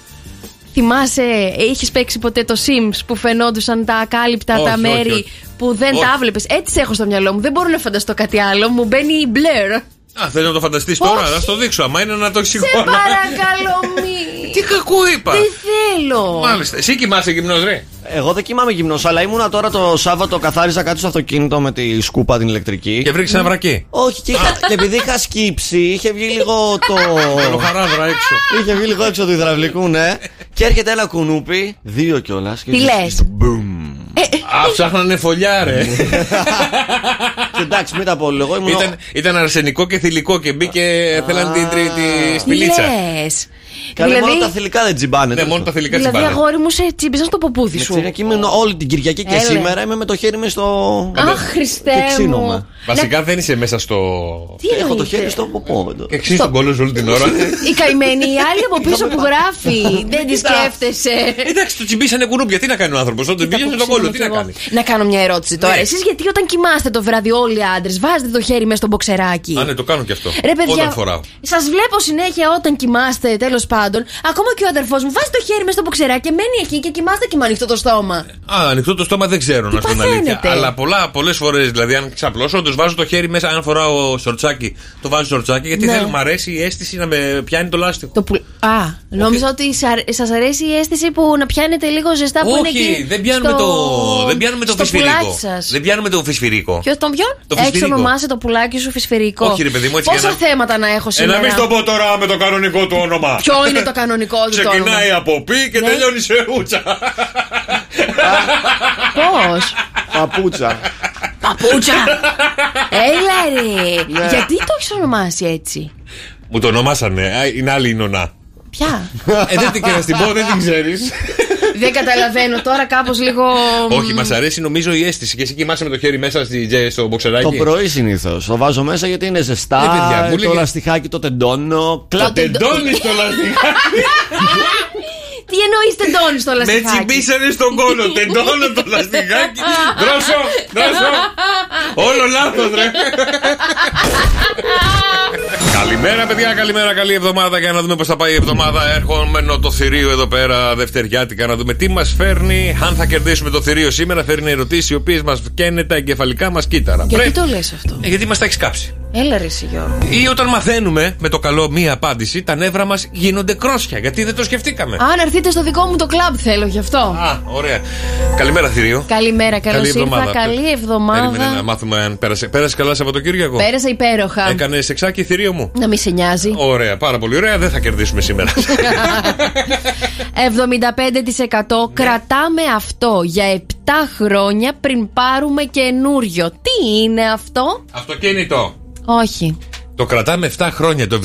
S5: Θυμάσαι, είχε παίξει ποτέ το Sims που φαινόντουσαν τα ακάλυπτα
S6: Όχι,
S5: τα
S6: όχι,
S5: μέρη
S6: όχι.
S5: που δεν
S6: Όχι.
S5: τα βλέπεις. Έτσι σε έχω στο μυαλό μου. Δεν μπορώ να φανταστώ κάτι άλλο. Μου μπαίνει η Blair.
S6: Α, θέλεις να το φανταστείς τώρα, να το δείξω. Αμά είναι να το
S5: Σε
S6: εξηγώ.
S5: παρακαλώ, μη.
S6: Τι κακό είπα.
S5: Δεν θέλω.
S6: Μάλιστα. Εσύ κοιμάσαι γυμνός, ρε.
S13: Εγώ δεν κοιμάμαι γυμνός, αλλά ήμουνα τώρα το Σάββατο καθάριζα κάτι στο αυτοκίνητο με τη σκούπα την ηλεκτρική. Και
S6: βρήκες ένα βρακί.
S13: Όχι, και, είχα- και επειδή είχα σκύψει, είχε βγει λίγο το.
S6: Χαράδρα έξω.
S13: Είχε βγει λίγο έξω του υδραυλικού, ναι. Και έρχεται ένα κουνούπι, δύο κιόλας.
S5: Τι Ε, λε.
S6: Α, ψάχνανε φωλιά, ρε.
S13: Και εντάξει, μην τα πω λίγο. ήμουν-
S6: Ήταν, ήταν αρσενικό και θηλυκό και μπήκε. Θέλαν την τρίτη σπηλίτσα.
S5: Ναι.
S13: Καλέ,
S5: Δηλαδή-
S13: μόνο τα θηλυκά δεν τσιμπάνε.
S6: Ναι, μόνο τα θηλυκά
S5: Δηλαδή,
S6: τσιμπάνε.
S5: αγόρι μου, σε τσίμπησαν στο ποπούδι σου.
S13: Στην εκεί ήμουν όλη την Κυριακή και
S5: Έλε.
S13: σήμερα είμαι με το χέρι μες στο.
S5: Αχ, Χριστέ
S13: Και ξύνομα.
S5: μου.
S6: Βασικά δεν είσαι μέσα στο.
S5: Τι εννοείται?
S13: Έχω το χέρι στο ποπό.
S6: Και ξύνει τον κόλλο σου όλη την ώρα.
S5: Η καημένη, η άλλη από πίσω που γράφει. Δεν τη
S6: Κοίτα.
S5: σκέφτεσαι.
S6: Εντάξει, του τσιμπήσανε κουνούπια. Τι να κάνει ο άνθρωπος.
S13: Ε,
S6: Όταν πήγαινε στον κόλλο, τι να κάνει.
S5: Να κάνω μια ερώτηση τώρα.
S6: Ναι.
S5: Εσείς γιατί όταν κοιμάστε το βράδυ, όλοι οι άντρες βάζετε το χέρι μέσα στο μποξεράκι.
S6: Α, ναι, το κάνω και αυτό.
S5: Ρε παιδιά,
S6: Όταν φοράω.
S5: σας βλέπω συνέχεια όταν κοιμάστε, τέλος πάντων. Ακόμα και ο αδερφός μου βάζει το χέρι μέσα στο μποξεράκι και μένει εκεί και κοιμάστε και με ανοιχτό το στόμα.
S6: Α, ανοιχτό το στόμα δεν ξέρω να σου την αλήθεια.
S5: παθαίνετε?
S6: Αλλά πολλές φορές, δηλαδή, αν ξαπλώσω, όντως βάζω το χέρι μέσα. Αν φοράω σορτσάκι, το βάζω σορτσάκι γιατί
S5: Ναι.
S6: θέλω, μου αρέσει η αίσθηση να με πιάνει το λάστιχο.
S5: Το που... Α, νόμιζα ότι σα αρέσει η αίσθηση που να πιάνετε λίγο ζεστά που είναι
S6: Όχι,
S5: εκεί.
S6: δεν πιάνουμε
S5: στο-
S6: το, δεν πιάνουμε το
S5: στο
S6: φυσφυρίκο.
S5: πουλάκι σας.
S6: Δεν πιάνουμε το φυσφυρίκο.
S5: Ποιος τον ποιον?
S6: Το
S5: Έχει
S6: φυσφυρίκο.
S5: ονομάσει το πουλάκι σου φυσφυρικό.
S6: Όχι, ρε παιδί μου, έτσι
S5: Πόσα
S6: για να-
S5: θέματα να έχω
S6: Ε,
S5: σήμερα.
S6: να μην στο πω τώρα με το κανονικό του όνομα.
S5: Ποιο είναι το κανονικό του το όνομα.
S6: Ξεκινάει από πι και τελειώνει σε ούτσα.
S5: Πώς.
S13: Παπούτσα.
S5: Παπούτσα. Έλα ρε.
S6: Ναι.
S5: Γιατί το έχεις ονομάσει έτσι.
S6: Μου το ονομάσανε. Α, Είναι άλλη η νονά.
S5: Ποια.
S6: Ε, δεν την και να την πω, δεν την ξέρεις.
S5: δεν καταλαβαίνω τώρα κάπως λίγο.
S6: Όχι, μας αρέσει νομίζω η αίσθηση. Και εσύ κοιμάσαι με το χέρι μέσα στη- στο μποξεράκι.
S13: Το πρωί συνήθως. Το βάζω μέσα γιατί είναι ζεστά.
S6: Ναι, παιδιά, μου
S13: ε, το
S6: λέγε-
S13: λαστιχάκι το τεντώνω.
S6: Το
S13: Κλα...
S6: τεντώνεις το λαστιχάκι.
S5: Τι εννοείς τεντώνεις στο
S6: Με
S5: λαστιχάκι.
S6: τσιμπήσανε στον κόλο. Τεντώνω το λαστιχάκι. Δρόσο, δρόσο. Όλο λάθος, ρε. Καλημέρα, παιδιά. Καλημέρα. Καλή εβδομάδα. Για να δούμε πώς θα πάει η εβδομάδα. Έρχομαι το θηρίο εδώ πέρα δευτεριάτικα να δούμε τι μας φέρνει. Αν θα κερδίσουμε το θηρίο σήμερα, φέρνει ερωτήσεις οι οποίες μας καίνε τα εγκεφαλικά μας κύτταρα.
S5: Γιατί
S6: Πρέπει-
S5: το λες αυτό.
S6: Ε, Γιατί μας τα έχεις κάψει.
S5: Έλα ρε εσύ, Γιώργο.
S6: Ή όταν μαθαίνουμε με το καλό μία απάντηση, τα νεύρα μας γίνονται κρόσια. Γιατί δεν το σκεφτήκαμε.
S5: Αν έρθετε στο δικό μου το κλαμπ θέλω γι' αυτό.
S6: Α, ωραία. Καλημέρα, θηρίο.
S5: Καλημέρα, καλώς ήρθα. Καλή
S6: Περίμενε να
S5: εβδομάδα.
S6: μάθουμε αν πέρασε. Πέρασε καλά Σαββατοκύριακο.
S5: Πέρασα υπέροχα.
S6: Έκανε εξάκι θηρίο μου.
S5: Να μην σε νοιάζει.
S6: Ωραία, πάρα πολύ ωραία. Δεν θα κερδίσουμε σήμερα.
S5: 75%
S6: Ναι.
S5: κρατάμε αυτό για 7 χρόνια πριν πάρουμε καινούριο. Τι είναι αυτό?
S6: Αυτοκίνητο.
S5: Όχι.
S6: Το κρατάμε 7 χρόνια. Το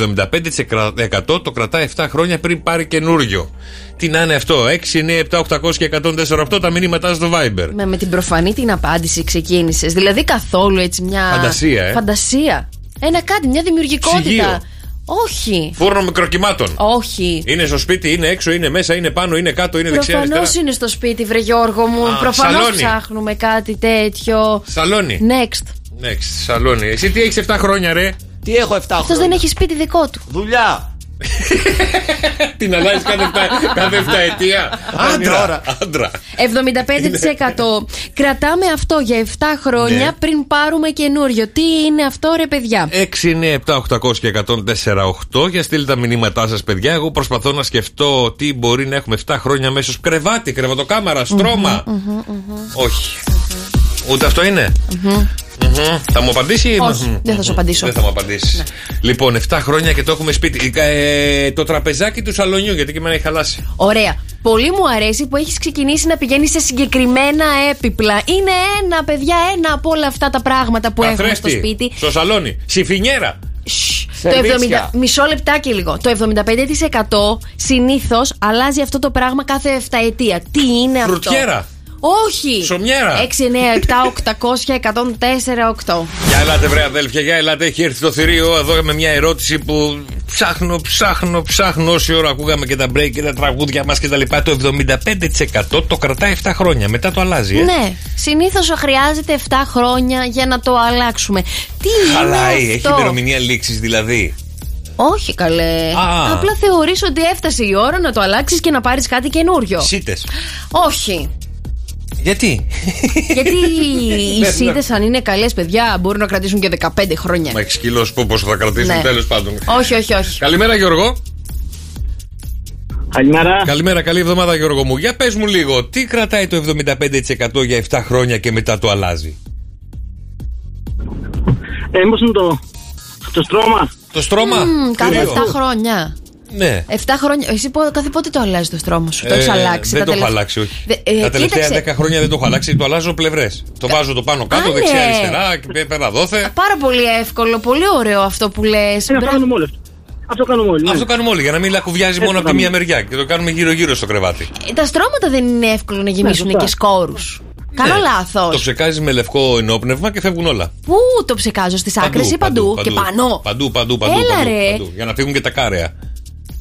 S6: 75% το κρατάει 7 χρόνια πριν πάρει καινούριο. Τι να είναι αυτό. 6, 9, 7, 800 και 148 τα μηνύματά στο Viber.
S5: Με, με την προφανή την απάντηση ξεκίνησες Δηλαδή καθόλου έτσι μια.
S6: Φαντασία, ε.
S5: Φαντασία. Ένα κάτι, μια δημιουργικότητα.
S6: Ψυγείο.
S5: Όχι.
S6: Φούρνο μικροκυμάτων.
S5: Όχι.
S6: Είναι στο σπίτι, είναι έξω, είναι μέσα, είναι πάνω, είναι κάτω, είναι δεξιά,
S5: Προφανώ
S6: αριστερά.
S5: είναι στο σπίτι, βρε Γιώργο μου.
S6: Α,
S5: Προφανώς
S6: σαλόνι.
S5: ψάχνουμε κάτι τέτοιο.
S6: Σαλόνι.
S5: Next.
S6: Next, σαλόνι. Εσύ τι έχεις 7 χρόνια, ρε.
S13: Τι έχω 7
S5: Αυτός δεν έχει σπίτι δικό του.
S13: Δουλειά.
S6: Την αλλάζεις κάθε 7, κάθε 7 ετία. Άντρα. Άντρα.
S5: 75% Κρατάμε αυτό για 7 χρόνια
S6: Ναι.
S5: πριν πάρουμε καινούριο. Τι είναι αυτό, ρε παιδιά.
S6: 6, 9, 7, 800 και 148 για στείλτε τα μηνύματά σας, παιδιά. Εγώ προσπαθώ να σκεφτώ τι μπορεί να έχουμε 7 χρόνια μέσα. Κρεβάτι, κρεβατοκάμαρα, στρώμα.
S5: Μμμ, μμμ.
S6: Όχι. Ούτε αυτό είναι.
S5: Μμμ.
S6: Μμμ. Θα μου απαντήσει.
S5: Όχι,
S6: Μμμ.
S5: δεν θα σου απαντήσω. Ναι.
S6: Δεν θα μου απαντήσεις. Λοιπόν, 7 χρόνια και το έχουμε σπίτι. Ε, ε, το τραπεζάκι του σαλονιού, γιατί και εμένα έχει χαλάσει.
S5: Ωραία. Πολύ μου αρέσει που έχεις ξεκινήσει να πηγαίνεις σε συγκεκριμένα έπιπλα. Είναι ένα, παιδιά, ένα από όλα αυτά τα πράγματα που έχουμε στο
S6: Καθρέφτη,
S5: σπίτι.
S6: Στο σαλόνι. Σιφινιέρα.
S5: Το 70, μισό λεπτάκι λίγο. Το 75% συνήθως αλλάζει αυτό το πράγμα κάθε 7 ετία. Τι είναι αυτό.
S6: Φρουτιέρα.
S5: Όχι.
S6: Σομιέρα.
S5: 6, 9, 7, 800, 104, 8.
S6: Για ελάτε βρε αδέλφια, για ελάτε έχει έρθει το θηρίο εδώ με μια ερώτηση που ψάχνω, ψάχνω, ψάχνω όση ώρα ακούγαμε και τα break και τα τραγούδια μας και τα λοιπά το 75% το κρατάει 7 χρόνια, μετά το αλλάζει ε.
S5: Ναι, συνήθως χρειάζεται 7 χρόνια για να το αλλάξουμε. Τι
S6: Χαλάει,
S5: είναι
S6: έχει
S5: αυτό.
S6: ημερομηνία λήξης δηλαδή
S5: Όχι καλέ.
S6: Α.
S5: Απλά θεωρείς ότι έφτασε η ώρα να το αλλάξεις και να πάρεις κάτι καινούριο.
S6: Σίτες,
S5: Όχι.
S6: γιατί
S5: Γιατί οι
S6: Ναι, ναι.
S5: σύντε, αν είναι καλές, παιδιά, μπορούν να κρατήσουν και 15 χρόνια.
S6: Μα έχεις κιλό σου, πού πόσο θα κρατήσουν
S5: Ναι.
S6: τέλος πάντων
S5: Όχι, όχι, όχι.
S6: Καλημέρα Γιώργο
S18: Καλημέρα.
S6: Καλημέρα, καλή εβδομάδα Γιώργο μου. Για πες μου λίγο, τι κρατάει το 75% για 7 χρόνια και μετά το αλλάζει.
S18: Ε, μήπως είναι το, το στρώμα.
S6: Το στρώμα.
S5: Μμμ, Κάθε
S6: Κρύο.
S5: 7 χρόνια.
S6: Ναι.
S5: 7 χρόνια. Εσύ πο- κάθε πότε το αλλάζει το στρώμα σου. το
S6: Ε,
S5: έχει αλλάξει.
S6: Δεν
S5: τα
S6: το έχω
S5: τελευτα-
S6: αλλάξει, όχι.
S5: Δε- ε,
S6: τα τελευταία
S5: κοίταξε.
S6: 10 χρόνια δεν το έχω αλλάξει. Το αλλάζω πλευρές. Το βάζω το πάνω κάτω,
S5: Α, ναι.
S6: δεξιά-αριστερά, και πέ- πέρα δόθε.
S5: Πάρα πολύ εύκολο, πολύ ωραίο αυτό που λες.
S18: Ε, αυτό κάνουμε όλοι. αυτό. Αυτό κάνουμε όλοι. ναι.
S6: Αυτό κάνουμε όλοι για να μην λακκουβιάζει μόνο από τη μία μεριά και το κάνουμε γύρω-γύρω στο κρεβάτι.
S5: Ε, Τα στρώματα δεν είναι εύκολο να γεμίσουν
S18: Ναι, σωστά.
S5: και σκόρου. Κάνω λάθο.
S6: Ναι. Το ψεκάζεις με λευκό ενόπνευμα και φεύγουν όλα.
S5: Πού το ψεκάζω, στις άκρες ή παντού, και πάνω.
S6: Παντού, παντού, παντού.
S5: Έλα,
S6: παντού,
S5: ρε.
S6: παντού. για να φύγουν και τα κάρεα.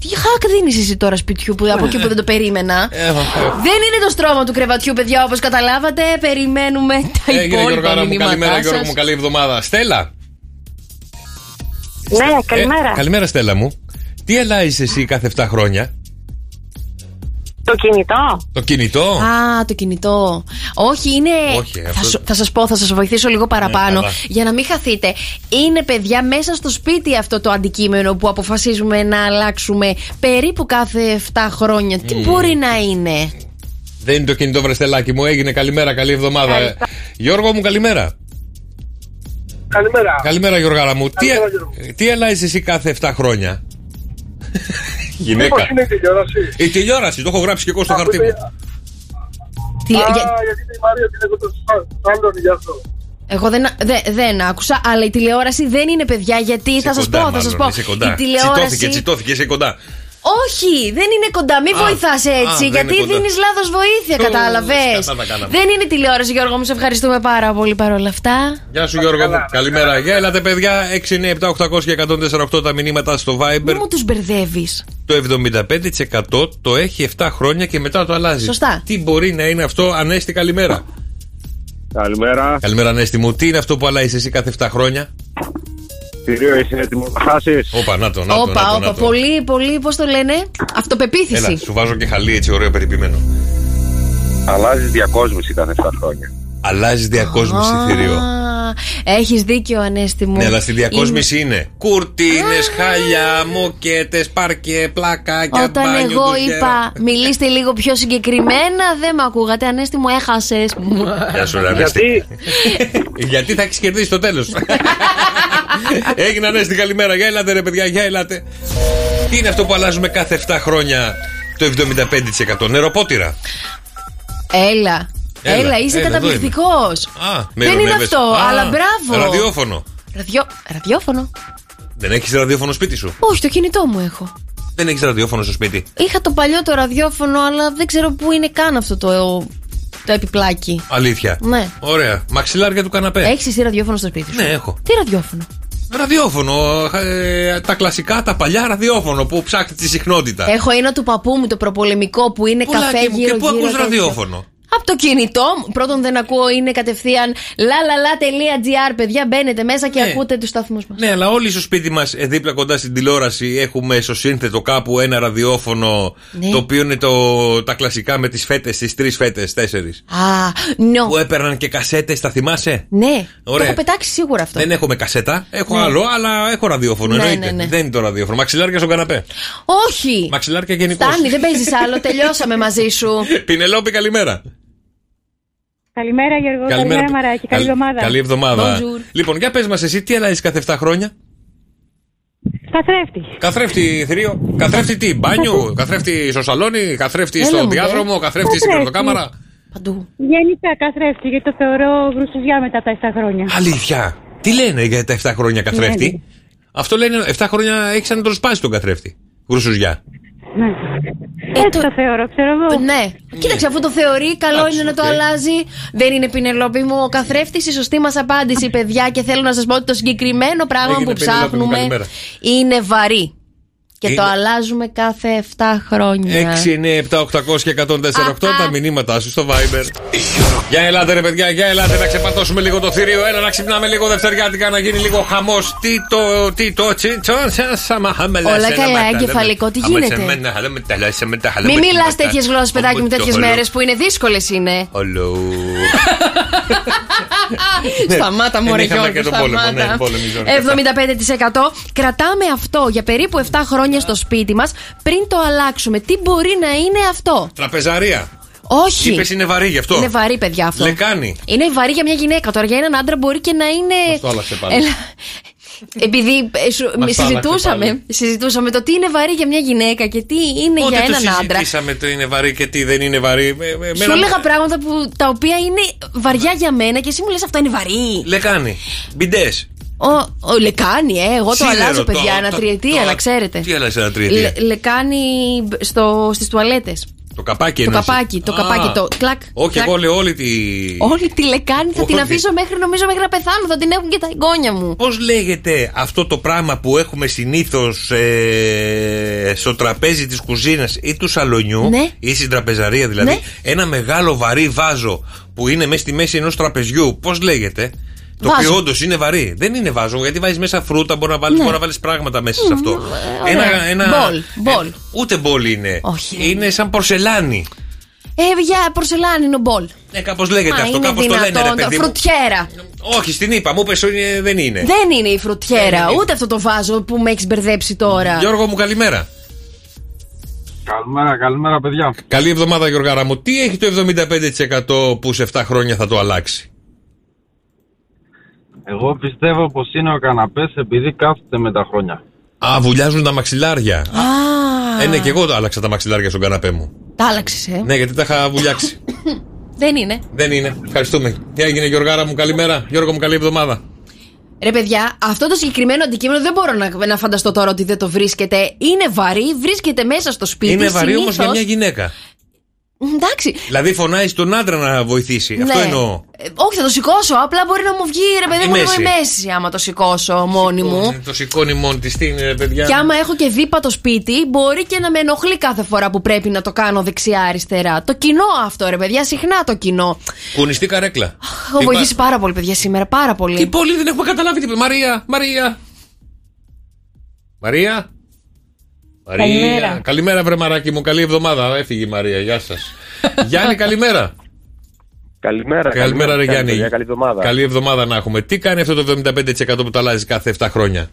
S5: Τι χακ δίνεις εσύ τώρα σπιτιού που από εκεί που δεν το περίμενα.
S6: Ε,
S5: Δεν είναι το στρώμα του κρεβατιού, παιδιά, όπως καταλάβατε. Περιμένουμε τα
S6: Έγινε Ε, Γιώργο
S5: υπόλοιπα
S6: μου, καλημέρα
S5: μηνύματά
S6: Γιώργο μου,
S5: σα.
S6: καλή εβδομάδα. Στέλλα.
S17: Ναι,
S6: Ε,
S17: καλημέρα.
S6: καλημέρα Στέλλα μου. Τι αλλάζει εσύ κάθε 7 χρόνια,
S17: Το κινητό.
S6: Το κινητό.
S5: Α, το κινητό. Όχι, είναι.
S6: Όχι,
S5: θα,
S6: αυτό- Ναι,
S5: σου- θα σας πω, θα σας βοηθήσω λίγο παραπάνω.
S6: καλά.
S5: για να μην χαθείτε. Είναι, παιδιά, μέσα στο σπίτι αυτό το αντικείμενο που αποφασίζουμε να αλλάξουμε περίπου κάθε 7 χρόνια. Τι
S6: Μμμ.
S5: μπορεί να είναι.
S6: Δεν είναι το κινητό, βρε Στελάκι μου. Έγινε καλημέρα, καλή εβδομάδα.
S5: Ευχαριστώ.
S6: Γιώργο μου, καλημέρα.
S15: Καλημέρα.
S6: Καλημέρα, Γιώργαρα μου. Τι, ε,
S15: Καλημέρα,
S6: τι αλλάζεις εσύ κάθε 7 χρόνια,
S15: Μήπως
S6: Γυναίκα.
S15: είναι η τηλεόραση.
S6: Η τηλεόραση, το έχω γράψει και εγώ στο χαρτί μου.
S5: Τι-
S15: Α,
S5: για-
S15: γιατί η Μαρία την έχω τόσο άλλον γι' αυτό.
S5: Εγώ δεν, δε- δεν άκουσα, αλλά η τηλεόραση δεν είναι, παιδιά, γιατί θα σας πω, θα σας πω.
S6: Είσαι κοντά.
S5: Η τηλεόραση.
S6: Τσιτώθηκε, τσιτώθηκε, είσαι κοντά.
S5: Όχι, δεν είναι κοντά. Μην
S6: Α,
S5: βοηθάς
S6: α,
S5: έτσι,
S6: δεν
S5: γιατί
S6: είναι κοντά.
S5: δίνεις λάθος βοήθεια,
S6: Ου,
S5: κατάλαβες.
S6: σκατά τα κάναμε.
S5: Δεν είναι τηλεόραση, Γιώργο μου, σε ευχαριστούμε πάρα πολύ παρόλα αυτά.
S6: Γεια σου Γιώργο μου. Καλημέρα. Γεια, έλατε παιδιά. 6, 9, 7, 800 και 148 τα μηνύματα στο Viber.
S5: Μην μου τους μπερδεύεις.
S6: Το 75% το έχει 7 χρόνια και μετά το αλλάζει.
S5: Σωστά.
S6: Τι μπορεί να είναι αυτό, Ανέστη, καλημέρα.
S12: Καλημέρα.
S6: Καλημέρα, Ανέστη μου. Τι είναι αυτό που αλλάζει εσύ κάθε 7 χρόνια.
S12: Κυρίω είσαι έτοιμος να χάσεις.
S6: Όπα, να το, να το. να
S5: Όπα,
S6: το,
S5: όπα.
S6: να το.
S5: Πολύ, πολύ, πώς το λένε, αυτοπεποίθηση.
S6: Έλα, σου βάζω και χαλί έτσι ωραίο περιποιημένο.
S12: Αλλάζεις διακόσμηση κάθε 7 χρόνια.
S6: Αλλάζεις διακόσμηση θηρίο.
S5: Έχεις δίκιο, Ανέστη μου.
S6: Ναι, αλλά στη διακόσμηση
S5: Είναι-
S6: είναι κουρτίνες, χάλια, μοκέτε, πάρκε, πλάκακια,
S5: Όταν
S6: μπάνιο,
S5: εγώ
S6: ντουζιέρα.
S5: είπα, μιλήστε λίγο πιο συγκεκριμένα, δεν με ακούγατε. Ανέστη μου, έχασες.
S6: Γεια σου, ρε, Ανέστη. Γιατί θα έχεις κερδίσει το τέλος. Έγινε Ανέστη, καλημέρα. ναι, Για ελάτε, ρε παιδιά, για ελάτε. Τι είναι αυτό που αλλάζουμε κάθε 7 χρόνια το 75% νεροπότηρα.
S5: Έλα.
S6: Έλα,
S5: Έλα, είσαι
S6: έλα, εδώ
S5: καταπληκτικός.
S6: Α, με
S5: Δεν είναι
S6: ειρωνεύεσαι.
S5: αυτό,
S6: Α,
S5: αλλά μπράβο.
S6: Ραδιόφωνο.
S5: Ραδιό- Ραδιόφωνο.
S6: Δεν έχεις ραδιόφωνο σπίτι σου.
S5: Όχι, το κινητό μου έχω.
S6: Δεν έχεις ραδιόφωνο στο σπίτι.
S5: Είχα το παλιό το ραδιόφωνο, αλλά δεν ξέρω πού είναι καν αυτό το, το επιπλάκι.
S6: Αλήθεια.
S5: Ναι.
S6: Ωραία. Μαξιλάρια του καναπέ.
S5: Έχεις εσύ ραδιόφωνο στο σπίτι σου.
S6: Ε. Ναι, έχω.
S5: Τι ραδιόφωνο.
S6: Ραδιόφωνο. ε, τα κλασικά, τα παλιά ραδιόφωνο που ψάχνει τη συχνότητα.
S5: Έχω ένα του παππού μου το προπολεμικό που είναι
S6: Πουλάκι
S5: καφέ
S6: μου,
S5: γύρω
S6: και πού ακούς ραδιόφωνο.
S5: Από το κινητό μου. Πρώτον δεν ακούω, είναι κατευθείαν lalala.gr. Παιδιά, μπαίνετε μέσα και
S6: Ναι.
S5: ακούτε τους σταθμούς μας.
S6: Ναι, αλλά όλοι στο σπίτι μας, δίπλα κοντά στην τηλεόραση, έχουμε στο σύνθετο κάπου ένα ραδιόφωνο.
S5: Ναι.
S6: Το οποίο είναι το, τα κλασικά με τις φέτες, τις τρεις φέτες, τέσσερις.
S5: Α, νο.
S6: Που έπαιρναν και κασέτες, τα θυμάσαι.
S5: Ναι, το
S6: Ωραία.
S5: έχω πετάξει σίγουρα αυτό.
S6: Δεν έχουμε κασέτα, έχω
S5: Ναι.
S6: άλλο, αλλά έχω ραδιόφωνο.
S5: Ναι,
S6: εννοείται.
S5: ναι, ναι.
S6: Δεν είναι το ραδιόφωνο. Μαξιλάρια στον καναπέ.
S5: Όχι!
S6: Μαξιλάρια γενικώς.
S5: Φτάνει, δεν παίζεις άλλο, τελειώσαμε μαζί σου.
S6: Πινελόπη, καλημέρα.
S19: Καλημέρα Γιώργο, καλημέρα, Μαράκη, καλή
S6: Καλ-
S19: εβδομάδα.
S6: Καλή εβδομάδα.
S19: Bonjour.
S6: Λοιπόν, για πες μας, εσύ τι αλλάζει κάθε 7 χρόνια.
S19: Καθρέφτη.
S6: Καθρέφτη θηρίο, καθρέφτη τι, μπάνιο, καθρέφτη στο σαλόνι, καθρέφτη
S19: Έλα
S6: στο
S19: μου,
S6: διάδρομο,
S19: ρε.
S6: καθρέφτη στην
S19: Καθρέφτη.
S6: κρεβατοκάμαρα.
S19: Γενικά καθρέφτη, γιατί το θεωρώ βρουσουζιά μετά από τα 7 χρόνια.
S6: Αλήθεια. Τι λένε για τα 7 χρόνια
S19: Ναι,
S6: καθρέφτη. Αυτό λένε 7 χρόνια έχεις να τον σπάσει τον καθρέφτη. Γρουσουζιά.
S19: Ναι. Έτσι το θεωρώ, ξέρω εγώ.
S5: Ε, Ναι. Κοίταξε, αφού το θεωρεί, καλό είναι να το
S6: οκ.
S5: αλλάζει. Δεν είναι πινελόπη μου. Ο καθρέφτης η σωστή μας απάντηση, παιδιά. Και θέλω να σας πω ότι το συγκεκριμένο πράγμα
S6: Έγινε,
S5: που
S6: Πινελόπη μου,
S5: ψάχνουμε
S6: καλημέρα.
S5: είναι βαρύ. Και
S6: Είναι-
S5: το αλλάζουμε κάθε 7 χρόνια.
S6: 6, 9, 7, 800 και 148 τα μηνύματά σου στο Viber.
S3: Γιώργο
S6: Για ελάτε ρε παιδιά, για ελάτε να ξεπατώσουμε λίγο το θηρίο. Έλα να ξυπνάμε λίγο δευτεριάτικα, να γίνει λίγο χαμός. Τι το, τι το, τσίτσο, σαμα χαμελά.
S5: Όλα καλά, εγκεφαλικό, τι γίνεται? Μην μιλά τέτοιες γλώσσες, παιδάκι μου, τέτοιε μέρε που είναι δύσκολες είναι. Σταμάτα,
S6: Ναι,
S5: μωρέ
S6: είχαμε και
S5: Γιώργο,
S6: τον πόλεμο,
S5: σταμάτα.
S6: ναι, πολεμίζω, ναι,
S5: 75% κρατάμε αυτό για περίπου 7 χρόνια στο σπίτι μας πριν το αλλάξουμε. Τι μπορεί να είναι αυτό.
S6: Τραπεζαρία.
S5: Όχι.
S6: Είπες είναι βαρύ γι' αυτό.
S5: Είναι βαρύ, παιδιά αυτό.
S6: Λεκάνη.
S5: Είναι βαρύ για μια γυναίκα. Τώρα για έναν άντρα μπορεί και να είναι.
S6: το άλλαξε πάλι.
S5: Έλα. Επειδή ε, σου-
S6: Μας το άλλαξε
S5: συζητούσαμε,
S6: πάλι.
S5: συζητούσαμε το τι είναι βαρύ για μια γυναίκα και τι είναι
S6: Πότε
S5: για
S6: το
S5: έναν άντρα.
S6: συζητήσαμε το είναι βαρύ και τι δεν είναι βαρύ. Με- με-
S5: Σου
S6: μένα-
S5: έλεγα πράγματα που, τα οποία είναι βαριά για μένα και εσύ μου λες αυτά είναι βαρύ.
S6: Λεκάνη. Μπιντές.
S5: Ο, ο λεκάνη, ε, εγώ το
S6: Σίδερο,
S5: αλλάζω,
S6: το-
S5: παιδιά,
S6: το-
S5: ανατριετία,
S6: το-
S5: να ξέρετε.
S6: Τι άλλαξε ένα τρίτη.
S5: Λε- λεκάνη μπ- στο, στις τουαλέτες.
S6: Το καπάκι
S5: Το
S6: εννοείς.
S5: καπάκι, το
S6: Α.
S5: καπάκι, το κλακ.
S6: Όχι,
S5: κλακ.
S6: εγώ λέω όλη τη.
S5: Όλη τη λεκάνη θα την
S6: Όχι.
S5: αφήσω μέχρι νομίζω μέχρι να πεθάνω, θα την έχουν και τα εγγόνια μου.
S6: Πώς λέγεται αυτό το πράγμα που έχουμε συνήθως στο τραπέζι της κουζίνας ή του σαλονιού
S5: Ναι.
S6: ή στην τραπεζαρία δηλαδή.
S5: Ναι.
S6: Ένα μεγάλο βαρύ βάζο που είναι μέσα στη μέση ενός τραπεζιού. Πώς λέγεται. Το
S5: Βάζο.
S6: οποίο όντως είναι βαρύ. Δεν είναι βάζο, γιατί βάζεις μέσα φρούτα, μπορεί να βάλεις
S5: Ναι.
S6: πράγματα μέσα σε αυτό.
S5: ε, ωραία. Μπολ, μπολ.
S6: ε, ούτε μπολ είναι.
S5: Όχι.
S6: Είναι σαν πορσελάνη.
S5: Ε, για πορσελάνη είναι ο μπολ.
S6: Ναι, κάπως λέγεται
S5: Α,
S6: αυτό.
S5: είναι
S6: Κάπως το λένε, ρε
S5: δυνατόν,
S6: παιδί.
S5: το-
S6: μου. Ε,
S5: Φρουτιέρα.
S6: Όχι, στην είπα, μου είπε δεν είναι.
S5: Δεν είναι η φρουτιέρα,
S6: Δεν είναι.
S5: ούτε αυτό το βάζο που με έχεις μπερδέψει τώρα.
S6: ε, Γιώργο μου, καλημέρα.
S12: Καλημέρα, καλημέρα παιδιά.
S6: Καλή εβδομάδα, Γιωργάρα μου. Τι έχει το 75% που σε 7 χρόνια θα το αλλάξει.
S12: Εγώ πιστεύω πως είναι ο καναπές επειδή κάθεται με τα χρόνια.
S6: Α, βουλιάζουν τα μαξιλάρια.
S5: Α,
S6: Ε, ναι, και εγώ άλλαξα τα μαξιλάρια στον καναπέ μου.
S5: τα άλλαξες, ε.
S6: Ναι, γιατί τα είχα βουλιάξει.
S5: Δεν είναι.
S6: Δεν είναι. Ευχαριστούμε. Τι έγινε, Γιωργάρα μου, καλημέρα. Γιώργο μου, καλή εβδομάδα.
S5: Ρε παιδιά, αυτό το συγκεκριμένο αντικείμενο δεν μπορώ να, να φανταστώ τώρα ότι δεν το βρίσκεται. Είναι βαρύ, βρίσκεται μέσα στο σπίτι.
S6: είναι βαρύ όμως
S5: συνήθως.
S6: για μια γυναίκα.
S5: Εντάξει.
S6: Δηλαδή φωνάει τον άντρα να βοηθήσει. Αυτό
S5: Ναι.
S6: εννοώ.
S5: Ε, όχι, θα το σηκώσω. Απλά μπορεί να μου βγει ρε παιδί
S6: Η
S5: μου λίγο
S6: μέση.
S5: η μέση άμα το σηκώσω μόνη μου.
S6: Ναι, Το σηκώνει μόνη της, τι είναι, ρε παιδιά.
S5: Και άμα έχω και δίπα το σπίτι, μπορεί και να με ενοχλεί κάθε φορά που πρέπει να το κάνω δεξιά-αριστερά. Το κοινό αυτό, ρε παιδιά, συχνά το κοινό.
S6: Κουνιστή καρέκλα.
S5: Έχω
S6: Είπα-
S5: βοηθήσει πάρα πολύ, παιδιά, σήμερα. Πάρα πολύ.
S6: Τι πολύ δεν έχουμε καταλάβει τίποτα. Μαρία, Μαρία. Μαρία. Μαρία.
S20: Καλημέρα.
S6: Καλημέρα, βρε μαράκι μου. Καλή εβδομάδα. Έφυγε η Μαρία. Γεια σας. Γιάννη, καλημέρα.
S12: Καλημέρα,
S6: καλημέρα, ρε
S12: καλή
S6: Γιάννη.
S12: παιδιά, Καλή εβδομάδα.
S6: Καλή εβδομάδα να έχουμε. Τι κάνει αυτό το 75% που τα αλλάζεις κάθε 7 χρόνια.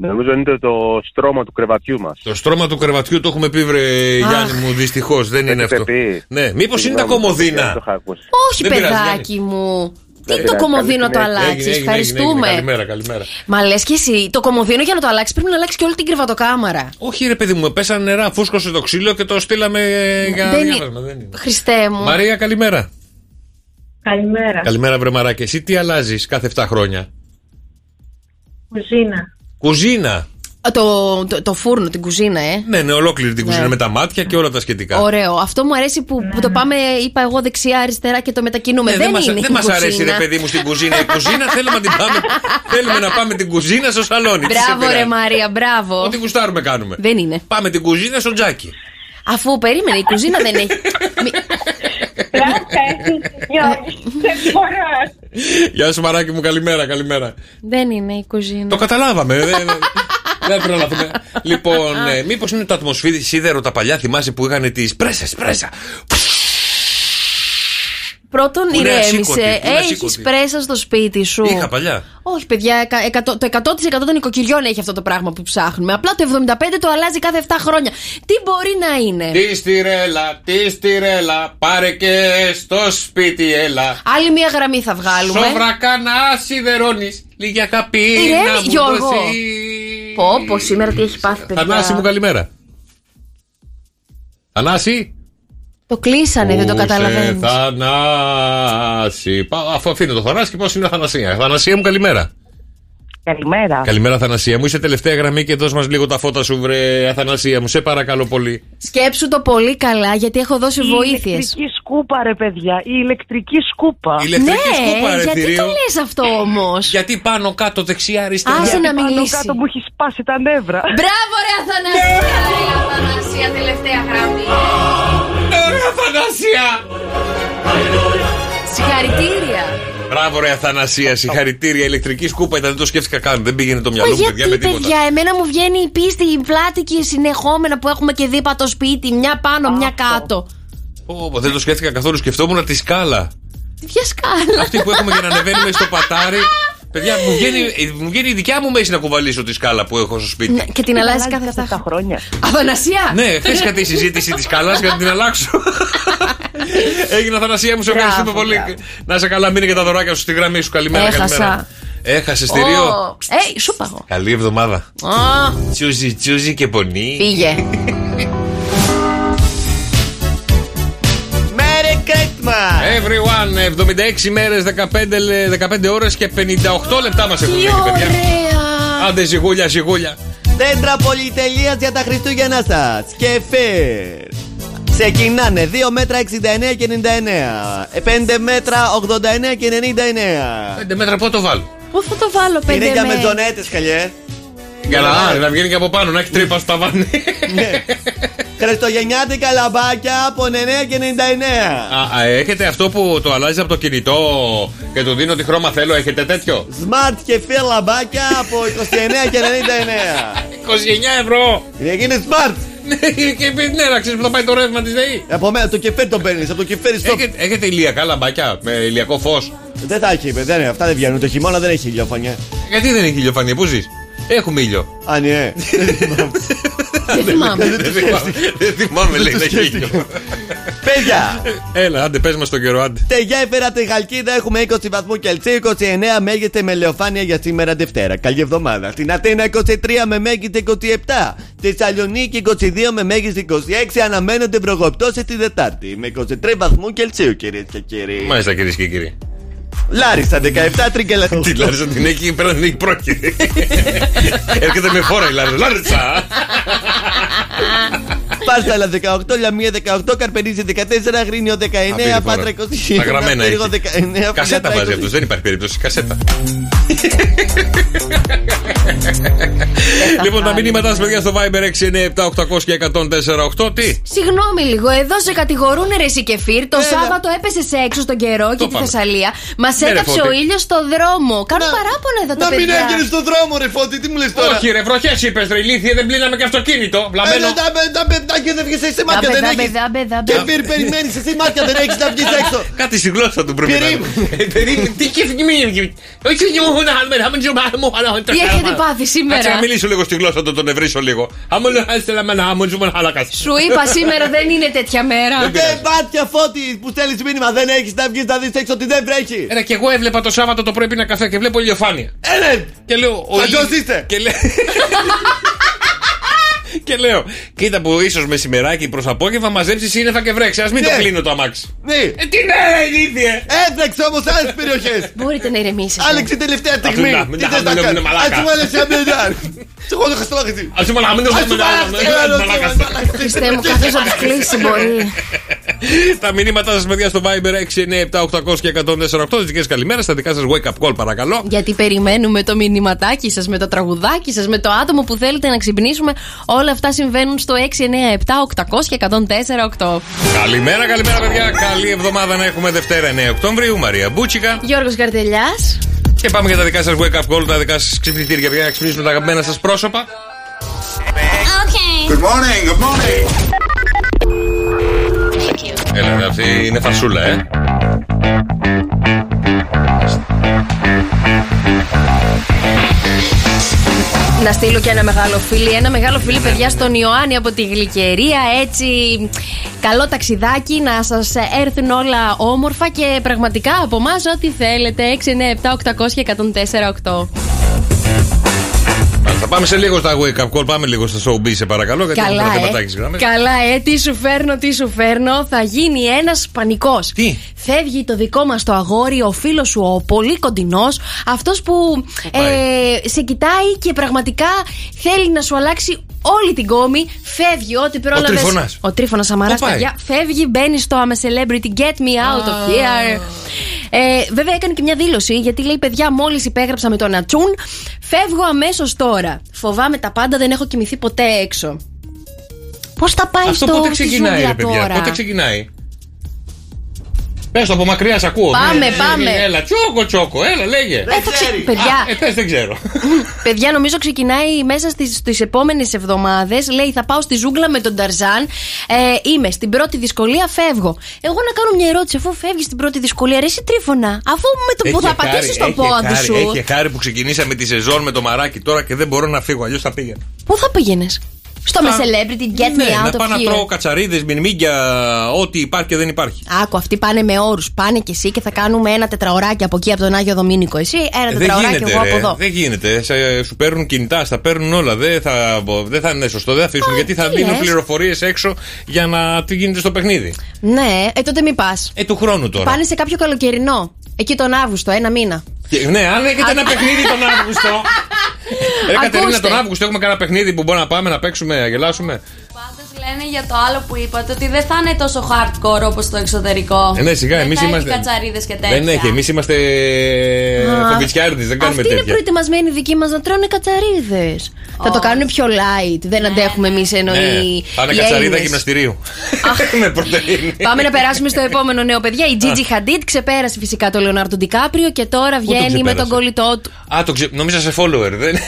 S12: Νομίζω είναι το στρώμα του κρεβατιού μας.
S6: Το στρώμα του κρεβατιού το έχουμε πει, βρε Γιάννη μου, δυστυχώς. Δεν είναι αυτό. Ναι, μήπως είναι τα
S12: Συγγνώμη, δεν το
S6: κομμωδίνα.
S12: είχα ακούσει.
S5: Όχι,
S6: Δεν πειράζει,
S5: παιδάκι μου. Τι
S6: Δεν
S5: το
S6: πειράζει.
S5: κομμωδίνο
S6: Καλή
S5: το
S6: συνέχεια. Έγινε,
S5: αλλάξεις.
S6: έγινε, έγινε, έγινε.
S5: Ευχαριστούμε.
S6: Καλημέρα, καλημέρα.
S5: Μα λες και εσύ, το κομμωδίνο για να το αλλάξεις πρέπει να αλλάξει και όλη την κρεβατοκάμαρα.
S6: Όχι, ρε παιδί μου, πέσανε νερά, φούσκωσε το ξύλο και το στείλαμε για
S5: Δεν
S6: διάβασμα. Δεν είναι.
S5: Χριστέ μου.
S6: Μαρία, καλημέρα.
S19: Καλημέρα.
S6: Καλημέρα, βρε μαράκι. Εσύ τι αλλάζεις κάθε 7 χρόνια.
S19: Κουζίνα.
S6: Κουζίνα.
S5: Α, Το, το, το φούρνο, την κουζίνα, ε.
S6: Ναι, ναι, ολόκληρη την κουζίνα
S5: Ναι.
S6: με τα μάτια και όλα τα σχετικά.
S5: Ωραίο. Αυτό μου αρέσει που, που το πάμε, είπα εγώ δεξιά-αριστερά και το μετακινούμε.
S6: Ναι,
S5: δεν
S6: μας-
S5: είναι. η
S6: δεν μας αρέσει,
S5: κουζίνα.
S6: ρε παιδί μου, στην κουζίνα. Η κουζίνα θέλουμε να, την πάμε, θέλουμε να πάμε την κουζίνα στο σαλόνι. Τι σε
S5: Μπράβο, ρε
S6: πειράζει.
S5: Μαρία, μπράβο.
S6: Ό,τι γουστάρουμε κάνουμε.
S5: Δεν είναι.
S6: Πάμε την κουζίνα στο τζάκι.
S5: Αφού περίμενε, η κουζίνα δεν έχει.
S17: Ε,
S6: Γεια σου, μαράκι μου, καλημέρα, καλημέρα.
S5: δεν είναι η κουζίνα.
S6: Το καταλάβαμε. ε, δεν- δεν- Δεν προλαβαίνουμε. Λοιπόν, μήπως είναι το ατμοσφαίρι σίδερο τα παλιά, θυμάσαι που είχαν τις πρέσες, πρέσα.
S5: Πρώτον,
S6: Που είναι ασήκωτη,
S5: ηρέμησε.
S6: που είναι
S5: Έχεις
S6: ασήκωτη.
S5: πρέσα στο σπίτι σου.
S6: Είχα παλιά.
S5: Όχι, παιδιά, εκα- εκατό- το 100% των οικοκυριών έχει αυτό το πράγμα που ψάχνουμε. Απλά το 75% το αλλάζει κάθε 7 χρόνια. Τι μπορεί να είναι.
S6: Τη στηρέλα, τη στηρέλα, πάρε και στο σπίτι έλα.
S5: Άλλη μία γραμμή θα βγάλουμε.
S6: Σοβρακάνα σιδερώνεις, λίγη αγάπη
S5: Ηρέμη,
S6: να μου
S5: Ε, Γιώργο.
S6: δώσεις.
S5: Πω, πω, σήμερα τι έχει πάθει, παιδιά.
S6: Θανάση μου καλημέρα. Θανάση.
S5: Το κλείσανε, δεν το
S6: Πού σε
S5: καταλαβαίνεις
S6: Θανάση. Πάω, Αφού αφήνω το Θανάση και πώς είναι ο Θανασία. Θανασία μου καλημέρα.
S21: Καλημέρα.
S6: Καλημέρα Θανασία μου. Είσαι τελευταία γραμμή και δώσ' μας λίγο τα φώτα σου βρε Θανασία μου. Σε παρακαλώ πολύ.
S5: Σκέψου το πολύ καλά, γιατί έχω δώσει
S21: Η
S5: βοήθειες.
S21: ηλεκτρική σκούπα, ρε παιδιά. Η ηλεκτρική σκούπα.
S6: Η ηλεκτρική
S5: ναι,
S6: σκούπα, ρε,
S5: γιατί
S6: θηρίο.
S5: το λες αυτό όμως.
S6: Γιατί πάνω κάτω δεξιά αριστερά.
S5: Άσε να
S21: Πάνω
S5: μιλήσει.
S21: κάτω μου έχεις σπάσει τα νεύρα.
S5: Μπράβο, ρε Αθανασία! Λέει ο Αθανασία, τελευταία γραμμή.
S6: Ωραία Θανασία.
S5: Συγχαρητήρια.
S6: Μπράβο, ρε Αθανασία, συγχαρητήρια. Ηλεκτρική σκούπα ήταν, δεν το σκέφτηκα καν. Δεν πήγαινε το
S5: Μα
S6: μυαλό μου, παιδιά,
S5: γιατί,
S6: με τίποτα.
S5: παιδιά, εμένα μου βγαίνει η πίστη, η πλάτη και η συνεχόμενα που έχουμε και δίπα το σπίτι, μια πάνω, μια κάτω.
S6: Πω, πω, δεν το σκέφτηκα καθόλου. Σκεφτόμουν τη σκάλα.
S5: Ποια σκάλα.
S6: Αυτή που έχουμε για να ανεβαίνουμε στο πατάρι. Παιδιά, μου βγαίνει, ε, μου βγαίνει η δικιά μου μέση να κουβαλήσω τη σκάλα που έχω στο σπίτι.
S5: Ναι, και την αλλάζει κάθε 7 χρόνια. Αθανασία!
S6: Ναι, χθε είχα τη συζήτηση της καλά για να την αλλάξω. Έγινε Αθανασία μου, σε ευχαριστούμε πολύ. Να είσαι καλά, μείνε και τα δωράκια σου στη γραμμή σου. Καλημέρα,
S5: Έχασα.
S6: καλημέρα. Έχασες
S5: Ω,
S6: τυρίο.
S5: Ε, σου παγώ.
S6: Καλή εβδομάδα. Τσούζι, τσούζι και πονί.
S5: Πήγε.
S13: Merry
S6: Ε.
S13: Christmas!
S6: Everyone, 76 μέρε, 15, λε- 15 ώρες και 58 λεπτά μας έχουν μείνει, παιδιά. Άντε, ζυγούλια, ζυγούλια.
S13: Δέντρα πολυτελεία για τα Χριστούγεννα σας. Κεφίρ. Ξεκινάνε 2 μέτρα 69 και 99. 5 μέτρα 89 και 99.
S6: 5 μέτρα πού το βάλω.
S5: Πού θα το βάλω, πέντε
S13: Είναι για
S5: με-
S13: μεζονέτε, χαλιέ.
S6: Για να, α, να βγαίνει και από πάνω, να έχει τρύπα στο ταβάνι. Ναι.
S13: Χριστουγεννιάτικα λαμπάκια από 9 και 99.
S6: Α, α, έχετε αυτό που το αλλάζει από το κινητό και του δίνω τι χρώμα θέλω, έχετε τέτοιο.
S13: Smart κεφίρ λαμπάκια από 29 και
S6: 99. 29 ευρώ.
S13: Είναι smart.
S6: Ναι, και ναι, να ξέρεις που θα πάει το ρεύμα της ΔΕΗ.
S13: Από μένα το κεφέρι τον παίρνεις, από το κεφέρι στο.
S6: Έχετε, έχετε ηλιακά λαμπάκια με ηλιακό φως.
S13: Δεν θα έχει, δεν, αυτά δεν βγαίνουν. Το χειμώνα δεν έχει ηλιοφανιά.
S6: Γιατί δεν έχει ηλιοφανία, πού ζεις. Έχουμε ήλιο.
S13: Α, ναι.
S5: Δεν θυμάμαι.
S6: Δεν θυμάμαι, Δεν θυμάμαι, λέει, δεν έχει ήλιο.
S13: Παιδιά!
S6: Έλα, άντε, πες μας τον καιρό, άντε.
S13: Τεγιά έφερα τη Γαλκίδα, έχουμε 20 βαθμού Κελσίου, 29 μέγιστη με λεωφάνεια για σήμερα Δευτέρα. Καλή εβδομάδα. Στην Αθήνα 23 με μέγιστη 27. Θεσσαλονίκη 22 με μέγιστη 26. Αναμένονται προγοπτώσεις τη Δετάρτη. Με 23 βαθμού Κελσίου, κυρίες και κύριοι.
S6: Μάλιστα, κυρίες και κύριοι.
S13: Λάρισα 17 τρίγκελα.
S6: Τη Λάρισα την έχει πέραν την έχει πρόκειται. Έρχεται με φόρα η Λάρισα. Λάρισα!
S13: Πάρσαλα 18, Λαμία 18, Καρπενίζη 14, Γρίνιο 19,
S6: Απίτη φορά.
S13: Πάτρα 20.
S6: Τα γραμμένα
S13: Πύργο
S6: έχει.
S13: 19,
S6: Κασέτα
S13: Φλιατά
S6: βάζει ε.
S13: 20.
S6: αυτός, δεν υπάρχει περίπτωση. Κασέτα. λοιπόν, τα μηνύματά
S13: ναι.
S6: σας, παιδιά, στο Viber 697 και 1048. Τι.
S5: Συγγνώμη λίγο, εδώ σε κατηγορούν ρε εσύ κεφίρ. Το
S6: Έλα.
S5: Σάββατο έπεσε σε έξω στον καιρό και τη
S6: πάμε.
S5: Θεσσαλία. Μας
S6: Ναι, ρε,
S5: έκαψε
S6: Φώτη.
S5: ο ήλιος στο δρόμο. Κάνω παράπονα εδώ τα
S13: Να μην
S5: παιδιά.
S13: έβγαινε στον δρόμο, ρε φώτη, τι μου λες τώρα.
S6: ρε, βροχές είπες, ρε, ηλίθιε, δεν πλήναμε και αυτοκίνητο.
S13: Ε, ρε, τα πε- Τα πεντάκια δεν βγει εσύ μάτια δεν
S5: Δάμπε,
S13: έχει.
S5: δάμπε, δάμπε,
S13: Και
S5: δάμπε.
S13: πυρ περιμένεις εσύ μάτια δεν έχεις να βγεις έξω.
S6: Κάτι στη γλώσσα του πρέπει να είναι. Ε,
S13: Περίμενε.
S6: Τι και θυμίζει. Όχι, δεν μου έχουν άλλο, δεν μου έχουν άλλο.
S5: Τι έχετε πάθεις
S6: Κάτσε να
S5: σήμερα.
S6: μιλήσω λίγο στη γλώσσα του, τον ευρύσω λίγο. Άμα λέω, άστε να μένα, άμα ζούμε άλλα
S13: Ε,
S6: κάτι.
S5: Σου είπα σήμερα δεν είναι τέτοια μέρα.
S6: Ναι.
S13: Και Ε, μάτια φώτη που στέλνεις μήνυμα δεν έχεις να βγεις να δεις έξω ότι δεν βρέχει. Ε,
S6: Ρε, και εγώ έβλεπα το Σάββατο το πρωί πίνα καφέ και βλέπω ηλιοφάνεια.
S13: Έλε!
S6: Και λέω. ο
S13: Θα
S6: ήλιος-
S13: τζωθείτε.
S6: Και, λέ- και λέω, κοίτα που ίσως μεσημεράκι προς απόγευμα μαζέψει σύννεφα και βρέξει. Ας μην το
S13: Ναι.
S6: κλείνω το αμάξι.
S13: Ναι.
S6: Τι ναι, ηλίθιε!
S13: Έβρεξε όμως άλλες περιοχές.
S5: Μπορείτε να ηρεμήσετε.
S13: Άλλαξε τελευταία στιγμή.
S6: να-
S13: Τι
S6: να-
S13: θες
S6: να
S13: να
S6: λέμε
S13: κάνεις.
S6: μαλάκα.
S13: Ας του βάλεις ένα μπιλιάρ. Σε έχω το χαστρόγιζι.
S6: Α πούμε, να μην το
S13: Ας του
S6: κάνουμε, να-
S13: βάλεις
S6: να-
S13: ένα
S6: Ε,
S13: άλλο,
S6: μαλάκα.
S13: ένα άλλο.
S5: Χριστέ μου, κάποιο να του κλείσει μπορεί.
S6: Τα μηνύματά σας, παιδιά, στο Viber 6, 9, 7, 800 και 148. Τις δικές καλημέρες, τα δικά σας wake up call, παρακαλώ.
S5: Γιατί περιμένουμε το μηνυματάκι σας, με το τραγουδάκι σας, με το άτομο που θέλετε να ξυπνήσουμε. Όλα αυτά συμβαίνουν στο 697 800 και 104
S6: Καλημέρα, καλημέρα, παιδιά. Καλή εβδομάδα να έχουμε Δευτέρα 9 Οκτωβρίου. Μαρία Μπούτσικα.
S5: Γιώργος Καρτελιάς
S6: Και πάμε για τα δικά σας wake up call, τα δικά σας ξυπνητήρια, παιδιά, να ξυπνήσουμε τα αγαπημένα σας πρόσωπα.
S8: Good morning, good morning.
S6: Έλα, ρε, αυτή είναι φασούλα, ε.
S5: Να στείλω και ένα μεγάλο φίλι, ένα μεγάλο φίλι παιδιά στον Ιωάννη από τη Γλυκερία. Έτσι, καλό ταξιδάκι, να σας έρθουν όλα όμορφα και πραγματικά από εμάς ό,τι θέλετε. 697 800 και 104
S6: Θα πάμε σε λίγο στα wake up call, πάμε λίγο στα showbiz, σε παρακαλώ. Γιατί
S5: Καλά,
S6: έχουμε
S5: ε.
S6: πατάκι γραμμές.
S5: Καλά, ε. Τι σου φέρνω, τι σου φέρνω. Θα γίνει ένας πανικός.
S6: Τι.
S5: Φεύγει το δικό μας το αγόρι, ο φίλος σου, ο πολύ κοντινός. Αυτός που ε, σε κοιτάει και πραγματικά θέλει να σου αλλάξει όλη την κόμη. Φεύγει, ό,τι πρόλαβες.
S6: Τρίφωνας.
S5: Ο τρίφωνα Αμαρά,
S6: Πού πάει?
S5: παιδιά. Φεύγει, μπαίνει στο I'm a celebrity, get me out
S6: Α.
S5: of here. Ε, βέβαια έκανε και μια δήλωση γιατί λέει παιδιά μόλις υπέγραψα με τον Ατσούν Φεύγω αμέσως τώρα Φοβάμαι τα πάντα δεν έχω κοιμηθεί ποτέ έξω Πώς θα πάει
S6: Αυτό
S5: το
S6: πότε
S5: στη
S6: ξεκινάει,
S5: ζούγκλα
S6: ρε παιδιά,
S5: τώρα?
S6: πότε ξεκινάει.
S20: Πες το από μακριά, σ' ακούω.
S5: Πάμε,
S20: Ναι,
S5: πάμε.
S20: Έλα, τσόκο, τσόκο, έλα, λέγε.
S5: Δεν θα ξε- ξέρει. παιδιά.
S20: Α, ε, πες, δεν ξέρω.
S5: Παιδιά, νομίζω ξεκινάει μέσα στις επόμενες εβδομάδες. Λέει, θα πάω στη ζούγκλα με τον Ταρζάν. Ε, είμαι στην πρώτη δυσκολία, φεύγω. Εγώ να κάνω μια ερώτηση, αφού φεύγεις στην πρώτη δυσκολία, ρε, εσύ τρίφωνα. Αφού με το που
S6: Έχει
S5: θα
S6: χάρη,
S5: πατήσεις το
S6: έχει
S5: πόδι
S6: χάρη,
S5: σου.
S6: Έχει χάρη που ξεκινήσαμε τη σεζόν με το μαράκι τώρα και δεν μπορώ να φύγω. Αλλιώς θα πήγαινα.
S5: Πού θα πήγαινες. Στο με celebrity, get
S6: Ναι,
S5: me
S6: να
S5: out
S6: πάω
S5: of
S6: να
S5: here.
S6: τρώω κατσαρίδες, μυρμήγκια, ό,τι υπάρχει και δεν υπάρχει.
S5: Άκου, αυτοί πάνε με όρους. Πάνε και εσύ και θα κάνουμε ένα τετραωράκι από εκεί, από τον Άγιο Δομήνικο. Εσύ, ένα
S6: Ε, δεν
S5: τετραωράκι
S6: γίνεται,
S5: εγώ από
S6: ρε.
S5: εδώ.
S6: δεν γίνεται. Σε- σου παίρνουν κινητά, στα παίρνουν όλα. Δεν θα, δεν θα είναι σωστό, δεν θα αφήσουν. γιατί θα
S5: τι
S6: δίνουν
S5: λες.
S6: πληροφορίες έξω για να τι γίνεται στο παιχνίδι.
S5: Ναι, ε, τότε μην πας.
S6: Ε, του χρόνου τώρα.
S5: Πάνε σε κάποιο καλοκαιρινό. Εκεί τον Αύγουστο, ένα μήνα.
S6: Και- ναι, αν έχετε ένα παιχνίδι τον Αύγουστο. Ρε Κατερίνα,
S5: Ακούστε.
S6: τον Αύγουστο έχουμε κανένα παιχνίδι που μπορούμε να πάμε να παίξουμε, να γελάσουμε.
S22: Λένε για το άλλο που είπατε ότι δεν θα είναι τόσο hardcore όπως στο εξωτερικό.
S6: Ε, ναι, σιγά,
S22: δεν
S6: εμείς
S22: θα
S6: είμαστε-
S22: Έχει κατσαρίδες και τέτοια.
S6: Δεν έχει, εμείς είμαστε
S5: Α,
S6: φοβιτσιάρδε, δεν κάνουμε
S5: Αυτοί είναι
S6: τέτοια.
S5: προετοιμασμένοι δικοί μας να τρώνε κατσαρίδες. Θα το κάνουν πιο light. Δεν αντέχουμε εμεί εννοεί. οι
S6: Ναι. πάνε κατσαρίδα
S5: Έλληνες.
S6: γυμναστηρίου. Με πρωτενη.
S5: Πάμε να περάσουμε στο επόμενο νέο, παιδιά. Η Gigi Hadid ξεπέρασε φυσικά τον Λεωνάρντο Ντικάπριο και τώρα βγαίνει με
S6: ξεπέρασε?
S5: τον κολλητό του.
S6: Α, το ξε... νόμιζα σε follower, δεν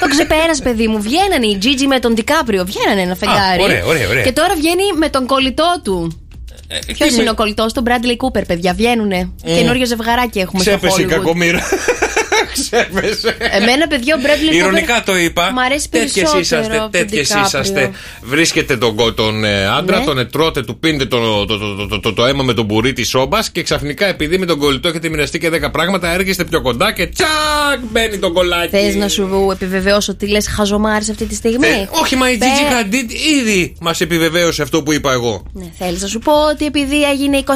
S5: Το ξεπέρασε, παιδί μου. Βγαίνανε η Gigi με τον Ντικάπριο. Βγαίνανε ένα φεγγάρι.
S6: ωραία, ωραία, ωραία.
S5: Και τώρα βγαίνει με τον κολλητό του. Ποιο
S6: Ε, τι
S5: είναι
S6: με-
S5: ο κολλητός, τον Bradley Cooper, παιδιά. Βγαίνουνε.
S6: Μμ.
S5: Καινούριο ζευγαράκι έχουμε στο
S6: Ε. Ξέπεσε η
S5: Hollywood. Ε,
S6: κακομοίρα. Ξέπεσε.
S5: Εμένα, παιδιά, ο Bradley Cooper.
S6: Ηρωνικά το είπα.
S5: λοιπόν, Μ' αρέσει
S6: Τέτοιες
S5: περισσότερο.
S6: είσαστε,
S5: από τον
S6: τέτοιες
S5: DiCaprio.
S6: είσαστε. Βρίσκετε τον, κο- τον ε, άντρα,
S5: Ναι.
S6: τον ετρώτε, του πίνετε το, το, το, το, το, το, το αίμα με τον μπουρί της σόμπας και ξαφνικά επειδή με τον κολλητό έχετε μοιραστεί και 10 πράγματα, έρχεστε πιο κοντά και τσακ μπαίνει τον κολλάκι.
S5: Θες να σου επιβεβαιώσω ότι λε χαζομάρι αυτή τη στιγμή.
S6: Ε, όχι, μα η
S5: Ναι. Πε-
S6: Gigi Hadid ήδη μας επιβεβαίωσε αυτό που είπα εγώ.
S5: Ναι, θέλεις να σου πω ότι επειδή έγινε 28,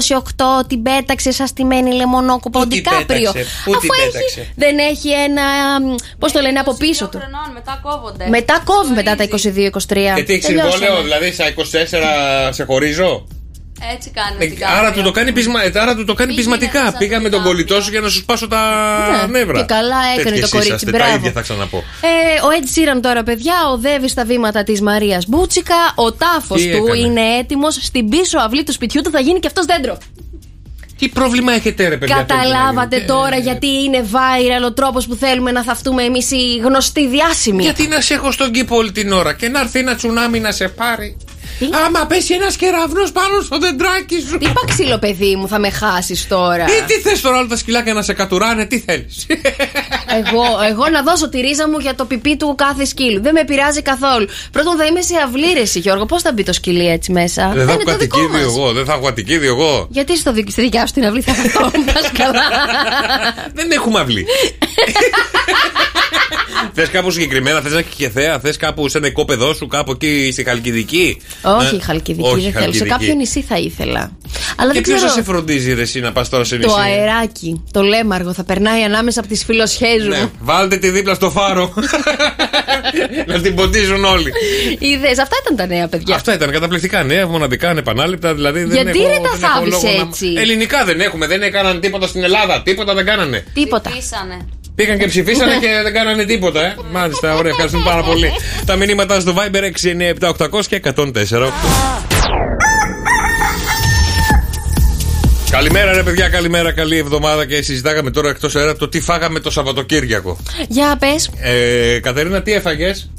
S5: την πέταξε σαν στημένη λεμονόκοπο
S6: την
S5: Ντικάπριο.
S6: πέταξε, πού την πέταξε.
S5: έχει, δεν έχει ένα. Πώς το λένε από πίσω του.
S22: Μετά κόβονται.
S5: Μετά κόβει μετά τα 22-23.
S6: Και Ε, τι έχει
S5: Τελειώσαμε.
S6: συμβόλαιο, δηλαδή στα 24 σε χωρίζω.
S22: Έτσι κάνουν.
S6: Ε,
S22: την
S6: Άρα
S22: κάμερα.
S6: του το κάνει, πεισμα... ε, άρα του το κάνει πεισματικά. Πήγα με τον κολλητό σου για να σου σπάσω τα
S5: Ναι,
S6: νεύρα.
S5: και καλά έκανε
S6: Τέτοιες
S5: το κορίτσι,
S6: είσαστε, Τα
S5: μπράβο.
S6: ίδια θα ξαναπώ.
S5: Ε, ο Ed Sheeran τώρα, παιδιά, οδεύει στα βήματα της Μαρίας Μπούτσικα. Ο τάφος
S6: Τι
S5: του
S6: έκανε?
S5: είναι έτοιμος. Στην πίσω αυλή του σπιτιού του θα γίνει και αυτός δέντρο.
S6: Τι πρόβλημα έχετε, ρε παιδιά.
S5: Καταλάβατε
S6: τέλος
S5: τώρα γιατί είναι viral ο τρόπος που θέλουμε να θαυτούμε εμείς οι γνωστοί διάσημοι.
S6: πάντων. Ε, Γιατί να σε έχω στον κήπο όλη την ώρα και να έρθει ένα τσουνάμι να σε πάρει. Άμα πέσει ένας κεραυνός πάνω στο δεντράκι σου.
S5: Είπα ξύλο παιδί μου, θα με χάσεις τώρα.
S6: Ε, τι θες τώρα όλα τα σκυλάκια να σε κατουράνε, τι θέλεις.
S5: εγώ, εγώ να δώσω τη ρίζα μου για το πιπί του κάθε σκύλου. Δεν με πειράζει καθόλου. Πρώτον, θα είμαι σε αυλήρεση, Γιώργο. Πώς θα μπει το σκυλί έτσι μέσα.
S6: Δεν θα
S5: είναι
S6: έχω
S5: το δικό
S6: κατοικίδιο
S5: μας.
S6: εγώ, δεν θα έχω κατοικίδιο εγώ.
S5: Γιατί στο δι- στη δικιά σου την αυλή θα καθόμουν, πας καλά.
S6: Δεν έχουμε αυλή. θες κάπου συγκεκριμένα, θες να έχει και θέα, θες κάπου σε ένα οικόπεδό σου, κάπου εκεί στη Χαλκιδική.
S5: Όχι,
S6: Ε,
S5: χαλκιδική
S6: όχι,
S5: δεν θέλω. Σε
S6: Χαλκιδική.
S5: κάποιο νησί θα ήθελα. Αλλά
S6: και
S5: δεν
S6: ποιος
S5: ξέρω.
S6: θα σε φροντίζει ρε, εσύ να πας τώρα σε νησί.
S5: Το αεράκι, το λέμαργο θα περνάει ανάμεσα από τις φιλοσχέζου
S6: Ναι,
S5: μου.
S6: βάλτε τη δίπλα στο φάρο. να την ποντίζουν όλοι.
S5: Είδες, αυτά ήταν τα νέα παιδιά.
S6: Αυτά ήταν καταπληκτικά νέα, μοναδικά, ανεπανάληπτα. Δηλαδή δεν
S5: Γιατί
S6: έχω,
S5: ρε τα
S6: δεν έχω
S5: θάβεις
S6: λόγο να-
S5: έτσι?
S6: Ελληνικά δεν έχουμε, δεν έκαναν τίποτα στην Ελλάδα. Τίποτα δεν κάνανε.
S5: Τίποτα.
S6: Πήγαν και ψηφίσανε και δεν κάνανε τίποτα. Ε. Μάλιστα, ωραία, ευχαριστούμε πάρα πολύ. Τα μηνύματα στο Viber 697-800 και 104. Καλημέρα ρε παιδιά, καλημέρα, καλή εβδομάδα και συζητάγαμε τώρα εκτός αέρα το τι φάγαμε το Σαββατοκύριακο.
S5: Για πες.
S6: Ε, Κατερίνα, τι έφαγες?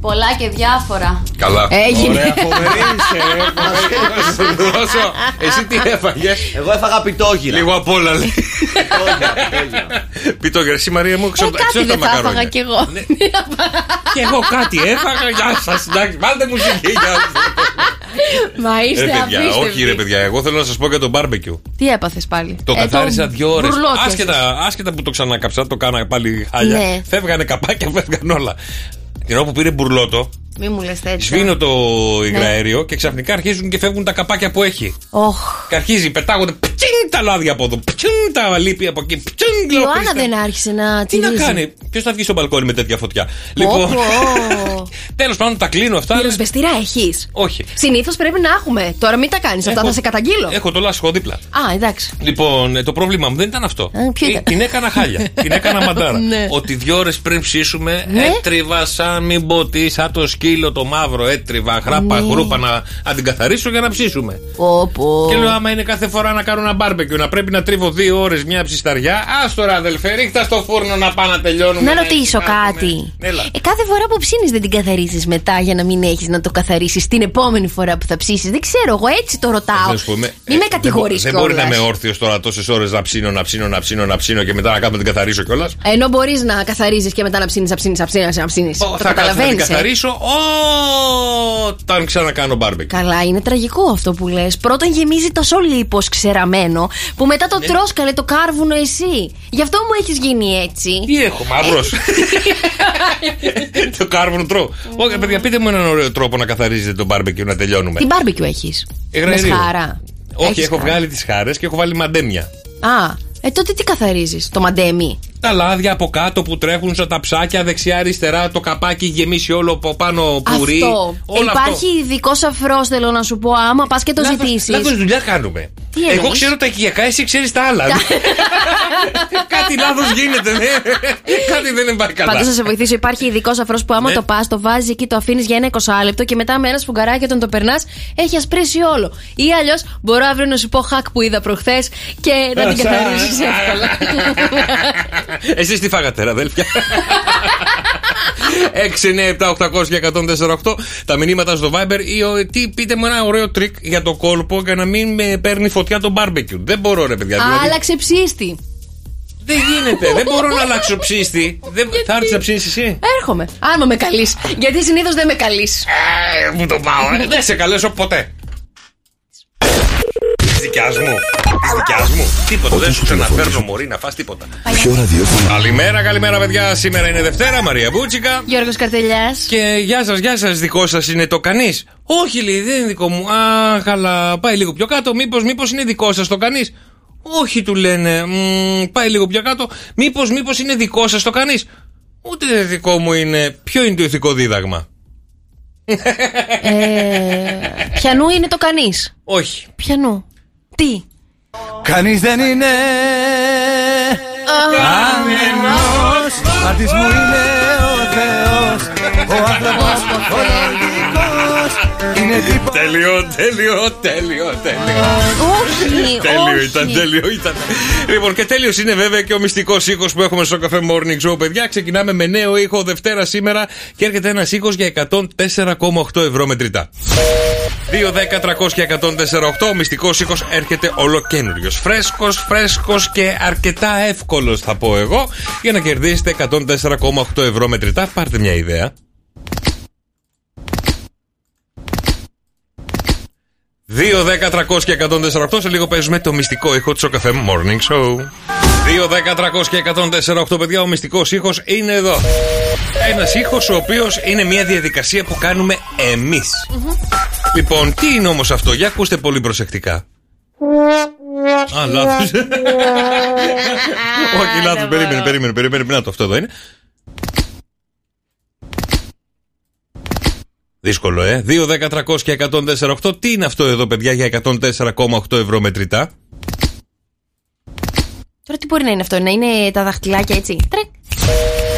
S22: Πολλά και διάφορα.
S6: Καλά.
S5: Έγινε.
S6: Ωραία, φοβερή είσαι. ρε, φοβερή. Θα σου δώσω. Εσύ τι έφαγες?
S13: Εγώ έφαγα πιτόγυρα.
S6: Λίγο απ' όλα λέει. Πιτόγυρα, εσύ Μαρία μου, ξέρω
S5: Ε, κάτι
S6: ξέρω τα
S5: δεν θα
S6: μακαρόνια.
S5: έφαγα
S6: Ναι.
S5: κι εγώ.
S6: Και εγώ κάτι έφαγα. Γεια σας, εντάξει. Βάλτε μουσική, γεια σας.
S5: Μα
S6: Ρε
S5: είστε
S6: παιδιά, όχι ρε
S5: απίστευτοι. Ε,
S6: παιδιά, εγώ θέλω να σας πω για το μπάρμπεκιου.
S5: Τι έπαθες πάλι.
S6: Το
S5: Ε,
S6: καθάρισα δύο ώρες.
S5: μπουρλό και
S6: Άσχετα, άσχετα που το ξανάκαψα, το κάνα πάλι χάλια.
S5: Ναι.
S6: Φεύγανε καπάκια, φεύγανε όλα. Την ώρα που πήρε μπουρλότο,
S5: εσείς. Μη μου λες τέτοια.
S6: σβήνω το
S5: Ναι.
S6: υγραέριο και ξαφνικά αρχίζουν και φεύγουν τα καπάκια που έχει.
S5: Οχ.
S6: Και αρχίζει, πετάγονται πτσιν, τα λάδια από εδώ, πτσιν, τα λίπη από εκεί. πτσιν,
S5: Η
S6: λέω,
S5: Ιωάννα
S6: «Χριστέ».
S5: δεν άρχισε να
S6: Τι να
S5: τσιρίζει.
S6: κάνει, ποιος θα βγει στο μπαλκόνι με τέτοια φωτιά.
S5: Λοιπόν.
S6: Λοιπόν, τέλος πάντων τα κλείνω αυτά.
S5: Πυροσβεστήρα έχεις.
S6: Όχι.
S5: Συνήθως πρέπει να έχουμε. Τώρα μην τα κάνεις αυτά,
S6: Έχω-
S5: θα σε καταγγείλω.
S6: Έχω το λάσχο δίπλα.
S5: Α, εντάξει.
S6: Λοιπόν, ε, το πρόβλημά μου δεν ήταν αυτό.
S5: Ε, ποιο
S6: Ε,
S5: ήταν?
S6: Την έκανα χάλια. την έκανα μαντάρα.
S5: Ναι.
S6: Ότι δύο ώρες πριν ψήσουμε
S5: Ναι.
S6: έτριβα σαν μην ποτίσα το σκύλο το μαύρο έτριβα, χράπα,
S5: Ναι.
S6: χρούπα να, να την καθαρίσω για να ψήσουμε.
S5: Πω, πω.
S6: Και λέω, άμα είναι κάθε φορά να κάνω ένα μπάρμπεκιου, να πρέπει να τρίβω δύο ώρες μια ψισταριά, άστορα αδελφέ, ρίχτα στο φούρνο να πάω να τελειώνουμε. Ναι,
S5: Να ρωτήσω κάτι. Ε, κάθε φορά που ψήνεις δεν την καθαρίζεις μετά για να μην έχεις να το καθαρίσεις την επόμενη φορά που θα ψήσεις. Δεν ξέρω, εγώ έτσι το ρωτάω.
S6: Να σου πω, με-
S5: Μην
S6: ε,
S5: με
S6: δεν
S5: κατηγορεί
S6: μπο- Δεν μπορεί να είμαι όρθιος τώρα τόσες ώρες να ψήνω, να ψήνω, να ψήνω, να ψήνω και μετά να κάνω να την καθαρίσω κιόλας.
S5: Ενώ μπορείς να καθαρίζεις και μετά να ψήνεις, να ψήνεις, να ψήνεις, να ψήνεις. Το ε.
S6: Θα κάτσω να την
S5: καταλαβαίνεις.
S6: καθαρίσω όταν ξανακάνω μπάρμπεκ.
S5: Καλά, είναι τραγικό αυτό που λες. Πρώτον γεμίζει τόσο λίπος ξεραμένο που μετά
S6: Ναι.
S5: το τρως καλέ το κάρβουνο εσύ. Γι' αυτό μου έχεις γίνει έτσι.
S6: Τι έχω, μαύρο.
S5: Ε.
S6: το κάρβουνο τρώω. Όχι, παιδιά, πείτε μου έναν ωραίο τρόπο να καθαρίζετε το μπάρμπεκιου να τελειώνουμε.
S5: Mm. Τι μπάρμπεκιου έχει. Με
S6: Εγρανίου.
S5: σχάρα.
S6: Ε, Όχι,
S5: Έχεις
S6: έχω
S5: χάρα.
S6: βγάλει τις χάρες και έχω βάλει μαντέμια.
S5: Α, ε, τότε τι καθαρίζεις, το μαντέμι.
S6: Τα λάδια από κάτω που τρέχουν στα ταψάκια δεξιά-αριστερά, το καπάκι γεμίσει όλο από πάνω πουρί.
S5: αυτό.
S6: Όλο
S5: Υπάρχει ειδικό αφρό, θέλω να σου πω, άμα πας και το
S6: Λάθος-
S5: ζητήσει.
S6: Λάθος δουλειά κάνουμε.
S5: Τι
S6: Εγώ
S5: εννοείς?
S6: ξέρω τα οικιακά, εσύ ξέρεις τα άλλα. Κάτι λάθος γίνεται, ναι. Κάτι δεν πάει καλά.
S5: Πάντως θα σε βοηθήσω. Υπάρχει ειδικό αφρό που άμα
S6: Ναι.
S5: το πας, το βάζεις εκεί, το αφήνεις για ένα 20 λεπτό και μετά με ένα σφουγγαράκι όταν το περνάς, έχει ασπρίσει όλο. Ή αλλιώς μπορώ αύριο να σου πω χακ που είδα προχθές και να την
S6: Ε, Σαν- Ε, δηλαδή.
S5: καθαρίζεις εύκολα.
S6: Εσείς τι φάγατε, ρε αδέλφια. 697-800-1048 τα μηνύματα στο Viber ή ο- τι, πείτε μου ένα ωραίο τρίκ για το κόλπο για να μην με παίρνει φωτιά το barbecue. Δεν μπορώ, ρε παιδιά. δηλαδή.
S5: Άλλαξε ψήστη.
S6: Δεν γίνεται. δεν μπορώ να αλλάξω ψήστη. Δεν... Θα έρθει να ψήσει εσύ.
S5: Έρχομαι. Άμα με καλείς. Γιατί συνήθως δεν με καλείς.
S6: Ε, μου το πάω, ε. Δεν σε καλέσω ποτέ. Δικιάς μου. Δικιάς μου. Τίποτα. Δεν σου ξαναφέρνω, Μωρή, να φας τίποτα.
S3: Ποιο ραδιόφωνο.
S6: Καλημέρα, καλημέρα, παιδιά. Σήμερα είναι Δευτέρα, Μαρία Μπούτσικα.
S5: Γιώργος Καρτελιάς.
S6: Και γεια σας, γεια σας, δικό σας είναι το κανείς. Όχι, λέει, δεν είναι δικό μου. Αχ, αλλά πάει λίγο πιο κάτω. Μήπως μήπως είναι δικό σας το κανείς. Όχι, του λένε. Μμ, πάει λίγο πιο κάτω. Μήπως μήπως είναι δικό σας το κανείς. Ούτε δεν δικό μου είναι. Ποιο είναι το ηθικό δίδαγμα.
S5: ε, πιανού είναι το κανείς.
S6: Όχι.
S5: Πιανού. Τι.
S11: Κανείς δεν είναι Κανενός Αρτής μου είναι ο Θεός Ο άνθρωπος ο λογικός Είναι τίποτα
S6: Τέλειο, τέλειο, τέλειο, τέλειο.
S5: Όχι,
S6: Τέλειο
S5: όχι.
S6: ήταν, τέλειο ήταν. Λοιπόν, και τέλειος είναι βέβαια και ο μυστικός ήχος που έχουμε στο καφέ Morning Show, παιδιά. Ξεκινάμε με νέο ήχο Δευτέρα σήμερα και έρχεται ένας ήχος για 104,8 ευρώ μετρητά. 2, 10, 300 και 104,8. Ο μυστικός ήχος έρχεται ολοκένουργιος. Φρέσκος, φρέσκος και αρκετά εύκολος, θα πω εγώ, για να κερδίσετε 104,8 ευρώ μετρητά. Πάρτε μια ιδέα. Δύο, 10, 300 και 148. Σε λίγο παίζουμε το μυστικό ήχο του Σοκαφέ Morning Show. 2, 10, 300 και 148, παιδιά. Ο μυστικός ήχος είναι εδώ. Ένας ήχος ο οποίος είναι μια διαδικασία που κάνουμε εμείς. Λοιπόν, τι είναι όμως αυτό, για ακούστε πολύ προσεκτικά. Α, λάθος. Όχι, λάθος, περίμενε, περίμενε, περίμενε. Να το, αυτό εδώ είναι. Δύσκολο, ε. 2, 10, 300 και 104,8. Τι είναι αυτό εδώ, παιδιά, για 104,8 ευρώ μετρητά.
S5: Τώρα τι μπορεί να είναι αυτό, να είναι τα δαχτυλάκια έτσι. Τρεκ.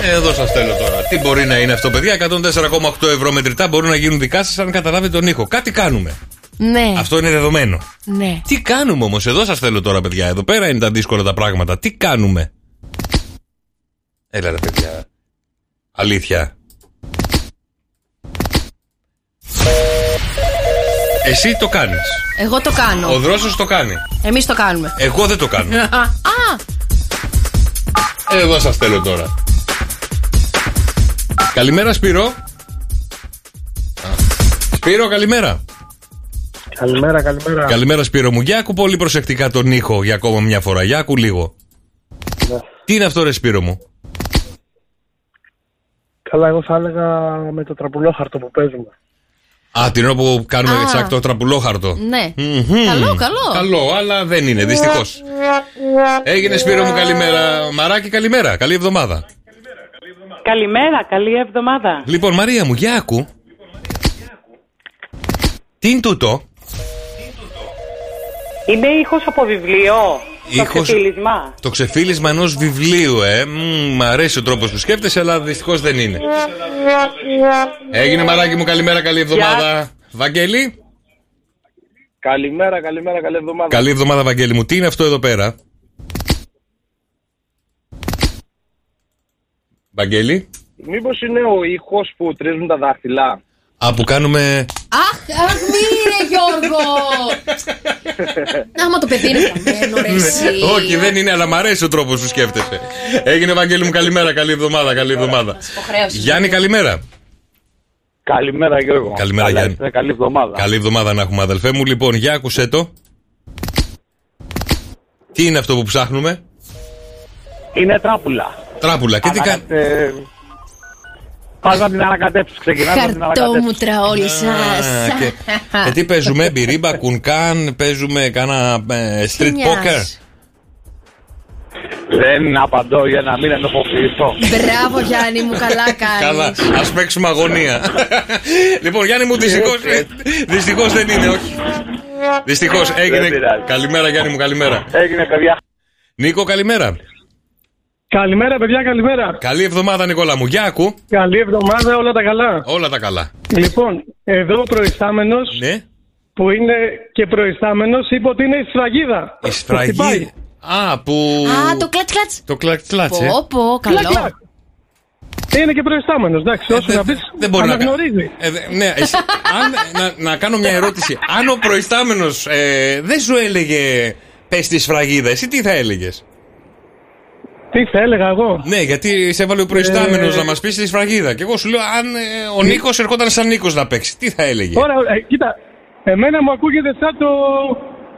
S6: Ε, Εδώ σας θέλω τώρα. Τι μπορεί να είναι αυτό, παιδιά. 104,8 ευρώ μετρητά μπορούν να γίνουν δικά σας αν καταλάβετε τον ήχο. Κάτι κάνουμε.
S5: Ναι,
S6: Αυτό είναι δεδομένο.
S5: ναι.
S6: Τι κάνουμε όμως, εδώ σας θέλω τώρα, παιδιά. Εδώ πέρα είναι τα δύσκολα τα πράγματα. Τι κάνουμε. Έλα, ρε, παιδιά. Αλήθεια. Εσύ το κάνεις.
S5: Εγώ το
S6: Ο
S5: κάνω.
S6: δρόσος το κάνει.
S5: Εμείς το κάνουμε.
S6: Εγώ δεν το κάνω.
S5: Α,
S6: Εδώ Ε, σας θέλω τώρα. Καλημέρα Σπύρο. Α, Σπύρο, καλημέρα.
S15: Καλημέρα, καλημέρα.
S6: Καλημέρα Σπύρο μου. Για άκου πολύ προσεκτικά τον ήχο για ακόμα μια φορά. Για άκου λίγο.
S15: Ναι.
S6: Τι είναι αυτό ρε Σπύρο μου.
S15: Καλά, εγώ θα έλεγα με το τραπουλόχαρτο που παίζουμε.
S6: Α, την ώρα που κάνουμε
S15: Α.
S6: εξάκτο τραπουλόχαρτο.
S5: ναι.
S6: Μμμ.
S5: Καλό, καλό.
S6: Καλό, αλλά δεν είναι, δυστυχώς. Έγινε Σπύρο μου, καλημέρα. Μαράκι, καλημέρα. Καλή εβδομάδα.
S19: Καλημέρα, καλή εβδομάδα.
S6: Λοιπόν, Μαρία μου, για άκου. Τι είναι τούτο.
S19: Είναι ήχος από βιβλίο.
S6: ήχος-
S1: ξεφύλισμα.
S6: Το ξεφύλισμα ενός βιβλίου, ε. Μμμ, μ' αρέσει ο τρόπος που σκέφτεσαι, αλλά δυστυχώς δεν είναι. Έγινε μαράκι μου, καλημέρα, καλή εβδομάδα. Βαγγέλη.
S12: Καλημέρα, καλημέρα, καλή εβδομάδα.
S6: Καλή εβδομάδα, Βαγγέλη μου. Τι είναι αυτό εδώ πέρα. Βαγγέλη.
S12: Μήπως είναι ο ήχος που τρίζουν τα δάχτυλα.
S6: Α, που κάνουμε.
S5: Αχ, αχ, μη ρε Γιώργο! Να, μα το παιδί είναι χαμένο, ρε εσύ.
S6: Ναι. Όχι, δεν είναι, αλλά μ' αρέσει ο τρόπος που σκέφτεσαι. Έγινε, Βαγγέλη μου, καλημέρα, καλή εβδομάδα, καλή εβδομάδα.
S5: Υποχρέωση.
S6: Γιάννη, καλημέρα.
S12: Καλημέρα, Γιώργο.
S6: Καλημέρα,
S12: Καλά
S6: Γιάννη.
S12: είστε, Καλή εβδομάδα.
S6: Καλή εβδομάδα να έχουμε, αδελφέ μου. Λοιπόν, για άκουσέ το. Τι είναι αυτό που ψάχνουμε,
S1: Είναι τράπουλα.
S6: Τράπουλα. Και τι κάνει.
S1: Ανακατε- Πας να την ανακατέψεις. Ξεκινάς να την
S5: Χαρτό μου
S1: ανακατέψεις.
S5: τραόλησα.
S6: Α, και- Ε, Και τι παίζουμε, μπυρίμπα, κουνκάν, παίζουμε κάνα ε, street
S5: Χινιάς.
S6: poker.
S1: Δεν απαντώ για να μην ενοχοποιηθώ.
S5: Μπράβο Γιάννη μου, καλά
S6: Καλά,
S5: κάνεις.
S6: ας παίξουμε αγωνία. λοιπόν, Γιάννη μου, δυστυχώς δεν είναι, όχι. Δυστυχώς έγινε. Καλημέρα, Γιάννη μου, καλημέρα.
S15: Ε.
S1: Έγινε, παιδιά.
S6: Νίκο, καλημέρα.
S18: Καλημέρα, παιδιά, καλημέρα.
S6: Καλή εβδομάδα, Νικόλα μου. Για ακού.
S18: Καλή εβδομάδα, όλα τα καλά.
S6: Όλα τα καλά.
S18: Λοιπόν, εδώ ο προϊστάμενος
S6: Ναι.
S18: που είναι και προϊστάμενος είπε ότι είναι η σφραγίδα.
S6: Η σφραγή. Α, που.
S5: Α, το κλατ κλατ.
S6: Το κλακ κλατς, ε.
S5: Πω, πω, καλό.
S18: Είναι και προϊστάμενος, εντάξει, όσο να πεις,
S6: Ε, Δεν μπορεί να κάνω.
S18: αναγνωρίζει.
S6: Ε, δε- ναι, εσύ- αν, να, να κάνω μια ερώτηση. Αν ο προϊστάμενος ε, δεν σου έλεγε πες τη σφραγίδα, εσύ τι θα έλεγες.
S18: Τι θα έλεγα εγώ.
S6: Ναι, γιατί σε έβαλε ο προϊστάμενος
S18: Ε,
S6: να μας πει τη σφραγίδα. Και εγώ σου λέω, αν ε, ο Νίκος ερχόταν σαν Νίκος να παίξει, τι θα έλεγε.
S18: Ωραία, ε, κοίτα, εμένα μου ακούγεται σαν το...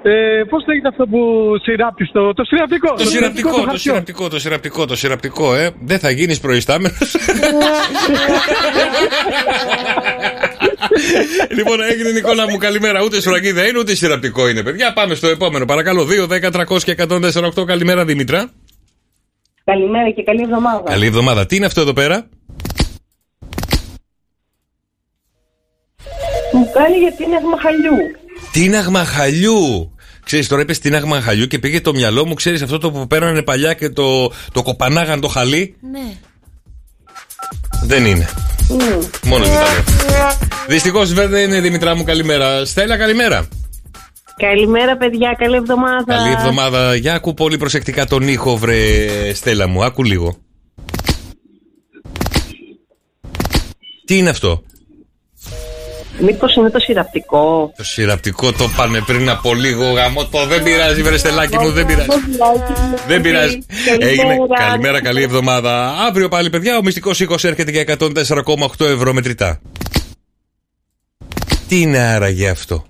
S18: Ε, Πώς λέγεται αυτό που σειράπτει το, το σειραπτικό.
S6: Το σειραπτικό, το
S18: χαρτιό.
S6: σειραπτικό, το σειραπτικό, το σειραπτικό, ε. Δεν θα γίνεις προϊστάμενος. λοιπόν, έγινε Νικόλα μου, καλημέρα. Ούτε σουραγίδα είναι, ούτε σειραπτικό είναι, παιδιά. Πάμε στο επόμενο, παρακαλώ. 2, 10, 300 και 148. Καλημέρα, Δημήτρα.
S17: Καλημέρα και καλή εβδομάδα.
S6: Καλή εβδομάδα. Τι είναι αυτό εδώ πέρα.
S17: Μου κάνει γιατί είναι αγμαχαλιού.
S6: Τίναγμα χαλιού. Ξέρεις, τώρα είπες τίναγμα χαλιού και πήγε το μυαλό μου, ξέρεις αυτό το που παίρνανε παλιά και το, το κοπανάγαν το χαλί.
S5: Ναι.
S6: Δεν είναι. Μόνο δεν τα λέω. Δυστυχώ δεν είναι Δημητρά μου, καλημέρα. Στέλλα, καλημέρα.
S17: Καλημέρα, παιδιά, καλή εβδομάδα.
S2: Ναι.
S6: Καλή εβδομάδα. Για ακού πολύ προσεκτικά τον ήχο, βρε Στέλλα μου. Άκου λίγο. Τι είναι αυτό.
S17: Μήπως είναι το σειραπτικό.
S6: Το σειραπτικό το πάμε πριν από λίγο γαμό. Το δεν πειράζει, βρε Στελάκι μου, δεν πειράζει. Δεν πειράζει. Έγινε. Καλημέρα, καλή εβδομάδα. Αύριο πάλι, παιδιά, ο μυστικός οίκο έρχεται για 104,8 ευρώ μετρητά. Τι είναι άραγε αυτό.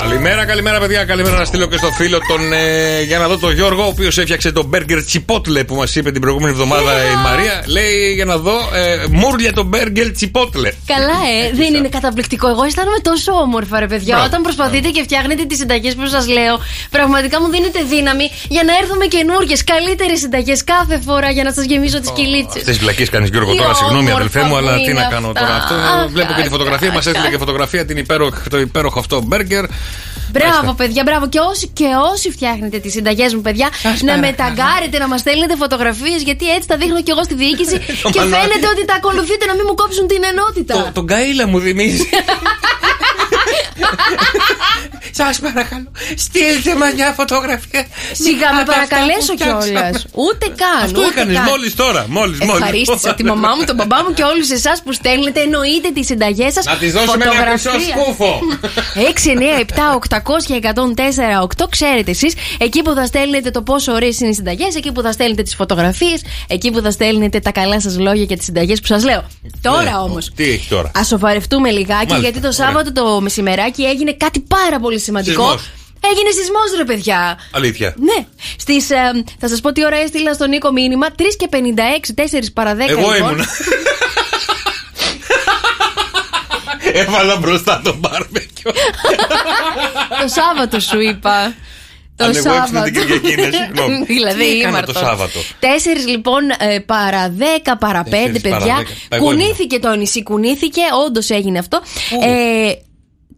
S6: Καλημέρα, καλημέρα, παιδιά. Καλημέρα να στείλω και στο φίλο τον. ε, για να δω τον Γιώργο, ο οποίος έφτιαξε το burger chipotle που μας είπε την προηγούμενη εβδομάδα η Μαρία. Λέει για να δω ε, μούρλια το burger chipotle.
S5: Καλά, ε, δεν είναι καταπληκτικό. Εγώ αισθάνομαι τόσο όμορφα, ρε παιδιά.
S6: Μπράβο,
S5: Όταν
S6: Ναι.
S5: προσπαθείτε και φτιάχνετε τις συνταγές που σας λέω, πραγματικά μου δίνετε δύναμη για να έρθουν με καινούργιες, καλύτερες συνταγές κάθε φορά για να σας γεμίσω τι κυλίτσες.
S6: Αυτές τις βλακίες κάνεις Γιώργο τώρα,
S5: Τι
S6: συγγνώμη
S5: όμορφα
S6: αδελφέ μου, αλλά
S5: που
S6: τι
S5: είναι
S6: να κάνω
S5: αυτά.
S6: τώρα. Αυτό, ε,
S5: Αχ,
S6: βλέπω και τη φωτογραφία, μας έστειλε και φωτογραφία την υπέροχ- το υπέροχο αυτό μπέργκερ.
S5: Μπράβο, παιδιά, μπράβο. Και όσοι, και όσοι φτιάχνετε τις συνταγές μου, παιδιά, να με ταγκάρετε, να μας στέλνετε φωτογραφίες, γιατί έτσι τα δείχνω κι εγώ στη διοίκηση και
S6: μανάδι.
S5: φαίνεται ότι τα ακολουθείτε να μην μου κόψουν την ενότητα.
S6: Τον Καήλα μου θυμίζει. Σας παρακαλώ, στείλτε μας μια φωτογραφία.
S5: Σιγά με
S6: από αυτά που
S5: παρακαλέσω
S6: φτιάξαμε.
S5: κιόλας. Ούτε καν.
S6: Αυτό
S5: ούτε
S6: έκανες
S5: καν.
S6: μόλις τώρα. Μόλις, μόλις.
S5: Ευχαρίστησα τη μαμά μου, τον μπαμπά μου και όλους εσάς που στέλνετε. Εννοείται τις συνταγές σας.
S6: Να τη δώσουμε ένα χρυσό σκούφο.
S5: 6, 9, 7, 800 104, ξέρετε εσείς. Εκεί που θα στέλνετε το πόσο ωραίες είναι οι συνταγές, εκεί που θα στέλνετε τις φωτογραφίες, εκεί που θα στέλνετε τα καλά σας λόγια και τις συνταγές που σας λέω. Τώρα όμω.
S6: Ε, Τι έχει τώρα.
S5: Ας σοβαρευτούμε λιγάκι,
S6: Μάλιστα,
S5: γιατί το
S6: ωραία.
S5: Σάββατο το μεσημεράκι έγινε κάτι πάρα πολύ σημαντικό.
S6: Σεισμός.
S5: Έγινε σεισμός, ρε παιδιά.
S6: Αλήθεια.
S5: Ναι. Στις, ε, θα σας πω τι ώρα έστειλα στον Νίκο μήνυμα. 3 και 56, 4 παρα 10.
S6: Εγώ
S5: λοιπόν.
S6: ήμουν. Έβαλα μπροστά τον μπάρμπεκιο.
S5: το Σάββατο σου είπα. Το
S6: Αν εγώ
S5: Σάββατο.
S6: έψηνα την Κυριακή, ναι, συγγνώμη.
S5: δηλαδή,
S6: Τι έκανα
S5: ήμαρτος.
S6: το Σάββατο?
S5: Τέσσερις λοιπόν ε, παρά δέκα, παρά πέντε,
S6: Τέσσερις παρά
S5: παιδιά.
S6: δέκα. Εγώ ήμουν.
S5: Κουνήθηκε το νησί, κουνήθηκε, όντως έγινε αυτό. Ε,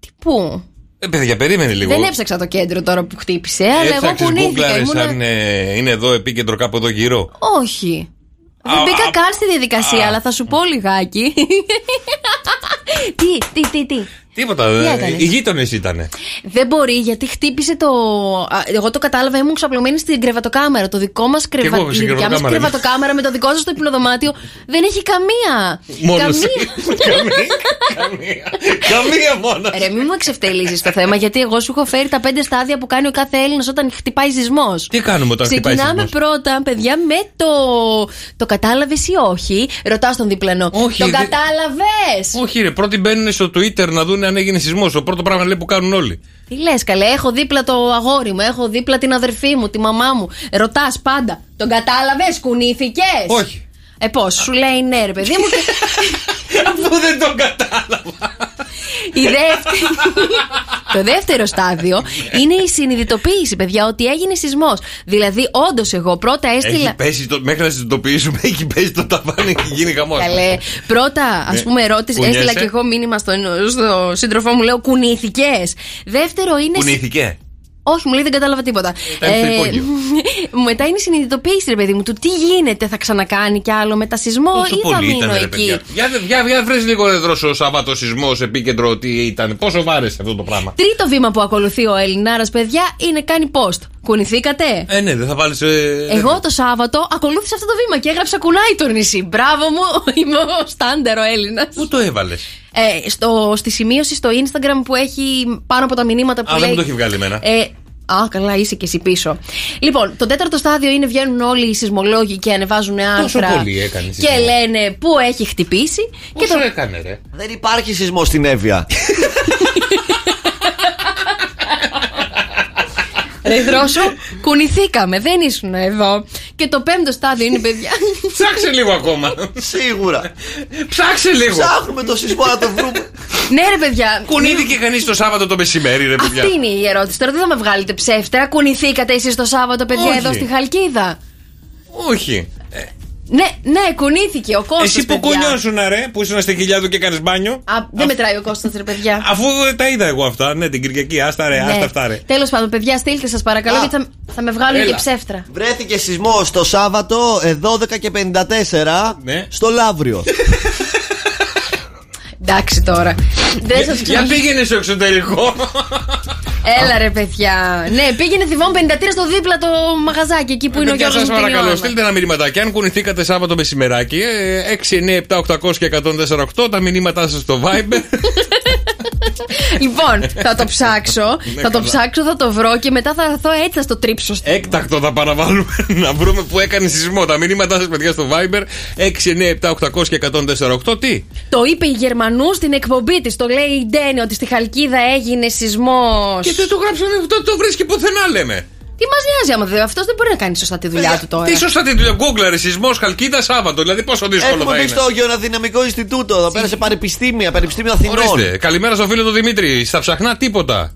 S5: τι πού?
S6: Ε, παιδιά, περίμενε λίγο.
S5: Δεν έψαξα το κέντρο τώρα που χτύπησε, αλλά εγώ
S6: Έψαξες,
S5: κουνήθηκα.
S6: γκούγκλαρες
S5: Ήμουνα...
S6: αν είναι, είναι εδώ επίκεντρο κάπου εδώ γύρω.
S5: Όχι. Δεν μπήκα καν στη διαδικασία, αλλά θα σου πω λιγάκι. τι, τι, τι, τι.
S6: Τίποτα.
S5: Τι
S6: ε,
S5: έκανες?
S6: Οι γείτονες ήτανε.
S5: Δεν μπορεί γιατί χτύπησε το. Α, Εγώ το κατάλαβα, ήμουν ξαπλωμένη στην κρεβατοκάμαρα. Το δικό μας
S6: εγώ ναι.
S5: κρεβα...
S6: στην
S5: η δικιά μας
S6: κρεβατοκάμαρα ήμουν.
S5: κρεβατοκάμαρα με το δικό σας το υπνοδωμάτιο δεν έχει καμία.
S6: Μόνος
S5: καμία.
S6: Καμία μόνος.
S5: Ρε, μην μου εξευτελίζεις το θέμα, γιατί εγώ σου έχω φέρει τα πέντε στάδια που κάνει ο κάθε Έλληνας όταν χτυπάει σεισμός.
S6: Τι κάνουμε όταν χτυπάει
S5: Ξεκινάμε
S6: σεισμός?
S5: πρώτα, παιδιά, με το. Το κατάλαβες ή όχι. Ρωτάς τον διπλανό. Όχι, τον
S6: δεν-
S5: κατάλαβες!
S6: Όχι, ρε, πρώτοι μπαίνουν στο Twitter να δουν αν έγινε σεισμός. Το πρώτο πράγμα λέει που κάνουν όλοι.
S5: Τι λες, καλέ, έχω δίπλα το αγόρι μου, έχω δίπλα την αδερφή μου, τη μαμά μου. Ρωτάς πάντα. Τον κατάλαβες, κουνήθηκες.
S6: Όχι.
S5: Ε, πώς, σου λέει ναι, ρε παιδί μου.
S6: Αφού δεν τον κατάλαβα.
S5: Η δεύτερη... το δεύτερο στάδιο είναι η συνειδητοποίηση, παιδιά, ότι έγινε σεισμός. Δηλαδή, όντως, εγώ πρώτα έστειλα.
S6: Έχει πέσει το, μέχρι να συνειδητοποιήσουμε, έχει πέσει το ταβάνι και γίνει χαμός.
S5: Καλέ, πρώτα,
S6: Ναι.
S5: α πούμε, ερώτηση.
S6: Κουνιέσαι.
S5: Έστειλα και εγώ μήνυμα στον, στο σύντροφό μου, λέω κουνήθηκες. Δεύτερο είναι.
S6: Κουνήθηκε.
S5: Όχι, μου λέει δεν κατάλαβα τίποτα. Ε,
S6: Ήταν στο υπόγειο.
S5: μετά είναι η συνειδητοποίηση, ρε παιδί μου, του τι γίνεται, θα ξανακάνει κι άλλο μετά σεισμό
S6: Πόσο
S5: ή θα
S6: πολύ
S5: μείνω
S6: ήταν, ρε
S5: εκεί.
S6: παιδιά. Για, για, για βρες λίγο εδώ στο Σάββατος σεισμός επίκεντρο ότι ήταν. Πόσο βάρεσε αυτό το πράγμα.
S5: Τρίτο βήμα που ακολουθεί ο Ελληνάρα, παιδιά, είναι κάνει post. Κουνηθήκατε.
S6: Ε, ναι, δεν θα βάλει.
S5: Εγώ το Σάββατο ακολούθησα αυτό το βήμα και έγραψα κουνάει το νησί. Μπράβο μου, είμαι ο στάντερο Έλληνας.
S6: Πού το έβαλες.
S5: Ε, στο, στη σημείωση στο Instagram που έχει πάνω από τα μηνύματα που
S6: Α, δεν
S5: λέει.
S6: μου το έχει βγάλει εμένα.
S5: Ε, α, καλά, είσαι και εσύ πίσω. Λοιπόν, το τέταρτο στάδιο είναι βγαίνουν όλοι οι σεισμολόγοι και ανεβάζουν
S6: Τόσο
S5: άρθρα.
S6: πολύ έκανε.
S5: Και λένε πού έχει χτυπήσει. Και
S6: Πόσο έκανε, ρε.
S13: Δεν υπάρχει σεισμό στην Εύβοια.
S5: Ρε δρόσο, κουνηθήκαμε, δεν ήσουν εδώ. Και το πέμπτο στάδιο είναι, παιδιά.
S6: Ψάξε λίγο ακόμα.
S13: Σίγουρα.
S6: Ψάξε λίγο.
S13: Ψάχνουμε το σεισμό να το βρούμε.
S5: ναι, ρε παιδιά.
S6: Κουνήθηκε κανείς το Σάββατο το μεσημέρι, ρε παιδιά.
S5: Αυτή είναι η ερώτηση. Τώρα δεν θα με βγάλετε ψεύτερα. Κουνηθήκατε εσείς το Σάββατο, παιδιά,
S6: Όχι.
S5: εδώ στη Χαλκίδα.
S6: Όχι.
S5: Ναι, ναι, κουνήθηκε ο Κώστας,
S6: Εσύ που
S5: παιδιά.
S6: κουνιώσουν, ρε, που ήσουν στη κοιλιά του και έκανες μπάνιο.
S5: Α, δεν μετράει ο Κώστας ρε παιδιά.
S6: Αφού τα είδα εγώ αυτά, ναι, την Κυριακή, άστα ρε, άστα αυτά ρε.
S5: Τέλος πάντων, παιδιά, στείλτε σας παρακαλώ, γιατί θα, θα με βγάλουν
S13: Έλα.
S5: και ψεύτρα.
S13: Βρέθηκε σεισμό το Σάββατο ε, 12 και 54
S6: Ναι.
S13: στο Λαύριο.
S5: Εντάξει τώρα. δεν σας
S6: Για πήγαινε στο εξωτερικό.
S5: Έλα ρε παιδιά. ναι, πήγαινε θυμόν 53 στο δίπλα το μαγαζάκι εκεί που είναι ο
S6: Ναι, Παιδιά,
S5: Γιώργος
S6: σας παρακαλώ,
S5: Μουτινιώνα.
S6: στείλτε ένα μηνυματάκι. Αν κουνηθήκατε Σάββατο μεσημεράκι, ε, 6, 9, 7, 800 και 148, τα μηνύματά σας στο Viber.
S5: λοιπόν, θα το ψάξω.
S6: Ναι,
S5: θα το
S6: καλά. Ε.
S5: ψάξω, θα το βρω και μετά θα έρθω έτσι, θα στο τρίψω.
S6: Έκτακτο θα παραβάλουμε να βρούμε που έκανε σεισμό. Τα μηνύματά σας, παιδιά, στο Viber. 6, 9, 7, 800 και 148. Τι.
S5: Το είπε η Γερμανού στην εκπομπή της. Το λέει η Ντένι ότι στη Χαλκίδα έγινε σεισμός.
S6: Και δεν το γράψανε αυτό, το βρίσκει πουθενά, λέμε.
S5: Τι μας νοιάζει άμα δεν. Αυτός δεν μπορεί να κάνει σωστά τη δουλειά του τώρα.
S6: Τι σωστά την Google, ρε, σεισμός Χαλκίδα Σάββατο. Δηλαδή, πόσο δύσκολο
S13: Έχουμε
S6: θα
S13: μπει
S6: είναι.
S13: στο Γεωναδυναμικό Ινστιτούτο. Εδώ πέρα σε πανεπιστήμια, πανεπιστήμιο Αθηνών.
S6: Ορίστε, καλημέρα στο φίλο του Δημήτρη. Στα ψαχνά τίποτα.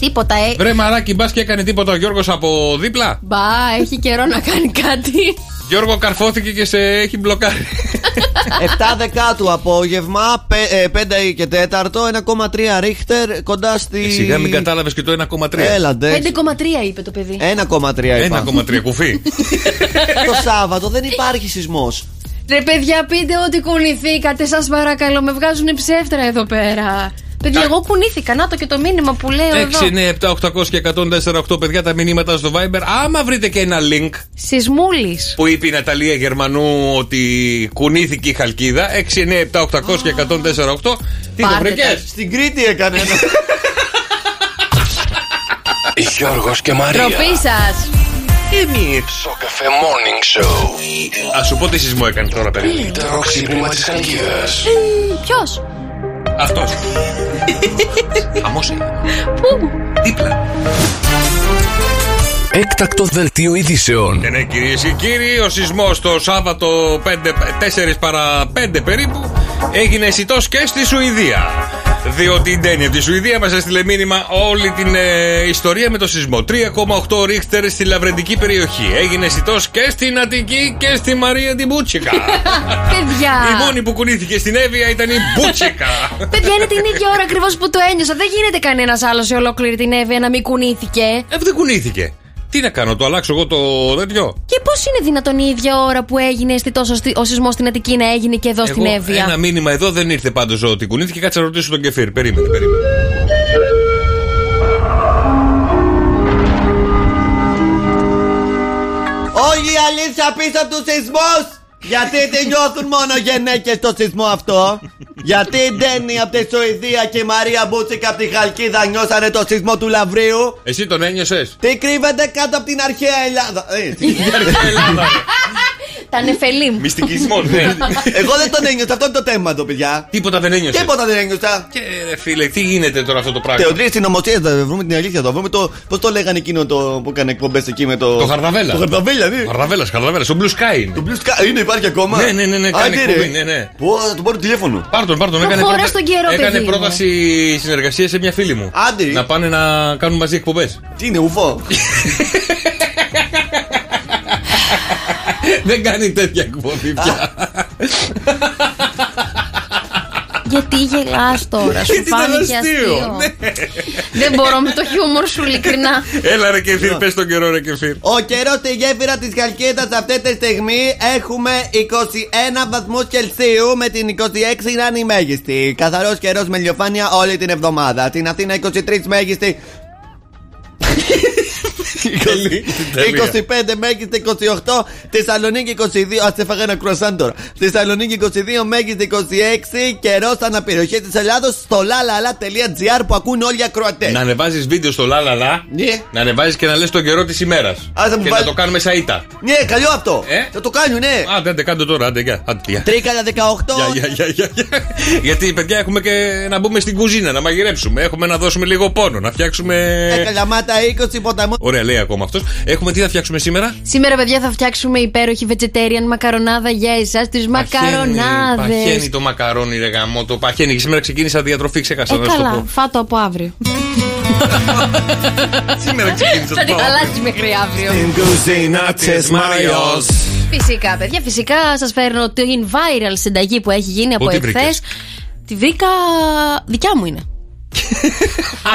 S5: Τίποτα, ε.
S6: Βρε μαράκι, μπας και έκανε τίποτα ο Γιώργος από δίπλα.
S5: Μπα, έχει καιρό να κάνει κάτι.
S6: Γιώργο καρφώθηκε και σε έχει μπλοκάρει.
S13: 7 δεκάτου απόγευμα, 5 και 4, 1,3 ρίχτερ κοντά στη.
S6: Ε, Σιγά μην κατάλαβες και το 1,3.
S13: Έλαντε.
S5: 5,3 είπε το παιδί.
S13: 1,3 υπάρχει.
S6: 1,3 κουφί.
S13: το Σάββατο δεν υπάρχει σεισμός.
S5: Ρε παιδιά, πείτε ότι κουνηθήκατε, σας παρακαλώ. Με βγάζουν ψεύτρα εδώ πέρα. Παιδιά, εγώ κουνήθηκα. Να το και το μήνυμα που λέω
S6: Ε,
S5: εδώ.
S6: 6, 9, 7, 800 και 148 παιδιά τα μηνύματα στο Viber. Άμα βρείτε και ένα link
S5: Σεισμούλης.
S6: που είπε η Ναταλία Γερμανού ότι κουνήθηκε η χαλκίδα. 6, 9, 7, 800 και 148. Τι το
S5: Πάρτε
S6: βρήκες.
S13: Στην Κρήτη έκανε.
S3: Γιώργος και Μαρία.
S5: Τροπή σα.
S3: Σοκαφέ Morning Show.
S6: Α σου πω τι σεισμό έκανε τώρα, παιδί.
S3: Το ξύπνημα της Χαλκίδας.
S5: Ε, Ποιος.
S6: Αυτός. Χαμός
S5: Πού.
S3: Έκτακτο δελτίο ειδήσεων.
S6: Ναι, ναι, κυρίες και κύριοι, ο σεισμός το Σάββατο 5, 4 παρα 5 περίπου έγινε αισθητός και στη Σουηδία. Διότι η Ντένια από τη Σουηδία μα έστειλε μήνυμα όλη την ε, ιστορία με το σεισμό. 3,8 ρίχτερ στη λαβρεντική περιοχή. Έγινε σιτός και στην Αττική και στη Μαρία την Μπούτσικα.
S5: Παιδιά.
S6: η μόνη που κουνήθηκε στην Εύβοια ήταν η Μπούτσικα.
S5: Παιδιά, είναι την ίδια ώρα ακριβώς που το ένιωσα. Δεν γίνεται κανένας άλλος σε ολόκληρη την Εύβοια να μην κουνήθηκε.
S6: ε, δεν κουνήθηκε. Τι να κάνω, το αλλάξω εγώ το τέτοιο.
S5: Και πώς είναι δυνατόν η ίδια ώρα που έγινε αισθητό ο στι- ο σεισμός στην Αττική να έγινε και εδώ στην
S6: Εγώ,
S5: Εύβοια.
S6: Ένα μήνυμα εδώ δεν ήρθε πάντως ότι κουνήθηκε. Κάτσε να ρωτήσω τον Κεφίρ. Περίμενε, περίμενε.
S13: Όλη η αλήθεια πίσω από τους σεισμούς! Γιατί τη νιώθουν μόνο γυναίκες στο σεισμό αυτό. Γιατί η Ντένι από τη Σουηδία και η Μαρία Μπούτσικα από τη Χαλκίδα νιώσανε το σεισμό του Λαβρίου.
S6: Εσύ τον ένιωσες.
S13: Τι κρύβεται κάτω από την αρχαία Ελλάδα. Ε, την
S6: αρχαία Ελλάδα.
S5: Τα νεφελίμ.
S6: Μυστικισμό, ναι.
S13: Εγώ δεν τον ένιωσα, αυτό είναι το θέμα εδώ, παιδιά.
S6: Τίποτα δεν ένιωσα.
S13: Τίποτα δεν ένιωσα.
S6: Και ρε φίλε, τι γίνεται τώρα αυτό το πράγμα.
S13: Θεοντρή στην ομοσία, θα βρούμε την αλήθεια. Θα βρούμε το. Πώς το λέγανε εκείνο το, που έκανε εκπομπές εκεί με το.
S6: Το Χαρδαβέλα.
S13: Το Χαρδαβέλα, ναι.
S6: Χαρδαβέλας, Χαρδαβέλας. Ο Blue Sky είναι.
S13: Το Blue Sky είναι, υπάρχει ακόμα.
S6: Ναι, ναι, ναι, ναι, κάνει
S13: Άντε,
S6: εκπομπή, ναι,
S13: ρε.
S6: ναι.
S13: Πω, θα του πάρω τηλέφωνο.
S6: Πάρ τον, πάρ τον. Έκανε,
S5: χωρά στον καιρό,
S6: έκανε
S5: παιδί μου.
S6: πρόταση συνεργασίας σε μια φίλη μου.
S13: Άντε.
S6: Να πάνε να κάνουν μαζί εκπομπές.
S13: Τι είναι, ουφό.
S6: Ε, Δεν κάνει τέτοια εκπομπή πια.
S5: Γιατί γελάς τώρα, σου
S6: Γιατί Ναι. ήταν
S5: φάνηκε
S6: αστείο,
S5: αστείο. Δεν μπορώ με το χιούμορ σου, ειλικρινά.
S6: Έλα ρε Κεφίρ, πες τον καιρό ρε Κεφίρ.
S13: Ο καιρός στη γέφυρα της Χαλκίδας αυτή τη στιγμή έχουμε 21 βαθμούς Κελσίου με την 26 να είναι η μέγιστη. Καθαρός καιρός με ηλιοφάνεια όλη την εβδομάδα. Την Αθήνα 23 μέγιστη. 25 μέγιστη 28, Θεσσαλονίκη 22. Ας έφαγα ένα κρουασάν τώρα. Θεσσαλονίκη 22 μέγιστη 26, καιρό αναπεριοχή της Ελλάδος στο lalala.gr που ακούν όλοι οι ακροατές.
S6: Να ανεβάζεις βίντεο στο λαλαλα.
S13: Ναι.
S6: Να ανεβάζεις και να λες τον καιρό της ημέρας.
S13: Άσε μου
S6: Και να
S13: βάλ-
S6: το κάνουμε σαΐτα.
S13: Ναι, καλό αυτό. Θα το κάνουν, ναι.
S6: Άντε, άντε, κάντε τώρα, άντε, γεια. Άντε, γεια.
S13: Τρίκαλα 18.
S6: Γεια, γεια, γεια, γεια, γεια. Γιατί παιδιά έχουμε και να μπούμε στην κουζίνα, να μαγειρέψουμε. Έχουμε να δώσουμε λίγο πόνο, να
S13: Ε,
S6: φτιάξουμε.
S13: Καλαμάτα 20 ποταμού.
S6: Ωραία, λέει ακόμα αυτός. Έχουμε τι θα φτιάξουμε σήμερα.
S5: Σήμερα, παιδιά, θα φτιάξουμε υπέροχη vegetarian μακαρονάδα για εσάς, τις
S6: Παχαίνει
S5: μακαρονάδες.
S6: το μακαρόνι, ρε γαμό, το παχαίνει. Και σήμερα ξεκίνησα διατροφή, ξέχασα
S5: Ε,
S6: να σου το
S5: καλά,
S6: πω.
S5: φάτο από αύριο.
S6: Σήμερα ξεκίνησα.
S5: Θα την
S6: το πω.
S5: χαλάσει μέχρι αύριο.
S11: κουζίνα της Μαριό.
S5: Φυσικά, παιδιά, φυσικά σας φέρνω την viral συνταγή που έχει γίνει από
S6: Πού τη
S5: εχθέ.
S6: βρήκες?
S5: Τη βρήκα. δικιά μου είναι.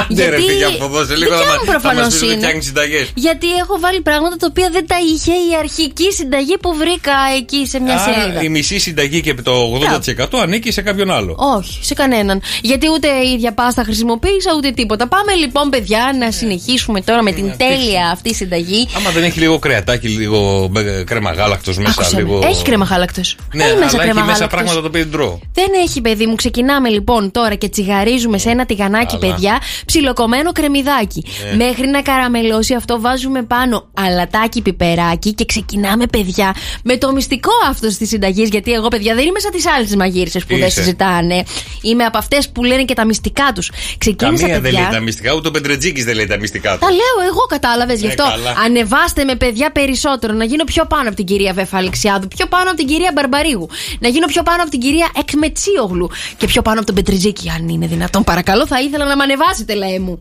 S6: Άντε, ρε
S5: Γιατί
S6: παιδιά, από εδώ σε λίγο
S5: δικιά
S6: θα
S5: μου
S6: μα- θα μας
S5: προφανώς
S6: πεις ότι
S5: είναι.
S6: φτιάχνει συνταγές.
S5: Γιατί έχω βάλει πράγματα τα οποία δεν τα είχε η αρχική συνταγή που βρήκα εκεί σε μια
S6: Άρα η
S5: σελίδα.
S6: μισή συνταγή και το 80% ανήκει σε κάποιον άλλο.
S5: Όχι, σε κανέναν. Γιατί ούτε η ίδια πάστα χρησιμοποίησα, ούτε τίποτα. Πάμε λοιπόν, παιδιά, να συνεχίσουμε τώρα με
S6: Ε,
S5: την τέλεια αυτή συνταγή.
S6: Άμα δεν έχει λίγο κρεατάκι, λίγο ε, κρέμα γάλακτος μέσα,
S5: Άκουσα με.
S6: λίγο.
S5: Έχει κρέμα χάλακτο.
S6: Ναι,
S5: έχει μέσα
S6: αλλά έχει
S5: κρέμα
S6: μέσα
S5: χάλακτος.
S6: πράγματα τα οποία δεν τρώω.
S5: Δεν έχει, παιδί μου. Ξεκινάμε λοιπόν τώρα και τσιγαρίζουμε σε ένα τηγανάκι,
S6: Καλά.
S5: παιδιά, ψιλοκομμένο κρεμμυδάκι.
S6: Ναι.
S5: Μέχρι να καραμελώσει αυτό, βάζουμε πάνω αλατάκι, πιπεράκι και ξεκινάμε, παιδιά, με το μυστικό αυτό τη συνταγή. Γιατί εγώ, παιδιά, δεν είμαι σαν τις άλλες μαγείρισες που δεν
S6: Είσαι.
S5: συζητάνε. Είμαι από αυτές που λένε και τα μυστικά τους. Ξεκίνησα,
S6: Καμία δεν λέει
S5: παιδιά.
S6: τα μυστικά, ούτε ο Πεντρετζίκης δεν λέει τα μυστικά του.
S5: Τα λέω εγώ, κατάλαβες γι'
S6: Ε,
S5: αυτό.
S6: καλά.
S5: Ανεβάστε με, παιδιά, περισσότερο. Να γίνω πιο πάνω από την κυρία Βέφα Αλεξιάδου, πιο πάνω από την κυρία Μπαρμπαρίγου, να γίνω πιο πάνω από την κυρία Εκμετσίογλου και πιο πάνω από τον Πετριζίκη, αν είναι δυνατόν. Παρακαλώ, θα ήθελα να με ανεβάσετε, λέει μου.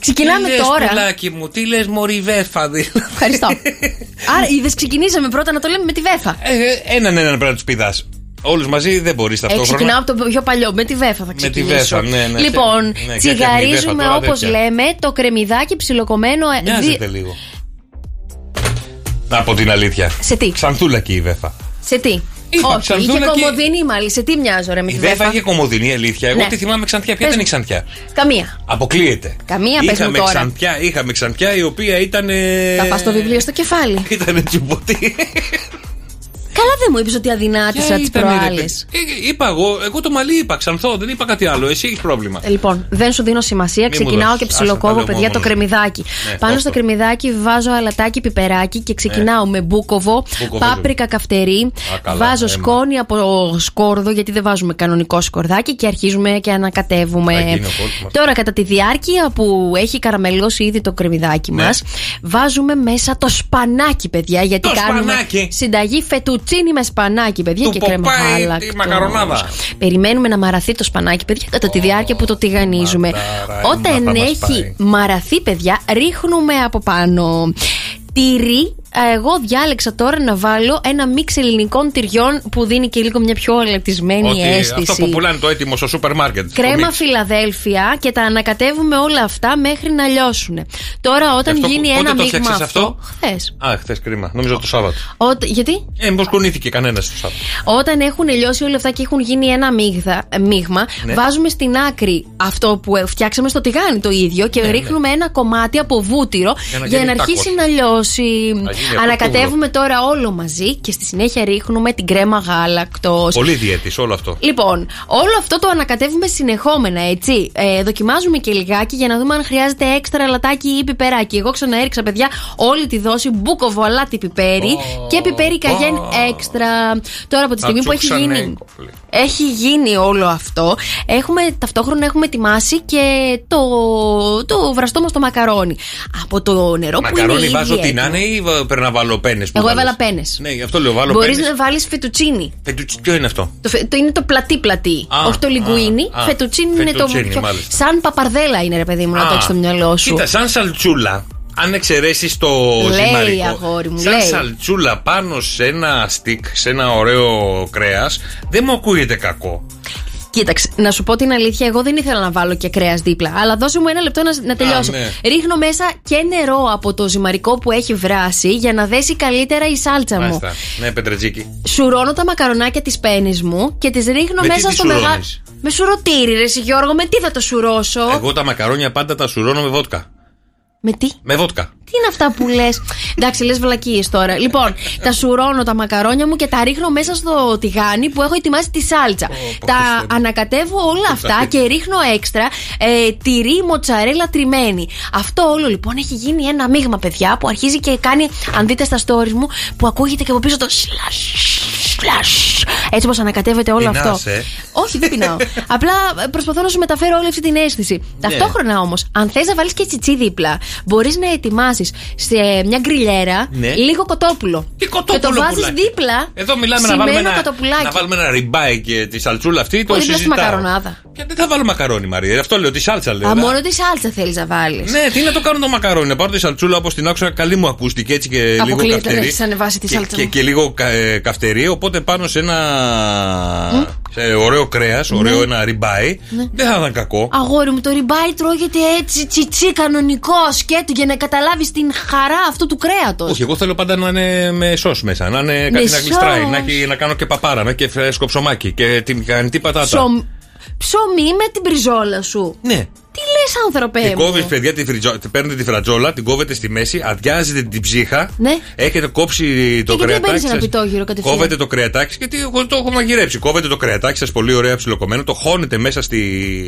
S5: Ξεκινάμε
S6: τι λες,
S5: τώρα.
S6: πουλάκι μου, τι λες, Μωριβέφα. δηλαδή.
S5: Ευχαριστώ. Άρα, είδες, ξεκινήσαμε πρώτα να το λέμε με τη Βέφα.
S6: Ε, ε, Έναν έναν πρέπει να τους πηδάς. Όλους μαζί δεν μπορείς
S5: Ε, ξεκινάω
S6: ταυτόχρονα.
S5: από το πιο παλιό. Με τη βέφα θα
S6: τη
S5: ξεκινήσω.
S6: βέφα, ναι, ναι.
S5: Λοιπόν,
S6: Ναι, και έφτιαχνε η
S5: τσιγαρίζουμε
S6: βέφα τώρα,
S5: όπως
S6: τέτοια.
S5: λέμε το κρεμμυδάκι ψιλοκομμένο. ε,
S6: Μοιάζεται
S5: δι-
S6: λίγο. Να πω την αλήθεια.
S5: Σε τι?
S6: Ξανθούλακι η Βέφα.
S5: Σε τι.
S6: Είπα,
S5: Όχι, είχε
S6: ψανδούλα και-
S5: κομμωδίνη μάλιστα. Σε τι μοιάζω, ρε, με
S6: Η
S5: τη
S6: Βέφα
S5: βέφα.
S6: είχε κομμωδινή αλήθεια. Εγώ
S5: Ναι.
S6: τη θυμάμαι ξανθιά. Ποια
S5: Πες
S6: ήταν η
S5: μου.
S6: ξανθιά.
S5: Καμία.
S6: Αποκλείεται.
S5: Καμία, πες μου
S6: είχαμε
S5: τώρα.
S6: ξανθιά, είχαμε ξανθιά η οποία ήταν. ε,
S5: Θα πας το βιβλίο στο κεφάλι.
S6: Ήταν τσουμποτή.
S5: Καλά δεν μου είπες ότι αδυνάτησα τι
S6: Ήτανε, ρε,
S5: προάλλε.
S6: παιδί. Ε, Είπα εγώ, εγώ το μαλλί είπα ξανθό, δεν είπα κάτι άλλο. Εσύ έχει πρόβλημα.
S5: Λοιπόν, δεν σου δίνω σημασία.
S6: Μη μου
S5: Ξεκινάω
S6: δώσεις.
S5: και
S6: Άστα, τα
S5: ψιλοκόβω,
S6: λέω
S5: παιδιά,
S6: μόνο
S5: το
S6: μου.
S5: κρεμμυδάκι.
S6: Ναι,
S5: Πάνω
S6: δώσ'
S5: στο
S6: το. Ναι.
S5: κρεμμυδάκι βάζω αλατάκι, πιπεράκι και ξεκινάω με μπούκοβο,
S6: Μπούκοβο,
S5: πάπρικα καυτερή.
S6: Α, καλά, ναι,
S5: Βάζω
S6: έμα.
S5: σκόνη από σκόρδο, γιατί δεν βάζουμε κανονικό σκορδάκι και αρχίζουμε και
S6: Θα
S5: ανακατεύουμε.
S6: γίνει ο κόσμος.
S5: Τώρα, κατά τη διάρκεια που έχει καραμελώσει ήδη το κρεμμυδάκι
S6: Ναι.
S5: μας μα, βάζουμε μέσα το σπανάκι, παιδιά, γιατί
S6: Το
S5: κάνουμε
S6: σπανάκι.
S5: συνταγή Φετουτσίνη με σπανάκι, παιδιά,
S6: Του
S5: και κρέμα
S6: Popeye τη
S5: γάλακτος.
S6: μακαρονάδα.
S5: Περιμένουμε να μαραθεί το σπανάκι, παιδιά, κατά τη διάρκεια που το τηγανίζουμε. Όταν
S6: μαντάρα μας
S5: έχει
S6: πάει.
S5: μαραθεί, παιδιά, ρίχνουμε από πάνω. Τυρί, ε, εγώ διάλεξα τώρα να βάλω ένα μίξ ελληνικών τυριών που δίνει και λίγο μια πιο ελαττισμένη
S6: Ότι
S5: αίσθηση.
S6: αυτό που πουλάνε το έτοιμο στο σούπερ μάρκετ. στο
S5: Κρέμα
S6: μίξ.
S5: Φιλαδέλφια και τα ανακατεύουμε όλα αυτά μέχρι να λιώσουν. Τώρα, όταν
S6: αυτό που-
S5: γίνει
S6: πότε
S5: ένα
S6: το
S5: μείγμα
S6: φτιάξες αυτό?
S5: χθες.
S6: Α, χθες κρίμα. Νομίζω το Σάββατο.
S5: Ό,τι- γιατί?
S6: Ε, μήπως κουνήθηκε κανένας το Σάββατο.
S5: Ε, Όταν έχουν λιώσει όλα αυτά και έχουν γίνει ένα μίγδα- μείγμα,
S6: Ναι.
S5: βάζουμε στην άκρη αυτό που ε, φτιάξαμε στο τηγάνι το ίδιο και
S6: Ναι,
S5: ρίχνουμε ένα κομμάτι από βούτυρο
S6: Για να
S5: για να
S6: γίνει
S5: αρχίσει να
S6: τάκος.
S5: λιώσει.
S6: Να γίνει από
S5: Ανακατεύουμε τώρα όλο μαζί και στη συνέχεια ρίχνουμε την κρέμα γάλακτος.
S6: Πολύ διαιτή όλο αυτό.
S5: Λοιπόν, όλο αυτό το ανακατεύουμε συνεχόμενα, έτσι. Ε, δοκιμάζουμε και λιγάκι για να δούμε αν χρειάζεται έξτρα λατάκι ή πιπεράκι. Εγώ ξαναέριξα, παιδιά, όλη τη δόση μπούκοβο αλάτι πιπέρι και πιπέρι καγέν έξτρα. Τώρα από τη στιγμή που έχει
S6: Ατσούξανε
S5: γίνει.
S6: κόλλη.
S5: Έχει γίνει όλο αυτό. Έχουμε, ταυτόχρονα έχουμε ετοιμάσει και το, το βραστό μας το μακαρόνι. Από το νερό που είναι
S6: Μακαρόνι
S5: ήδη
S6: βάζω ό,τι
S5: έτοιμο.
S6: να είναι ή βα- πρέπει να βάλω πένες.
S5: Εγώ έβαλα πένες.
S6: Ναι, γι' αυτό λέω βάλω
S5: Μπορείς
S6: πένες.
S5: να βάλεις φετουτσίνι.
S6: Ποιο είναι αυτό.
S5: Το, φε- το είναι το πλατή πλατή.
S6: Α,
S5: όχι το λιγκουίνι.
S6: α, α.
S5: φετουτσίνι είναι το.
S6: Φετουτσίνι,
S5: πιο-
S6: μάλιστα.
S5: Σαν παπαρδέλα είναι, ρε παιδί μου, να το
S6: Α,
S5: έχεις στο μυαλό σου.
S6: Κοίτα, σαν σαλτσούλα. Αν εξαιρέσεις το
S5: Λέει,
S6: ζυμαρικό.
S5: αγόρι μου,
S6: σαν
S5: λέει.
S6: σαλτσούλα πάνω σε ένα στικ, σε ένα ωραίο κρέας, δεν μου ακούγεται κακό.
S5: Κοίταξε, να σου πω την αλήθεια, εγώ δεν ήθελα να βάλω και κρέας δίπλα. Αλλά δώσε μου ένα λεπτό να, να τελειώσω.
S6: ναι.
S5: Ρίχνω μέσα και νερό από το ζυμαρικό που έχει βράσει για να δέσει καλύτερα η σάλτσα μου.
S6: Μάλιστα. Ναι, πετρετζίκι.
S5: Σουρώνω τα μακαρονάκια της πένης μου και τις ρίχνω
S6: Με τι
S5: μέσα
S6: τις
S5: στο μεγάλο.
S6: σουρώνεις?
S5: Με σουρωτήρι, ρε εσύ, Γιώργο, με τι θα το σουρώσω.
S6: Εγώ τα μακαρόνια πάντα τα σουρώνω με βότκα.
S5: Με τι?
S6: Με βότκα.
S5: Τι είναι αυτά που λες. Εντάξει, λες βλακίες τώρα. Λοιπόν, τα σουρώνω τα μακαρόνια μου και τα ρίχνω μέσα στο τηγάνι που έχω ετοιμάσει τη σάλτσα. τα ανακατεύω όλα αυτά και ρίχνω έξτρα ε, τυρί μοτσαρέλα τριμμένη. Αυτό όλο λοιπόν έχει γίνει ένα μείγμα, παιδιά, που αρχίζει και κάνει, αν δείτε στα stories μου, που ακούγεται και από πίσω το σλασ. σλασ. Έτσι όπω ανακατεύεται όλο
S6: Πεινάς,
S5: αυτό.
S6: ε.
S5: Όχι, δεν πεινάω. Απλά ε, προσπαθώ να σου μεταφέρω όλη αυτή την αίσθηση.
S6: Ναι.
S5: Ταυτόχρονα όμως, αν θες να βάλεις και τσιτσί δίπλα, μπορείς να ετοιμάσεις σε μια γκριλιέρα
S6: Ναι.
S5: λίγο κοτόπουλο.
S6: Τι κοτόπουλο
S5: Και το βάζει
S6: πουλάκι.
S5: δίπλα.
S6: Εδώ μιλάμε να
S5: ψημένο
S6: βάλουμε, ένα,
S5: κοτοπουλάκι.
S6: να βάλουμε ένα ριμπάι και τη σαλτσούλα αυτή. Το
S5: Πολύ δίπλα στη
S6: συζητάω.
S5: μακαρονάδα.
S6: Και δεν θα βάλω μακαρόνι, Μαρία. Αυτό λέω, τη σάλτσα λέω.
S5: Α,
S6: να-
S5: μόνο τη σάλτσα θέλεις να βάλεις.
S6: Ναι, τι να το κάνω το μακαρόνι. Να πάρω τη σαλτσούλα όπως την άκουσα. Καλή μου ακούστηκε έτσι και λίγο
S5: Αποκλείεται να
S6: καυτερή.
S5: έχεις ανεβάσει τη
S6: και,
S5: σάλτσα.
S6: και,
S5: μου.
S6: και λίγο κα- ε, καυτερή. Οπότε πάνω σε ένα σε ωραίο κρέας,
S5: Ναι.
S6: ωραίο ένα ριμπάι. Δεν θα ήταν κακό.
S5: Αγόρι μου, το ριμπάι τρώγεται έτσι τσιτσί κανονικό σκέτο για να καταλάβεις την χαρά αυτού του κρέατος.
S6: Όχι, εγώ θέλω πάντα να είναι με σο μέσα. Να είναι
S5: Με
S6: κάτι να
S5: σως.
S6: γλιστράει. Να, έχει- να κάνω και παπάρα, να και φρέσκο ψωμάκι και την κανητή πατάτα.
S5: Ψωμί με την πριζόλα σου.
S6: Ναι.
S5: Τι λες, άνθρωπε
S6: Την
S5: μου.
S6: κόβεις, παιδιά, τη φριτζο... τη- παίρνετε τη φρατζόλα, την κόβετε στη μέση, αδειάζετε την ψύχα.
S5: Ναι.
S6: Έχετε κόψει το
S5: γιατί δεν
S6: κρεατάκι.
S5: παίρνεις ένα
S6: σας.
S5: πιτόγυρο κατευθείαν?
S6: Κόβετε το κρεατάκι γιατί εγώ το έχω μαγειρέψει. Κόβετε το κρεατάκι σας πολύ ωραία ψιλοκομμένο, το χώνετε μέσα στη...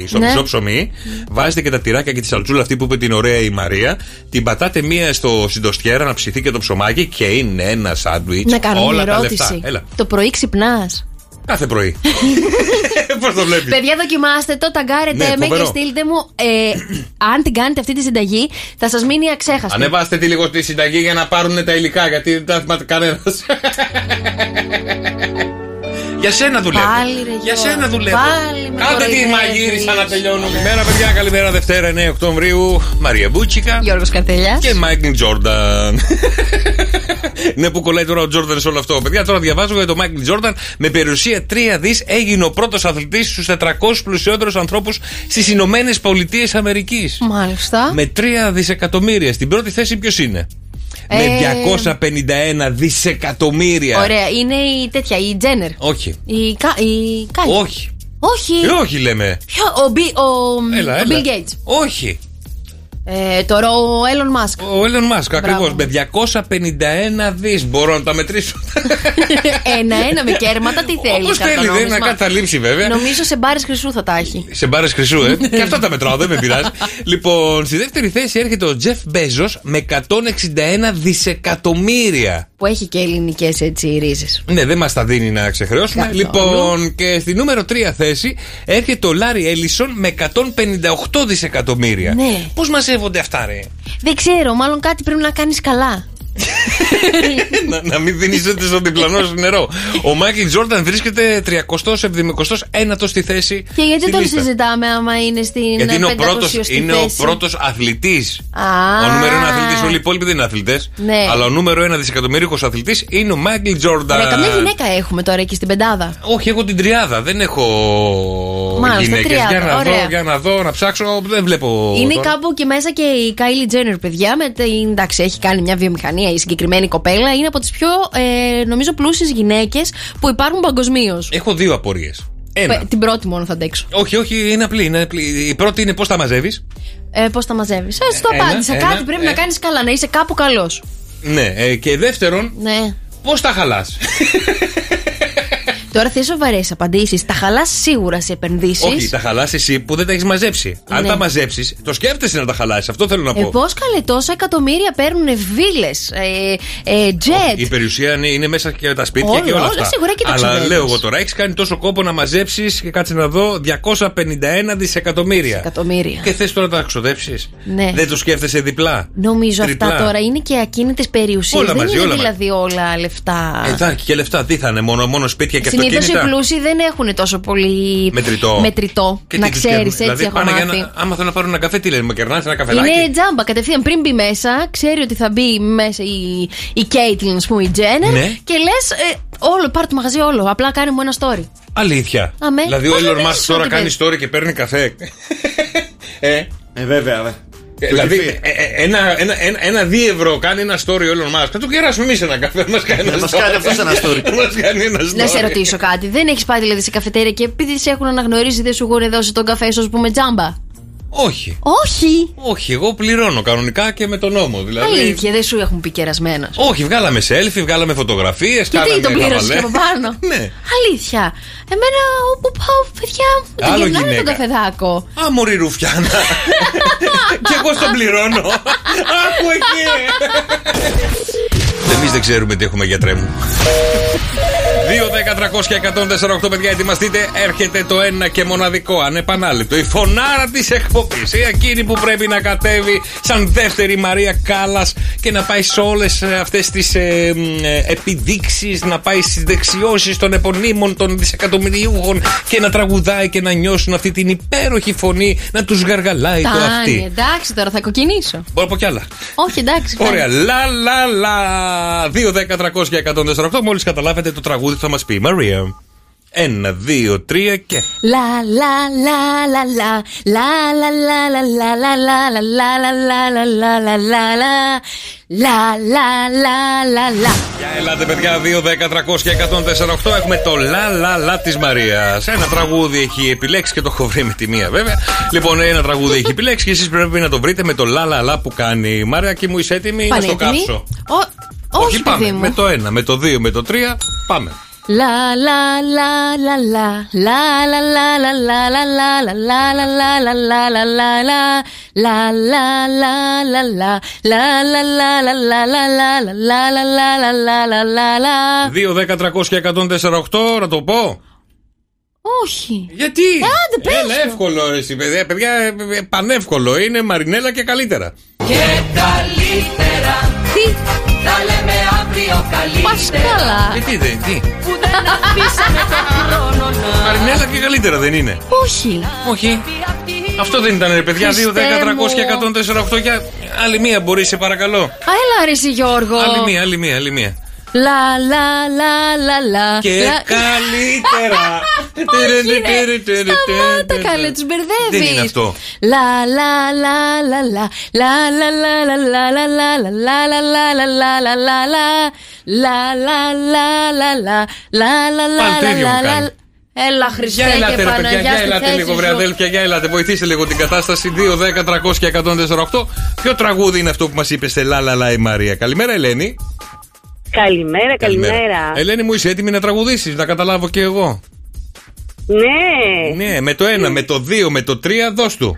S6: στο
S5: Ναι.
S6: μισό ψωμί. Βάζετε και τα τυράκια και τη σαλτσούλα αυτή που είπε την ωραία η Μαρία. Την πατάτε μία στο συντοστιέρα να ψηθεί και το ψωμάκι και είναι ένα σάντουιτ.
S5: Να κάνω μια
S6: όλα τα
S5: ερώτηση.
S6: λεφτά. Έλα.
S5: Το πρωί ξυπνάς.
S6: Κάθε πρωί. Πώς το βλέπεις.
S5: Παιδιά, δοκιμάστε το, ταγκάρετε
S6: Ναι,
S5: με και
S6: φοβερό.
S5: στείλτε μου. Ε, αν την κάνετε αυτή τη συνταγή, θα σας μείνει αξέχαστη.
S6: Ανεβάστε τη λίγο στη συνταγή για να πάρουν τα υλικά, γιατί δεν τα θυμάται κανένας. για σένα δουλεύω.
S5: Πάλι ρε
S6: για σένα δουλεύω.
S5: Πάλι με
S6: Κάντε τη
S5: κοροϊδεύεις.
S6: μαγείρισα να τελειώνουμε. Καλημέρα, παιδιά. Καλημέρα Δευτέρα 9 Οκτωβρίου. Μαρία Μπούτσικα.
S5: Γιώργος Καρτελιά.
S6: Και Μάικλ Τζόρνταν. ναι, που κολλάει τώρα ο Τζόρνταν σε όλο αυτό. Παιδιά, τώρα διαβάζω για τον Μάικλ Τζόρνταν. Με περιουσία 3 δις έγινε ο πρώτος αθλητής στους 400 πλουσιότερους ανθρώπους στις Ηνωμένες Πολιτείες Αμερικής.
S5: Μάλιστα.
S6: Με 3 δισεκατομμύρια. Στην πρώτη θέση ποιος είναι. Με 251 δισεκατομμύρια.
S5: Ε, Ωραία, είναι η τέτοια, η Τζένερ.
S6: Όχι.
S5: Η, κα, η Κάιλι.
S6: Όχι.
S5: Όχι.
S6: Ε, όχι λέμε.
S5: Ποιο, ο, Μπι- ο,
S6: Έλα,
S5: ο
S6: έλα.
S5: Bill Gates.
S6: Όχι.
S5: Ε, τώρα ο Έλλον Μάσκ.
S6: Ο Έλλον Μάσκ ακριβώ.
S5: Μπράβο.
S6: Με 251 δις. Μπορώ να τα μετρήσω.
S5: Ένα-ένα με κέρματα, τι θέλεις.
S6: Όπως θέλει, δεν είναι ακαταλείψει βέβαια.
S5: Νομίζω σε μπάρες χρυσού θα τα έχει.
S6: Σε μπάρες χρυσού,
S5: Ναι.
S6: ε. και αυτά τα μετράω, δεν με πειράζει. λοιπόν, στη δεύτερη θέση έρχεται ο Τζεφ Μπέζος με 161 δισεκατομμύρια.
S5: Που έχει και ελληνικές έτσι ρίζες.
S6: Ναι, δεν μας τα δίνει να ξεχρεώσουμε.
S5: Καθόλου.
S6: Λοιπόν, και στη νούμερο 3 θέση έρχεται ο Λάρι Έλισον με 158 δισεκατομμύρια.
S5: Ναι.
S6: Πώς μαζεύονται αυτά, ρε.
S5: Δεν ξέρω, μάλλον κάτι πρέπει να κάνεις καλά.
S6: Ε, να, να μην δίνεις ούτε στον διπλανό σου νερό. Ο Μάικλ Τζόρνταν βρίσκεται 371ο στη θέση.
S5: Και γιατί
S6: στη
S5: τον
S6: λίστα.
S5: συζητάμε άμα είναι στην
S6: Γιατί είναι ο
S5: 500
S6: πρώτος,
S5: στη
S6: είναι ο
S5: θέση.
S6: πρώτος αθλητής
S5: Α.
S6: Ο νούμερο ένα αθλητής, όλοι οι υπόλοιποι δεν είναι αθλητές.
S5: Ναι.
S6: Αλλά ο νούμερο ένα δισεκατομμύρικο αθλητής είναι ο Μάικλ Τζόρνταν.
S5: Ρε, καμιά γυναίκα έχουμε τώρα εκεί στην πεντάδα.
S6: Όχι, έχω την τριάδα. Δεν έχω
S5: Μάλιστα,
S6: γυναίκες.
S5: τριάδα,
S6: Για να
S5: ωραία.
S6: δω, για να δω, να ψάξω. Δεν βλέπω.
S5: είναι
S6: τώρα.
S5: κάπου και μέσα και η Κάιλι Τζένερ, παιδιά. Με, την- εντάξει, έχει κάνει μια βιομηχανία η συγκεκριμένη κοπέλα. Είναι από τις πιο, ε, νομίζω, πλούσιες γυναίκες που υπάρχουν παγκοσμίως.
S6: Έχω δύο απορίες. Ε, Ένα.
S5: Την πρώτη μόνο θα αντέξω.
S6: Όχι, όχι, είναι απλή. Είναι απλή. Η πρώτη είναι πώς τα μαζεύεις.
S5: Ε, Πώς τα μαζεύεις. Ε, το
S6: Ένα,
S5: απάντησα.
S6: ένα,
S5: Κάτι πρέπει να
S6: ε.
S5: κάνεις καλά, να είσαι κάπου καλός.
S6: Ναι, ε, και δεύτερον,
S5: Ναι.
S6: πώς τα χαλάς.
S5: Τώρα θες σοβαρές απαντήσεις. Τα χαλάς σίγουρα σε επενδύσεις.
S6: Όχι, τα χαλάς εσύ που δεν τα έχεις μαζέψει. Αν
S5: Ναι.
S6: τα μαζέψεις, το σκέφτεσαι να τα χαλάσεις. Αυτό θέλω να
S5: Ε,
S6: πω.
S5: Πώς καλέ τόσα εκατομμύρια παίρνουν βίλες, ε, ε, jet.
S6: Η περιουσία είναι, είναι μέσα και τα σπίτια
S5: Όλα,
S6: και όλα
S5: όλα,
S6: αυτά.
S5: σίγουρα και τα
S6: Αλλά
S5: ξοδεύεις.
S6: λέω εγώ τώρα, έχεις κάνει τόσο κόπο να μαζέψεις και κάτσε να δω 251 δισεκατομμύρια.
S5: Εκατομμύρια.
S6: Και θες τώρα να τα ξοδέψεις.
S5: Ναι.
S6: Δεν το σκέφτεσαι διπλά.
S5: Νομίζω αυτά
S6: Τριπλά.
S5: τώρα είναι και ακίνητες περιουσίες.
S6: Όλα
S5: Δεν
S6: μαζί,
S5: είναι
S6: όλα μαζί.
S5: δηλαδή όλα λεφτά.
S6: Εντάξει, και λεφτά τι θα είναι, μόνο, μόνο σπίτια και
S5: Συνήθως οι
S6: αυτοκίνητα.
S5: πλούσιοι δεν έχουν τόσο πολύ
S6: Μετρητό.
S5: μετρητό,
S6: Και
S5: να
S6: τι τους
S5: ξέρει,
S6: κερνούν.
S5: έτσι
S6: δηλαδή,
S5: έχω
S6: πάνε για
S5: μάθει.
S6: ένα- άμα θέλω να πάρω ένα καφέ, τι λένε, με κερνά ένα καφεδάκι.
S5: Είναι τζάμπα κατευθείαν. Πριν μπει μέσα, ξέρει ότι θα μπει μέσα η, η Κέιτλιν, ας πούμε, η Τζένερ.
S6: Ναι.
S5: Και λες, όλο, πάρ το μαγαζί όλο. Απλά κάνε μου ένα story.
S6: Αλήθεια.
S5: Αμέ.
S6: Δηλαδή, ο
S5: Μα δεν
S6: Elon Musk
S5: έχεις
S6: τώρα
S5: ό,τι
S6: κάνει
S5: πες.
S6: story και παίρνει καφέ. ε,
S13: Ε, βέβαια, βέβαια.
S6: Ε, Δηλαδή, ε, ε, ένα, ένα, ένα, ένα δύο ευρώ κάνει ένα story όλων μας. Θα του κεράσουμε εμείς ένα καφέ. Μας κάνει ένα
S13: Να μας
S6: story.
S13: κάνει αυτός ένα story.
S6: Μας κάνει ένα story.
S5: Να σε ρωτήσω κάτι. Δεν έχεις πάει δηλαδή σε καφετέρια και επειδή σε έχουν αναγνωρίσει, δεν σου έχουν δώσει τον καφέ σου, ας πούμε, τζάμπα.
S6: Όχι.
S5: Όχι.
S6: Όχι, εγώ πληρώνω κανονικά και με τον νόμο. Δηλαδή,
S5: Αλήθεια, δεν σου έχουν πει κερασμένος.
S6: Όχι, βγάλαμε selfie, βγάλαμε φωτογραφίες.
S5: Και τι τον πλήρωσες από πάνω.
S6: Ναι.
S5: Αλήθεια. Εμένα όπου πάω, παιδιά, μου τον
S6: Άλλο
S5: γυρνάνε τον
S6: γυναίκα.
S5: καφεδάκο.
S6: Α, μωρή ρουφιάνα. και εγώ στον πληρώνω. Άκου εκεί. Εμείς δεν ξέρουμε τι έχουμε γιατρέ μου. 2, 10, 300 και 148 παιδιά, ετοιμαστείτε. Έρχεται το ένα και μοναδικό, ανεπανάληπτο. Η φωνάρα της εκπομπής. Η εκείνη που πρέπει να κατέβει σαν δεύτερη Μαρία Κάλλας και να πάει σε ε, όλε αυτές τις επιδείξει, ε, να πάει στις δεξιώσεις των επωνύμων των δισεκατομμυριούχων και να τραγουδάει και να νιώσουν αυτή την υπέροχη φωνή να τους γαργαλάει το
S5: Τάνι,
S6: αυτή.
S5: εντάξει τώρα, θα κοκκινήσω.
S6: Μπορώ να πω κι άλλα.
S5: Όχι, εντάξει.
S6: Ωραία,
S5: φέρε.
S6: λα λα λα. 2, 10, 300 και 148. Μόλις καταλάβετε το τραγούδι που θα μας πει η Μαρία. Ένα, δύο, τρία και.
S5: La la la la la la la la la la la la la la la la la la la la la La, la, la, la, la.
S6: Για ελάτε, παιδιά, 2, 10, 300 και 148. Έχουμε το λα λα λα της Μαρίας. Ένα τραγούδι έχει επιλέξει και το έχω βρει με τη μία, βέβαια. Λοιπόν, ένα τραγούδι έχει επιλέξει και εσείς πρέπει να το βρείτε με το λα λα λα που κάνει η Μαρία και μου είσαι έτοιμη να στο
S5: Πανέτοιμη.
S6: κάψω.
S5: Ο- Όχι,
S6: πάμε.
S5: παιδί
S6: Με
S5: μου.
S6: το ένα, με το δύο, με το τρία. Πάμε.
S5: La la la la la la la la la la la la la la la la la la la la la La, la, la, la, la. La, la, la, la, la, la, la, la, la, la, la, la, la, la, la, la.
S6: 2, 10, 300 και 148, να το πω.
S5: Όχι.
S6: Γιατί?
S5: Ε, άντε, πες
S6: Έλα,
S5: το.
S6: εύκολο ρε, εσύ, παιδιά. παιδιά ε, ε, πανεύκολο. Είναι μαρινέλα και καλύτερα.
S16: Και καλύτερα. Τι. Τα λέμε αύριο καλύτερα.
S5: Πασκάλα.
S6: Ε, τι, δεν, τι.
S16: Που δεν αφήσαμε τον χρόνο να.
S6: Μαρινέλα και καλύτερα δεν είναι.
S5: Όχι.
S6: Όχι. Αυτό δεν ήταν, ρε παιδιά. 2, 10, 300
S5: Χριστέ
S6: και 148. Για άλλη μία μπορεί, σε παρακαλώ.
S5: Α, έλα ρε εσύ Γιώργο.
S6: Άλλη μία, άλλη μία, άλλη μία.
S5: La la la la la.
S6: Και
S5: La-
S6: καλύτερα.
S5: Όχι, ρε.
S6: Τερε, τερε, τερε,
S5: Σταμάτα
S6: τερε,
S5: καλέ,
S6: τερε.
S5: τους μπερδεύεις.
S6: Δεν είναι αυτό.
S5: La la la la la la la la la la la la la la la la la la la la la La, la, la, la, la, la, la,
S6: Πάλι
S5: la,
S6: το ίδιο
S5: la,
S6: μου
S5: la, la.
S6: κάνει.
S5: Έλα
S6: Για
S5: Χριστέ και
S6: ελάτε, ρε παιδιά,
S5: Παναγιά
S6: για
S5: στη
S6: ελάτε
S5: θέση
S6: λίγο, βρε
S5: σου.
S6: αδέλφια, για ελάτε. Βοηθήστε λίγο την κατάσταση. 2, 10, 300 και 148. Ποιο τραγούδι είναι αυτό που μας είπες σε λα λα λα η Μαρία. Καλημέρα, Ελένη.
S2: Καλημέρα, καλημέρα.
S6: Ελένη μου, είσαι έτοιμη να τραγουδήσεις, να καταλάβω και εγώ.
S2: Ναι.
S6: Ναι, με το 1, με το 2, με το 3, δώσ' του.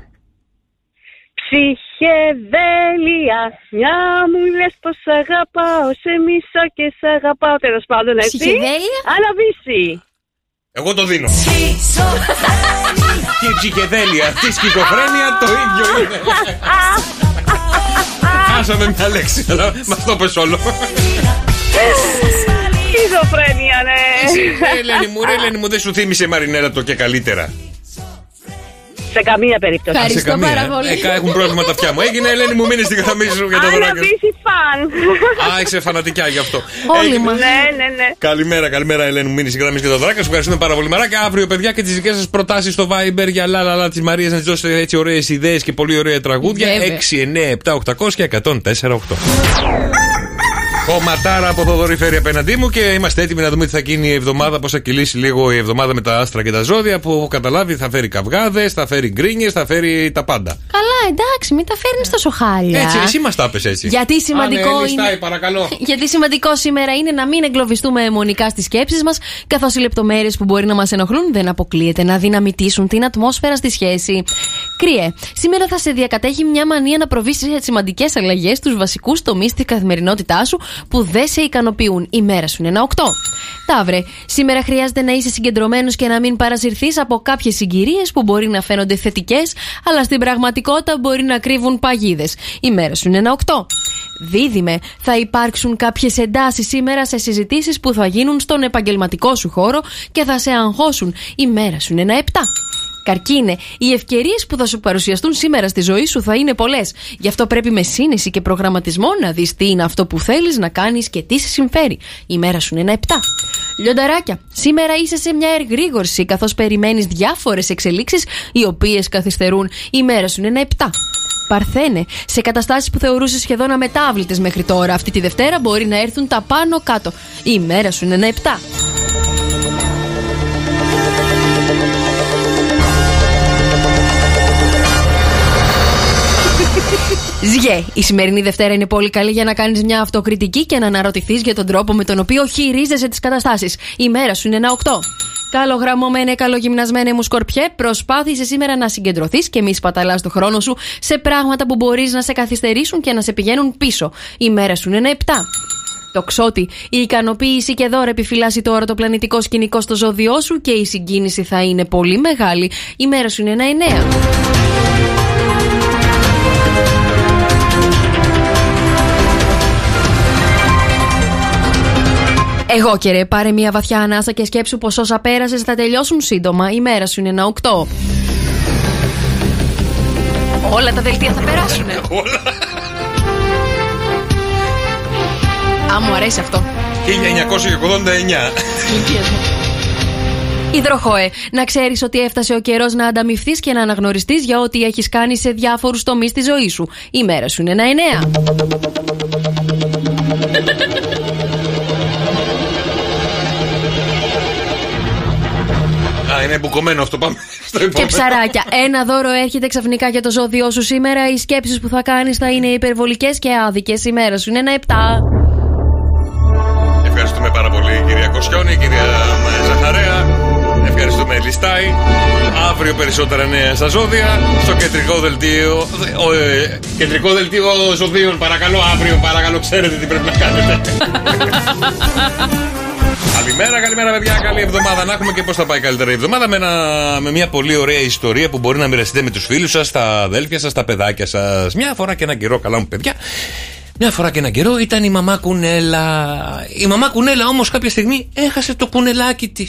S2: Ψυχεδέλεια, μια μου λες πως σ' αγαπάω, σε μισό και σ' αγαπάω. Τέλος πάντων, έτσι.
S16: Ψυχεδέλεια.
S2: Αναβήσει.
S6: Εγώ το δίνω.
S16: Ψυχεδέλεια.
S6: Και η ψυχεδέλεια, αυτή η σκυκοφρένεια το ίδιο είναι. χάσαμε μια λέξη. αλλά Μα το πες όλο.
S2: Σχιζοφρένεια, ναι.
S6: Ρε, Ελένη μου, ρε, Ελένη μου, δεν σου θύμισε η Μαρινέλα το και καλύτερα.
S2: Σε καμία περίπτωση.
S6: Α, σε καμία, ε. Ε, κα- έχουν πρόβλημα τα αυτιά μου. Έγινε, Ελένη μου, μείνε στη γραμμή σου για τα
S2: Άρα
S6: δωράκια.
S2: μπήσει φαν.
S6: Α, είσαι φανατικά γι' αυτό.
S2: Όλοι μας. Ναι, ναι, ναι.
S6: Καλημέρα, καλημέρα, Ελένη μου. Μείνει στη γραμμή και τα δωράκια. Σου ευχαριστούμε πάρα πολύ. Μαράκια, αύριο, παιδιά, και τις δικές σας προτάσεις στο Viber για λα λα λα τη Μαρία να τη δώσετε έτσι ωραίες ιδέες και πολύ ωραία τραγούδια.
S16: Βέβαια.
S6: 6, 9, 7, 800 και 104, 8. Κομματάρα από Θοδωρή φέρει απέναντί μου και είμαστε έτοιμοι να δούμε τι θα γίνει η εβδομάδα, πώς θα κυλήσει λίγο η εβδομάδα με τα άστρα και τα ζώδια. Που έχω καταλάβει θα φέρει καυγάδες, θα φέρει γκρίνιες, θα φέρει τα πάντα.
S5: Καλά, εντάξει, μην τα φέρνεις τόσο χάλια.
S6: Ναι. Έτσι, εσύ μας τα πες έτσι.
S5: Γιατί σημαντικό
S6: Άνε, λιστάει,
S5: είναι-
S6: παρακαλώ.
S5: Γιατί σημαντικό σήμερα είναι να μην εγκλωβιστούμε αιμονικά στις σκέψεις μας, καθώς οι λεπτομέρειες που μπορεί να μας ενοχλούν δεν αποκλείεται να δυναμητήσουν την ατμόσφαιρα στη σχέση. Κρύε, σήμερα θα σε διακατέχει μια μανία να προβείς σε σημαντικές αλλαγές στους βασικούς τομείς της καθημερινότητάς σου που δεν σε ικανοποιούν. Η μέρα σου είναι ένα 8. Ταύρε, σήμερα χρειάζεται να είσαι συγκεντρωμένος και να μην παρασυρθείς από κάποιες συγκυρίες που μπορεί να φαίνονται θετικές, αλλά στην πραγματικότητα μπορεί να κρύβουν παγίδες. Η μέρα σου είναι ένα 8. Δίδυμε, θα υπάρξουν κάποιες εντάσεις σήμερα σε συζητήσεις που θα γίνουν στον επαγγελματικό σου χώρο και θα σε αγχώσουν. Η μέρα σου είναι ένα 7. Καρκίνε, οι ευκαιρίες που θα σου παρουσιαστούν σήμερα στη ζωή σου θα είναι πολλές. Γι' αυτό πρέπει με σύνεση και προγραμματισμό να δεις τι είναι αυτό που θέλεις να κάνεις και τι σε συμφέρει. Η μέρα σου είναι ένα 7. Λιονταράκια, σήμερα είσαι σε μια εργρήγορση καθώς περιμένεις διάφορες εξελίξεις οι οποίες καθυστερούν. Η μέρα σου είναι ένα 7. Παρθένε, σε καταστάσεις που θεωρούσες σχεδόν αμετάβλητες μέχρι τώρα, αυτή τη Δευτέρα μπορεί να έρθουν τα πάνω κάτω. Η μέρα σου είναι ένα 7. Ζιέ, η σημερινή Δευτέρα είναι πολύ καλή για να κάνεις μια αυτοκριτική και να αναρωτηθείς για τον τρόπο με τον οποίο χειρίζεσαι τις καταστάσεις. Η μέρα σου είναι ένα 8. Καλογραμμωμένε, καλογυμνασμένε μου σκορπιέ, προσπάθησε σήμερα να συγκεντρωθείς και μη σπαταλάς το χρόνο σου σε πράγματα που μπορείς να σε καθυστερήσουν και να σε πηγαίνουν πίσω. Η μέρα σου είναι ένα 7. Τοξότη, η ικανοποίηση και δώρα επιφυλάσσει τώρα το πλανητικό σκηνικό στο ζώδιό σου και η συγκίνηση θα είναι πολύ μεγάλη. Η μέρα σου είναι ένα εννέα. Εγώ και ρε, πάρε μια βαθιά ανάσα και σκέψου πως όσα πέρασες θα τελειώσουν σύντομα. Η μέρα σου είναι ένα οκτώ. Όλα τα δελτία θα περάσουν. Α, μου αρέσει αυτό.
S6: 1989.
S5: Υδροχόε, να ξέρεις ότι έφτασε ο καιρός να ανταμυφθείς και να αναγνωριστείς για ό,τι έχεις κάνει σε διάφορους τομείς της ζωής σου. Η μέρα σου είναι ένα εννέα.
S6: Α, είναι μπουκωμένο αυτό. Πάμε στο
S5: Και
S6: επόμενο.
S5: ψαράκια, ένα δώρο έρχεται ξαφνικά για το ζώδιό σου σήμερα. Οι σκέψεις που θα κάνεις θα είναι υπερβολικές και άδικες. Η μέρα σου είναι ένα επτά.
S6: Ευχαριστούμε πάρα πολύ, κυρία Κοσιόνη, κυρία ε, Ζαχαρέα. Ευχαριστούμε, Λιστάη. Αύριο περισσότερα νέα στα ζώδια. Στο κεντρικό δελτίο. δε- ο, ε, κεντρικό δελτίο ζωδίων, παρακαλώ. Αύριο, παρακαλώ, ξέρετε τι πρέπει να κάνετε. Καλημέρα, καλημέρα, παιδιά. Καλή εβδομάδα. Να έχουμε και πώς θα πάει καλύτερα η εβδομάδα με, ένα- με μια πολύ ωραία ιστορία που μπορεί να μοιραστείτε με τους φίλους σας, τα αδέλφια σας, τα παιδάκια σας. Μια φορά και έναν καιρό, καλά μου παιδιά. Μια φορά και έναν καιρό ήταν η μαμά Κουνέλα. Η μαμά Κουνέλα όμως κάποια στιγμή έχασε το κουνελάκι της.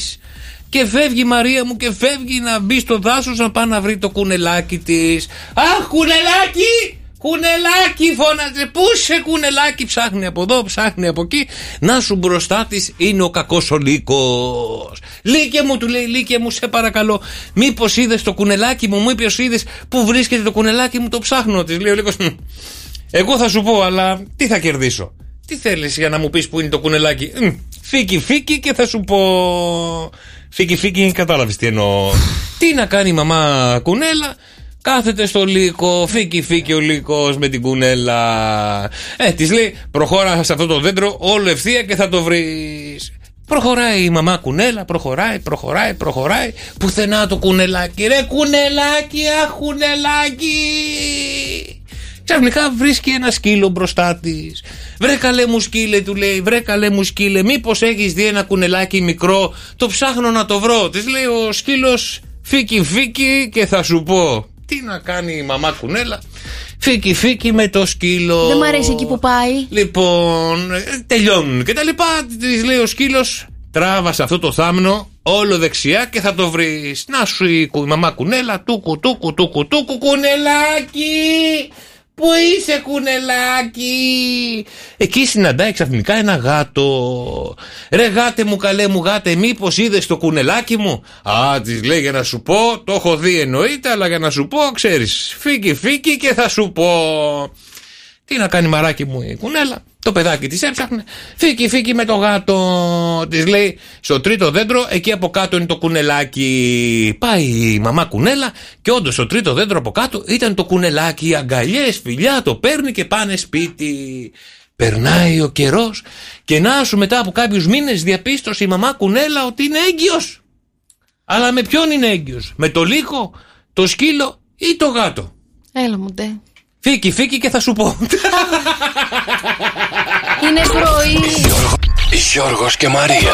S6: Και φεύγει η Μαρία μου και φεύγει να μπει στο δάσος να πάει να βρει το κουνελάκι της. Αχ, κουνελάκι! Κουνελάκι φώναζε. Πού σε κουνελάκι ψάχνει από εδώ, ψάχνει από εκεί. Να σου μπροστά της είναι ο κακός ο λύκος. Λύκε μου, του λέει, Λύκε μου, σε παρακαλώ. Μήπως είδες το κουνελάκι μου, μήπως είδες που βρίσκεται το κουνελάκι μου, το ψάχνω της. Λέει ο λύκος, «Μμ, εγώ θα σου πω, αλλά τι θα κερδίσω. Τι θέλεις για να μου πεις που είναι το κουνελάκι. «Μμ, Φίκι, φίκι και θα σου πω. Φίκι, φίκι, κατάλαβες τι εννοώ. τι να κάνει η μαμά κουνέλα. Κάθεται στο λύκο, φίκι φίκι ο λύκος με την κουνέλα. Ε, της λέει: Προχώρα σε αυτό το δέντρο, όλο ευθεία και θα το βρεις. Προχωράει η μαμά κουνέλα, προχωράει, προχωράει, προχωράει. Πουθενά το κουνελάκι. Ρε κουνελάκι, αχ κουνελάκι. Ξαφνικά βρίσκει ένα σκύλο μπροστά της. Βρε καλέ μου σκύλε, του λέει, βρε καλέ μου σκύλε, μήπως έχεις δει ένα κουνελάκι μικρό, το ψάχνω να το βρω. Της λέει ο σκύλος, φίκι φίκι και θα σου πω. Τι να κάνει η μαμά κουνέλα. Φίκι, φίκι με το σκύλο.
S5: Δεν μ' αρέσει εκεί που πάει.
S6: Λοιπόν, ε, τελειώνουν και τα λοιπά. Της λέει ο σκύλος, τράβασε αυτό το θάμνο όλο δεξιά και θα το βρεις. Να σου η κου- η μαμά κουνέλα, τούκου, τούκου, τούκου, τούκου, κουνελάκι! Πού είσαι, κουνελάκι! Εκεί συναντάει ξαφνικά ένα γάτο. Ρε γάτε μου, καλέ μου γάτε, μήπως είδες το κουνελάκι μου. Α, της λέει για να σου πω, το έχω δει εννοείται, αλλά για να σου πω, ξέρεις. Φύγει, φύγει και θα σου πω. Τι να κάνει μαράκι μου η κουνέλα. Το παιδάκι της έψαχνε. Φύγει, φύγει με το γάτο. Της λέει στο τρίτο δέντρο, εκεί από κάτω είναι το κουνελάκι. Πάει η μαμά κουνέλα και όντως στο τρίτο δέντρο από κάτω ήταν το κουνελάκι. Αγκαλιές, φιλιά, το παίρνει και πάνε σπίτι. Περνάει ο καιρός και να σου μετά από κάποιους μήνες διαπίστωσε η μαμά κουνέλα ότι είναι έγκυος. Αλλά με ποιον είναι έγκυος, με το λύκο, το σκύλο ή το γάτο.
S5: Έλα μου ντε.
S6: Φύκη, φύκη και θα σου πω.
S5: Είναι πρωί.
S3: Γιώργος και Μαρία.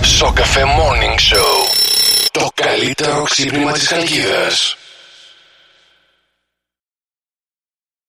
S3: Στο καφέ Morning Show. Το καλύτερο ξύπνημα της Χαλκίδας.